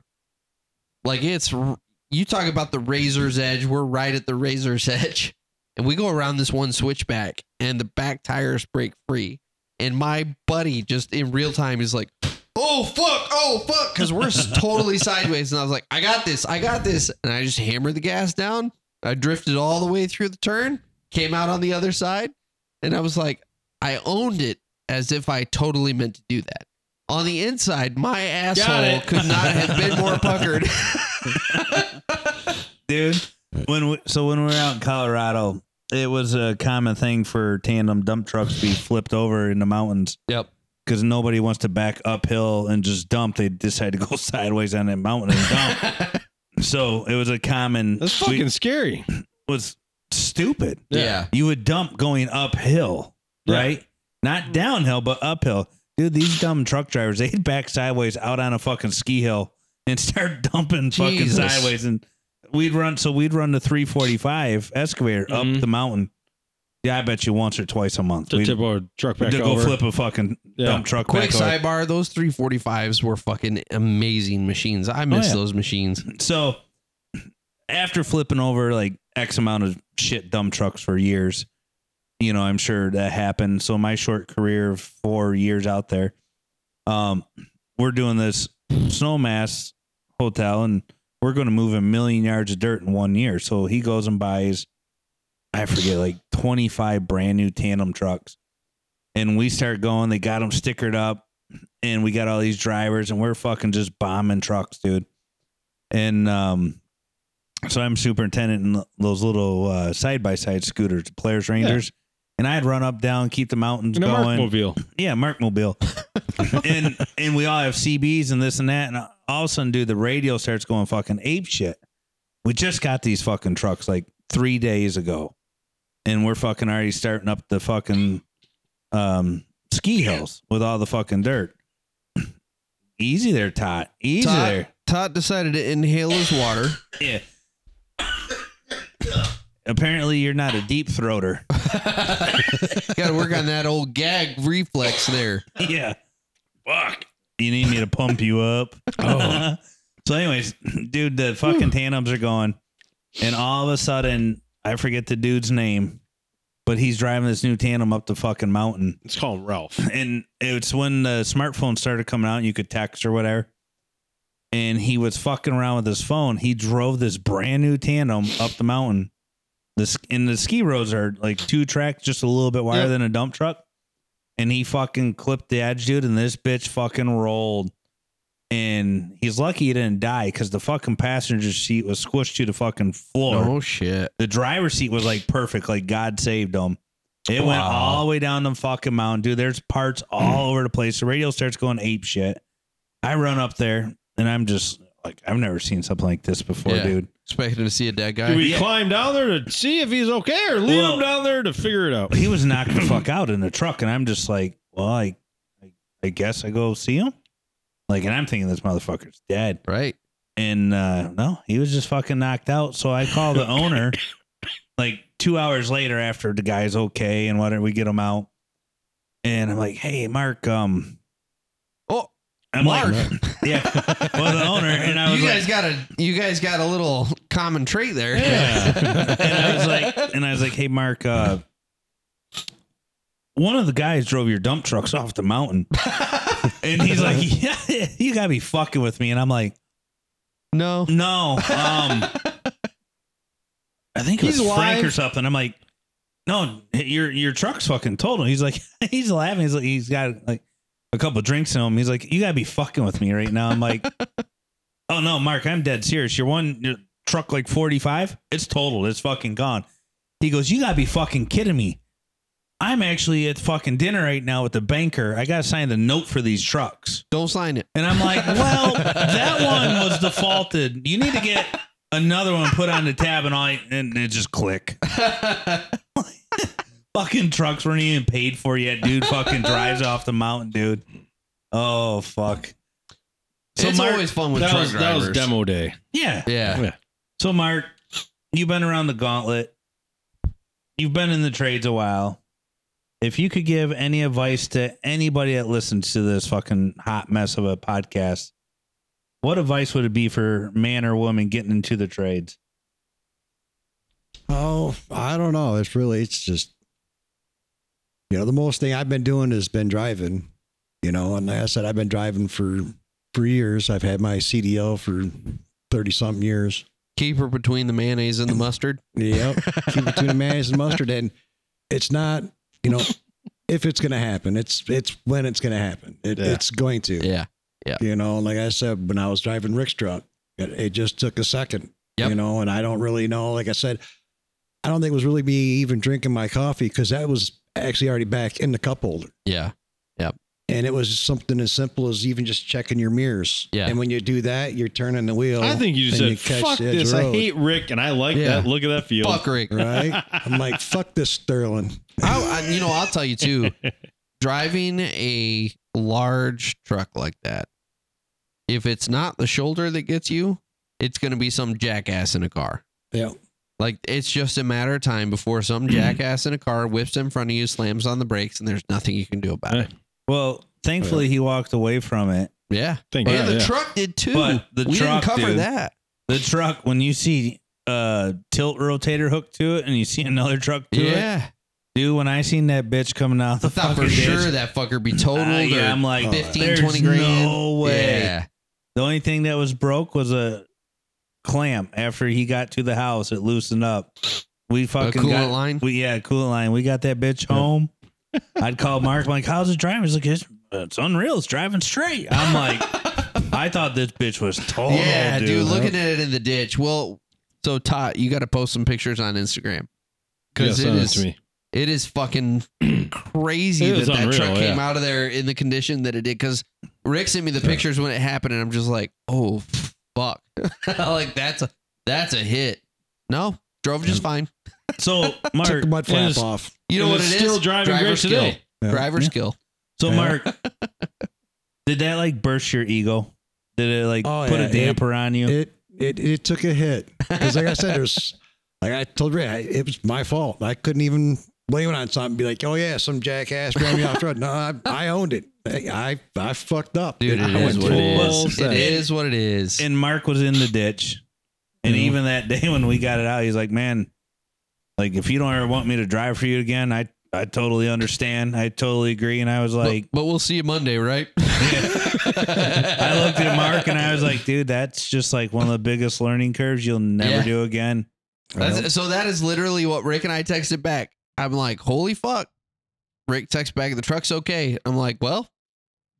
C: like, it's, r- you talk about the razor's edge. We're right at the razor's (laughs) edge. And we go around this one switchback and the back tires break free. And my buddy just in real time is like, oh, fuck, oh, fuck. Cause we're s-
A: (laughs)
C: totally sideways. And I was like, I got this, I got this. And I just hammered the gas down. I drifted all the way through the turn, came out on the other side. And I was like, I owned it as if I totally meant to do that. On the inside, my asshole
E: it.
C: could not have
A: (laughs)
C: been more puckered.
A: dude. When we, so when we were out in Colorado, it was a common thing for tandem dump trucks to be flipped over in the mountains.
C: Yep.
A: Because nobody wants to back uphill and just dump. They decide to go (laughs) sideways on that mountain and dump.
C: (laughs)
A: so it was a common.
E: That's
A: we-
E: fucking scary.
A: was stupid.
C: yeah.
A: You would dump going uphill,
E: Yeah.
A: right? Not downhill, but uphill. Dude, these dumb truck drivers, they'd back sideways out on a fucking ski hill and start (laughs) dumping fucking
C: Jesus.
A: sideways. And we'd run, so we'd run the 345 excavator
E: Mhm.
A: up the mountain. Yeah, I bet you once or twice a month.
E: To
A: We'd,
E: tip our truck
A: we'd
E: back
A: go
E: over.
A: flip a fucking
E: Yeah.
A: dump truck
C: Quick
A: back over.
C: sidebar, those 345s were fucking amazing machines. I miss
A: Oh, yeah.
C: those machines.
A: so after flipping over like X amount of shit dumb trucks for years, you know, I'm sure that happened. So my short career of four years out there, um, we're doing this snowmass hotel and we're going to move a million yards of dirt in one year. So he goes and buys, I forget, like 25 brand new tandem trucks. And we start going, they got them stickered up and we got all these drivers and we're fucking just bombing trucks, dude and um so I'm superintendent in those little uh side by side scooters, players rangers, and I'd run up down, keep the mountains
E: in a
A: going.
E: Markmobile.
A: Yeah, Mark Mobile, and and we all have CBs and this and that, and all of a sudden, dude, the radio starts going fucking ape shit. We just got these fucking trucks like three days ago, and we're fucking already starting up the fucking um ski hills with all the fucking dirt. (clears throat) Easy there, Tot. Easy
C: Tot.
A: there.
C: Todd decided to inhale his water.
A: Yeah. Apparently, you're not a deep throater.
C: Got to work on that old gag reflex there.
A: yeah. Fuck. You need me to pump you up.
E: Oh.
A: (laughs) so, anyways, dude, the fucking tandems are going. And all of a sudden, I forget the dude's name, but he's driving this new tandem up the fucking mountain.
E: Let's call him Ralph.
A: and it's when the smartphone started coming out and you could text or whatever. And he was fucking around with his phone. He drove this brand new tandem up the mountain. This and the ski roads are like two tracks, just a little bit wider
C: Yep.
A: than a dump truck. And he fucking clipped the edge, dude, and this bitch fucking rolled. And he's lucky he didn't die because the fucking passenger seat was squished to the fucking floor.
C: Oh shit.
A: The driver's seat was like perfect, like God saved them. It went
C: Wow.
A: all the way down the fucking mountain, dude. There's parts all over the place. The radio starts going ape shit. I run up there and I'm just like, I've never seen something like this before,
C: Yeah.
A: dude.
C: Expecting to see a dead
E: Do
C: guy.
E: we
A: Yeah.
E: climb down there to see if he's okay or leave
A: Well-
E: him down there to figure it out?
A: He was knocked the fuck out in the truck, and I'm just like, well, I, I, I guess I go see him. Like, and I'm thinking this motherfucker's dead.
C: right.
A: and uh no he was just fucking knocked out so i call the owner like two hours later after the guy's okay and whatever we get him out and i'm like hey mark um
C: Oh,
A: i'm
C: Mark.
A: like yeah well the owner and i was
C: you
A: like
C: guys got a you guys got a little common trait there.
A: and I was like, and I was like, hey, Mark, uh,
B: one of the guys drove your dump trucks off the mountain. and he's like, yeah, you gotta be fucking with me. And I'm like,
C: No.
B: no. Um, I think it
C: He's
B: was Frank
C: live.
B: or something. I'm like, no, your your truck's fucking total. He's like, (laughs) he's laughing. He's like, he's got like a couple drinks in him. He's like, you gotta be fucking with me right now. I'm
C: (laughs)
B: like, oh no, Mark, I'm dead serious. Your one your truck like 45, it's total. It's fucking gone. He goes, you gotta be fucking kidding me. I'm actually at fucking dinner right now with the banker. I gotta sign the note for these trucks.
C: Don't sign it.
B: And I'm like, well, that one was defaulted. You need to get another one put on the tab and all, and it just click. (laughs) fucking trucks weren't even paid for yet. Dude fucking drives off the mountain, dude. Oh, fuck. So
C: it's
B: Mark-
C: always fun with
E: That
C: truck
E: was, that
C: drivers.
E: was demo day.
B: Yeah.
C: Yeah.
B: So, Mark, you've been around the gauntlet. You've been in the trades a while. If you could give any advice to anybody that listens to this fucking hot mess of a podcast, what advice would it be for man or woman getting into the trades?
D: Oh, I don't know. It's really, it's just, you know, the most thing I've been doing has been driving, you know, and like I said, I've been driving for, for years. I've had my CDL for 30 something years.
C: Keeper between the mayonnaise and the mustard.
D: Yep. (laughs) Keep it between mayonnaise and mustard. And it's not, you know, if it's going to happen, it's, it's when it's going to happen. It,
E: Yeah.
D: It's going to,
C: Yeah.
D: you know, like I said, when I was driving Rick's truck, it, it just took a second,
C: Yep.
D: you know, and I don't really know. Like I said, I don't think it was really me even drinking my coffee because that was actually already back in the cup holder.
C: Yeah.
D: And it was something as simple as even just checking your mirrors.
C: Yeah.
D: And when you do that, you're turning the wheel.
E: I think you just
D: and
E: said,
D: catch
E: "Fuck
D: the edge
E: this!
D: of the
E: I
D: road,"
E: hate Rick, and I like
C: Yeah.
E: that. Look at that field.
C: Fuck Rick.
D: Right? I'm like, fuck this Sterling.
C: I, I, you know, I'll tell you too.
E: (laughs)
C: driving a large truck like that, if it's not the shoulder that gets you, it's going to be some jackass in a car.
D: Yeah.
C: Like it's just a matter of time before some
B: Mm-hmm.
C: jackass in a car whips in front of you, slams on the brakes, and there's nothing you can do about it.
B: Well, thankfully he walked away from it.
C: Yeah.
E: Thank
C: Yeah,
E: God,
C: the
E: yeah.
C: truck did too.
B: But the
C: we
B: truck,
C: didn't cover
B: dude.
C: that.
B: The truck, when you see a tilt rotator hooked to it and you see another truck to it,
C: Yeah.
B: dude, when I seen that bitch coming out the
C: I thought
B: fucking
C: for sure
B: ditch,
C: that fucker be
B: uh,
C: totaled
B: yeah, I'm
C: or
B: like,
C: 15,
B: there's
C: 20 grand.
B: no way.
C: Oh. Yeah.
B: The only thing that was broke was a clamp. After he got to the house, it loosened up. We
C: A
B: fucking
C: coolant
B: got
C: line.
B: we yeah coolant line. We got that bitch home. I'd call Mark. I'm like, how's it driving? He's like, it's, it's unreal. It's driving straight. I'm like, I thought this bitch was
D: (laughs)
B: total.
C: yeah, dude,
B: Oh, dude.
C: looking at it in the ditch. Well, so Todd, you got to post some pictures on Instagram
E: Yeah,
C: because it
E: send that
C: is
E: to me.
C: it is
E: (clears throat)
C: fucking crazy
E: It
C: that
E: is
C: that
E: unreal,
C: truck came
E: yeah.
C: out of there in the condition that it did. Because Rick sent me the pictures when it happened, and I'm just like, oh fuck, (laughs) like that's a that's a hit. No, drove just fine.
B: so Mark,
D: Took the mud flap
E: is-
D: off.
C: You know
E: And
C: what it
E: it's
C: is?
E: still driving
C: Driver
E: great
C: skill.
E: today.
D: Yeah.
C: Driver
B: Yeah.
C: skill.
B: so
D: Yeah. (laughs)
B: Mark, did that like burst your ego? Did it like
D: Oh,
B: put
D: yeah,
B: a
D: it-
B: damper on you?
D: It it it took a hit because, like I said, there's (laughs) like I told Ray, I- it was my fault. I couldn't even blame it on something. Be like, oh yeah, some jackass grabbed me off the road. No, I, I owned it. I I, I fucked up.
C: Dude,
D: I
C: it is
D: went
C: what it
D: full
C: is. It
D: set.
C: is what it is.
B: and Mark was in the ditch. And
D: Yeah.
B: even that (laughs) day when we got it out, he's like, "Man, like if you don't ever want me to drive for you again, I I totally understand. I totally agree." And I was
C: But-
B: like,
C: but, we'll see you Monday,
E: (laughs)
C: right?
B: I looked at Mark and I was like, "Dude, that's just like one of the biggest learning curves you'll never
C: Yeah.
B: do again."
C: That's- so that is literally what Rick and I texted back. I'm like, holy fuck. Rick texts back, the truck's okay. I'm like, well,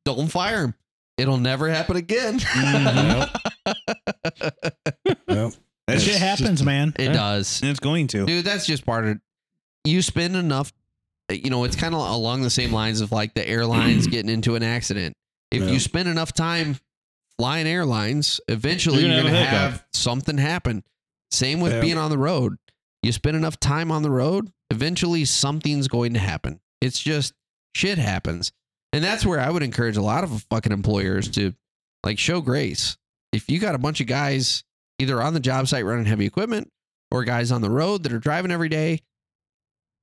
C: don't fire him. It'll never happen again. (laughs)
B: Mhm.
D: Yep.
B: That
D: It's
B: shit happens,
D: just-
B: man.
C: It does.
B: And it's going to.
C: Dude, that's just part of you spend enough you know, it's kind of along the same lines of like the (clears throat) airlines getting into an accident. If
D: Yeah.
C: you spend enough time flying airlines, eventually
E: You're
C: you're
E: gonna
C: gonna,
E: have a
C: have,
E: hiccup.
C: something happen. Same with
D: Yeah.
C: being on the road. You spend enough time on the road, eventually something's going to happen. It's just shit happens. And that's where I would encourage a lot of fucking employers to like show grace. If you got a bunch of guys either on the job site running heavy equipment or guys on the road that are driving every day,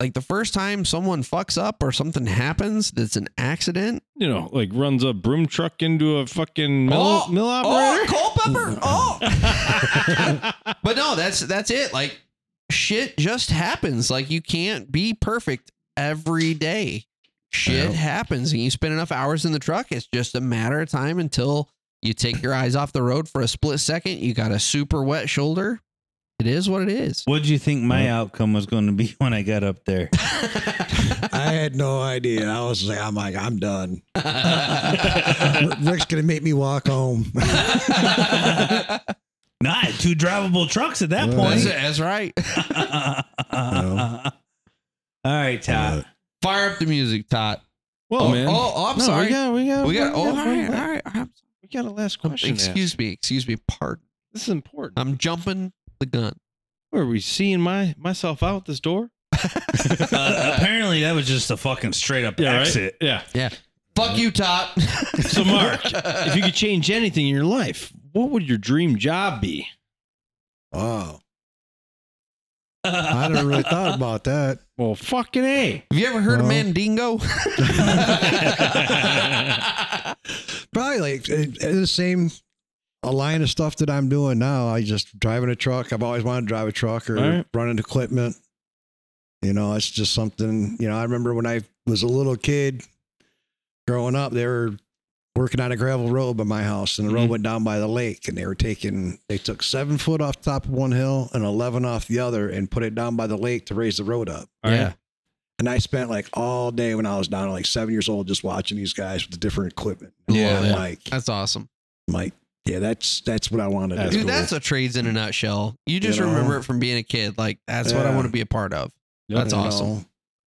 C: like the first time someone fucks up or something happens that's an accident.
E: You know, like runs a broom truck into a fucking mill,
C: Oh,
E: mill operator.
C: (laughs) Culpepper. Oh. but no, that's that's it. Like shit just happens. Like you can't be perfect every day. Shit
D: Yeah.
C: happens, and you spend enough hours in the truck. It's just a matter of time until you take your eyes off the road for a split second. You got a super wet shoulder. It is what it is.
B: What do you think my outcome was going to be (laughs) when I got up
D: (laughs)
B: there?
D: I had no idea. I was like, I'm like,
C: (laughs)
D: I'm done. (laughs) Rick's gonna make me walk home.
B: Not two drivable trucks at that
D: Yeah.
C: That's,
B: point.
C: it, that's right.
B: (laughs) All right, Todd.
C: Fire up the music, Tot.
E: (laughs) Well,
C: oh,
E: man.
C: Oh, oh, I'm
E: No,
C: sorry.
E: We got, we got,
C: we got. Oh, all right, all
E: we,
C: right. I'm-
E: we got a last question. to ask.
C: excuse Um, me. Excuse me. Pardon.
E: This is important.
C: I'm jumping the gun.
E: Were we seeing my myself out this door?
B: Uh, apparently, that was just a fucking straight up exit.
E: Yeah.
C: Fuck you, Tot.
E: So, Mark, if you could change anything in your life, what would your dream job be?
D: Oh, I never really thought about that.
E: Well, fucking a.
C: Have you ever heard of
D: Well.
C: Mandingo? (laughs)
D: (laughs) Probably like it- it's the same a line of stuff that I'm doing now. I just driving a truck. I've always wanted to drive a truck or
E: All right.
D: running equipment. You know, it's just something. You know, I remember when I was a little kid growing up, they were working on a gravel road by my house, and the road
E: Mhm.
D: went down by the lake, and they were taking they took seven foot off top of one hill and eleven off the other, and put it down by the lake to raise the road up.
E: All
C: Yeah.
E: right.
D: And I spent like all day when I was down, like seven years old, just watching these guys with the different equipment.
C: Yeah,
D: I'm
E: yeah.
D: like,
C: That's awesome.
D: I'm like, yeah, that's that's what I want to
E: That's
D: do.
C: Dude, that's a trades in a nutshell. You just
D: You know?
C: remember it from being a kid. Like, that's what I
D: Yeah.
C: want to be a part of. that's
D: You know,
C: awesome.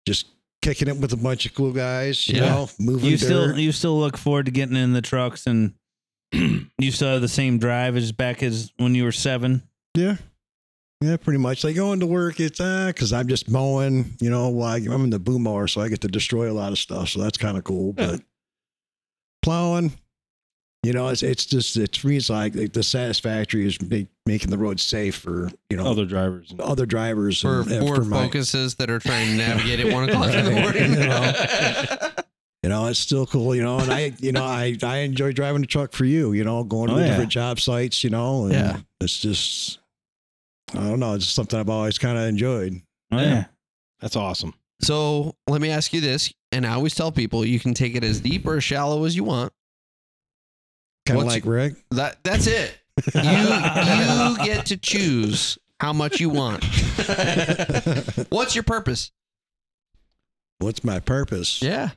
D: just kicking it with a bunch of cool guys. You
C: Yeah.
D: know, moving
B: You
D: you
B: still you still look forward to getting in the trucks and (clears throat) you still have the same drive as back as when you were seven.
D: yeah, yeah, pretty much. Like going to work, it's uh, because I'm just mowing. You know, well, I, I'm in the boom mower, so I get to destroy a lot of stuff. So that's kind of cool.
E: Yeah.
D: But plowing. You know, it's it's just it's for me. It's like, like the satisfactory is make, making the road safe for you know
E: Other drivers. and-
D: other drivers
C: For
D: and- and
C: Ford
D: my-
C: focuses that are trying to navigate at
D: (laughs)
C: one o'clock in the (laughs)
D: Right,
C: morning.
D: you you know it's still cool you know and i you know i i enjoy driving the truck for you you know going to
B: Oh,
D: the
B: yeah.
D: different job sites you know and
C: Yeah.
D: it's just i don't know it's just something i've always kind of enjoyed
B: Oh,
E: Yeah. (laughs) That's awesome.
C: So let me ask you this, and I always tell people you can take it as deep or as shallow as you want.
D: kind of
C: What's-
D: like rick (laughs)
C: That that's it. You you get to choose how much you want. What's your purpose?
D: what's my purpose
C: Yeah.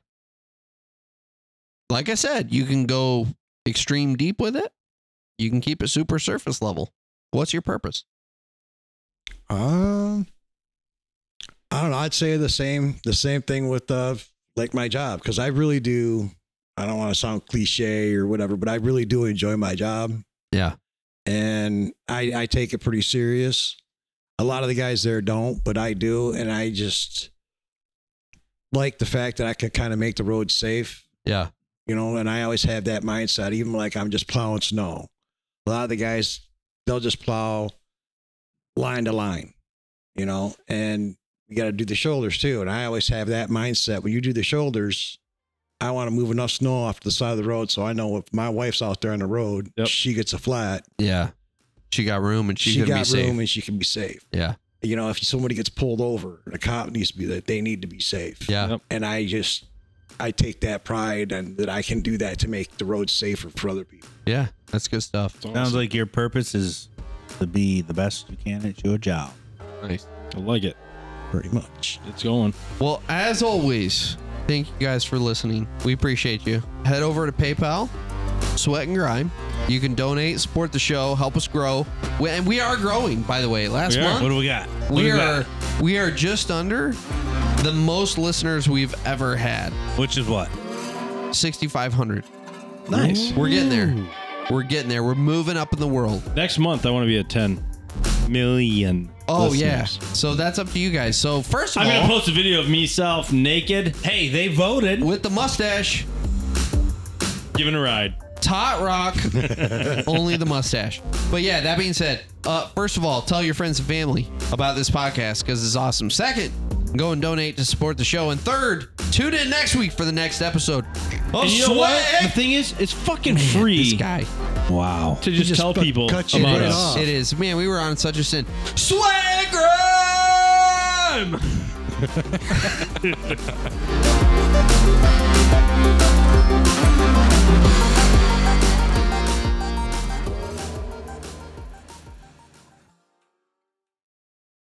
C: Like I said, you can go extreme deep with it. You can keep it super surface level. What's your purpose?
D: um i don't know i'd say the same the same thing with uh like my job because i really do i don't want to sound cliche or whatever but i really do enjoy my job
C: Yeah.
D: and I, I take it pretty serious. A lot of the guys there don't, but I do, and I just like the fact that I can kind of make the road safe,
C: Yeah.
D: you know. And I always have that mindset, even like I'm just plowing snow. A lot of the guys they'll just plow line to line, you know, and you got to do the shoulders too. And I always have that mindset when you do the shoulders. I want to move enough snow off the side of the road so I know if my wife's out there on the road,
E: Yep.
D: she gets a flat
C: Yeah. She got room and she,
D: she
C: could
D: got
C: be
D: room
C: safe.
D: and she can be safe.
C: Yeah.
D: You know, if somebody gets pulled over, the cop needs to be that they need to be safe.
C: Yeah.
E: Yep.
D: And I just, I take that pride and that I can do that to make the road safer for other people.
C: Yeah. That's good stuff.
B: Sounds like your purpose is to be the best you can at your job.
C: Nice.
E: I like it.
D: Pretty much.
E: It's going.
C: Well, as always, thank you guys for listening. We appreciate you. Head over to PayPal, Sweat and Grime. You can donate, support the show, help us grow. We- And we are growing, by the way. Last
E: We are.
C: month,
B: What do we got? What do
C: we
B: got?
C: are we are just under the most listeners we've ever had
B: which is what?
C: 6500
E: Nice.
C: we're getting there we're getting there we're moving up in the world
E: Next month, I want to be at 10 million.
C: oh yeah
E: listeners.
C: so that's up to you guys so first of
E: I'm going to
C: all
E: post a video of myself naked,
B: Hey, they voted.
C: with the mustache
E: giving a ride.
C: tot rock only the mustache but yeah that being said uh, first of all tell your friends and family about this podcast because it's awesome second go and donate to support the show and third tune in next week for the next episode oh
E: And you know what? The thing is, it's fucking
C: this
E: free
C: guy
B: Wow.
E: to just,
D: just
E: tell
D: cut-
E: people
D: cut your
E: about
D: head
E: us.
D: off.
C: It is. Man, we were on such a sin. Swag Grime!
G: Thank you.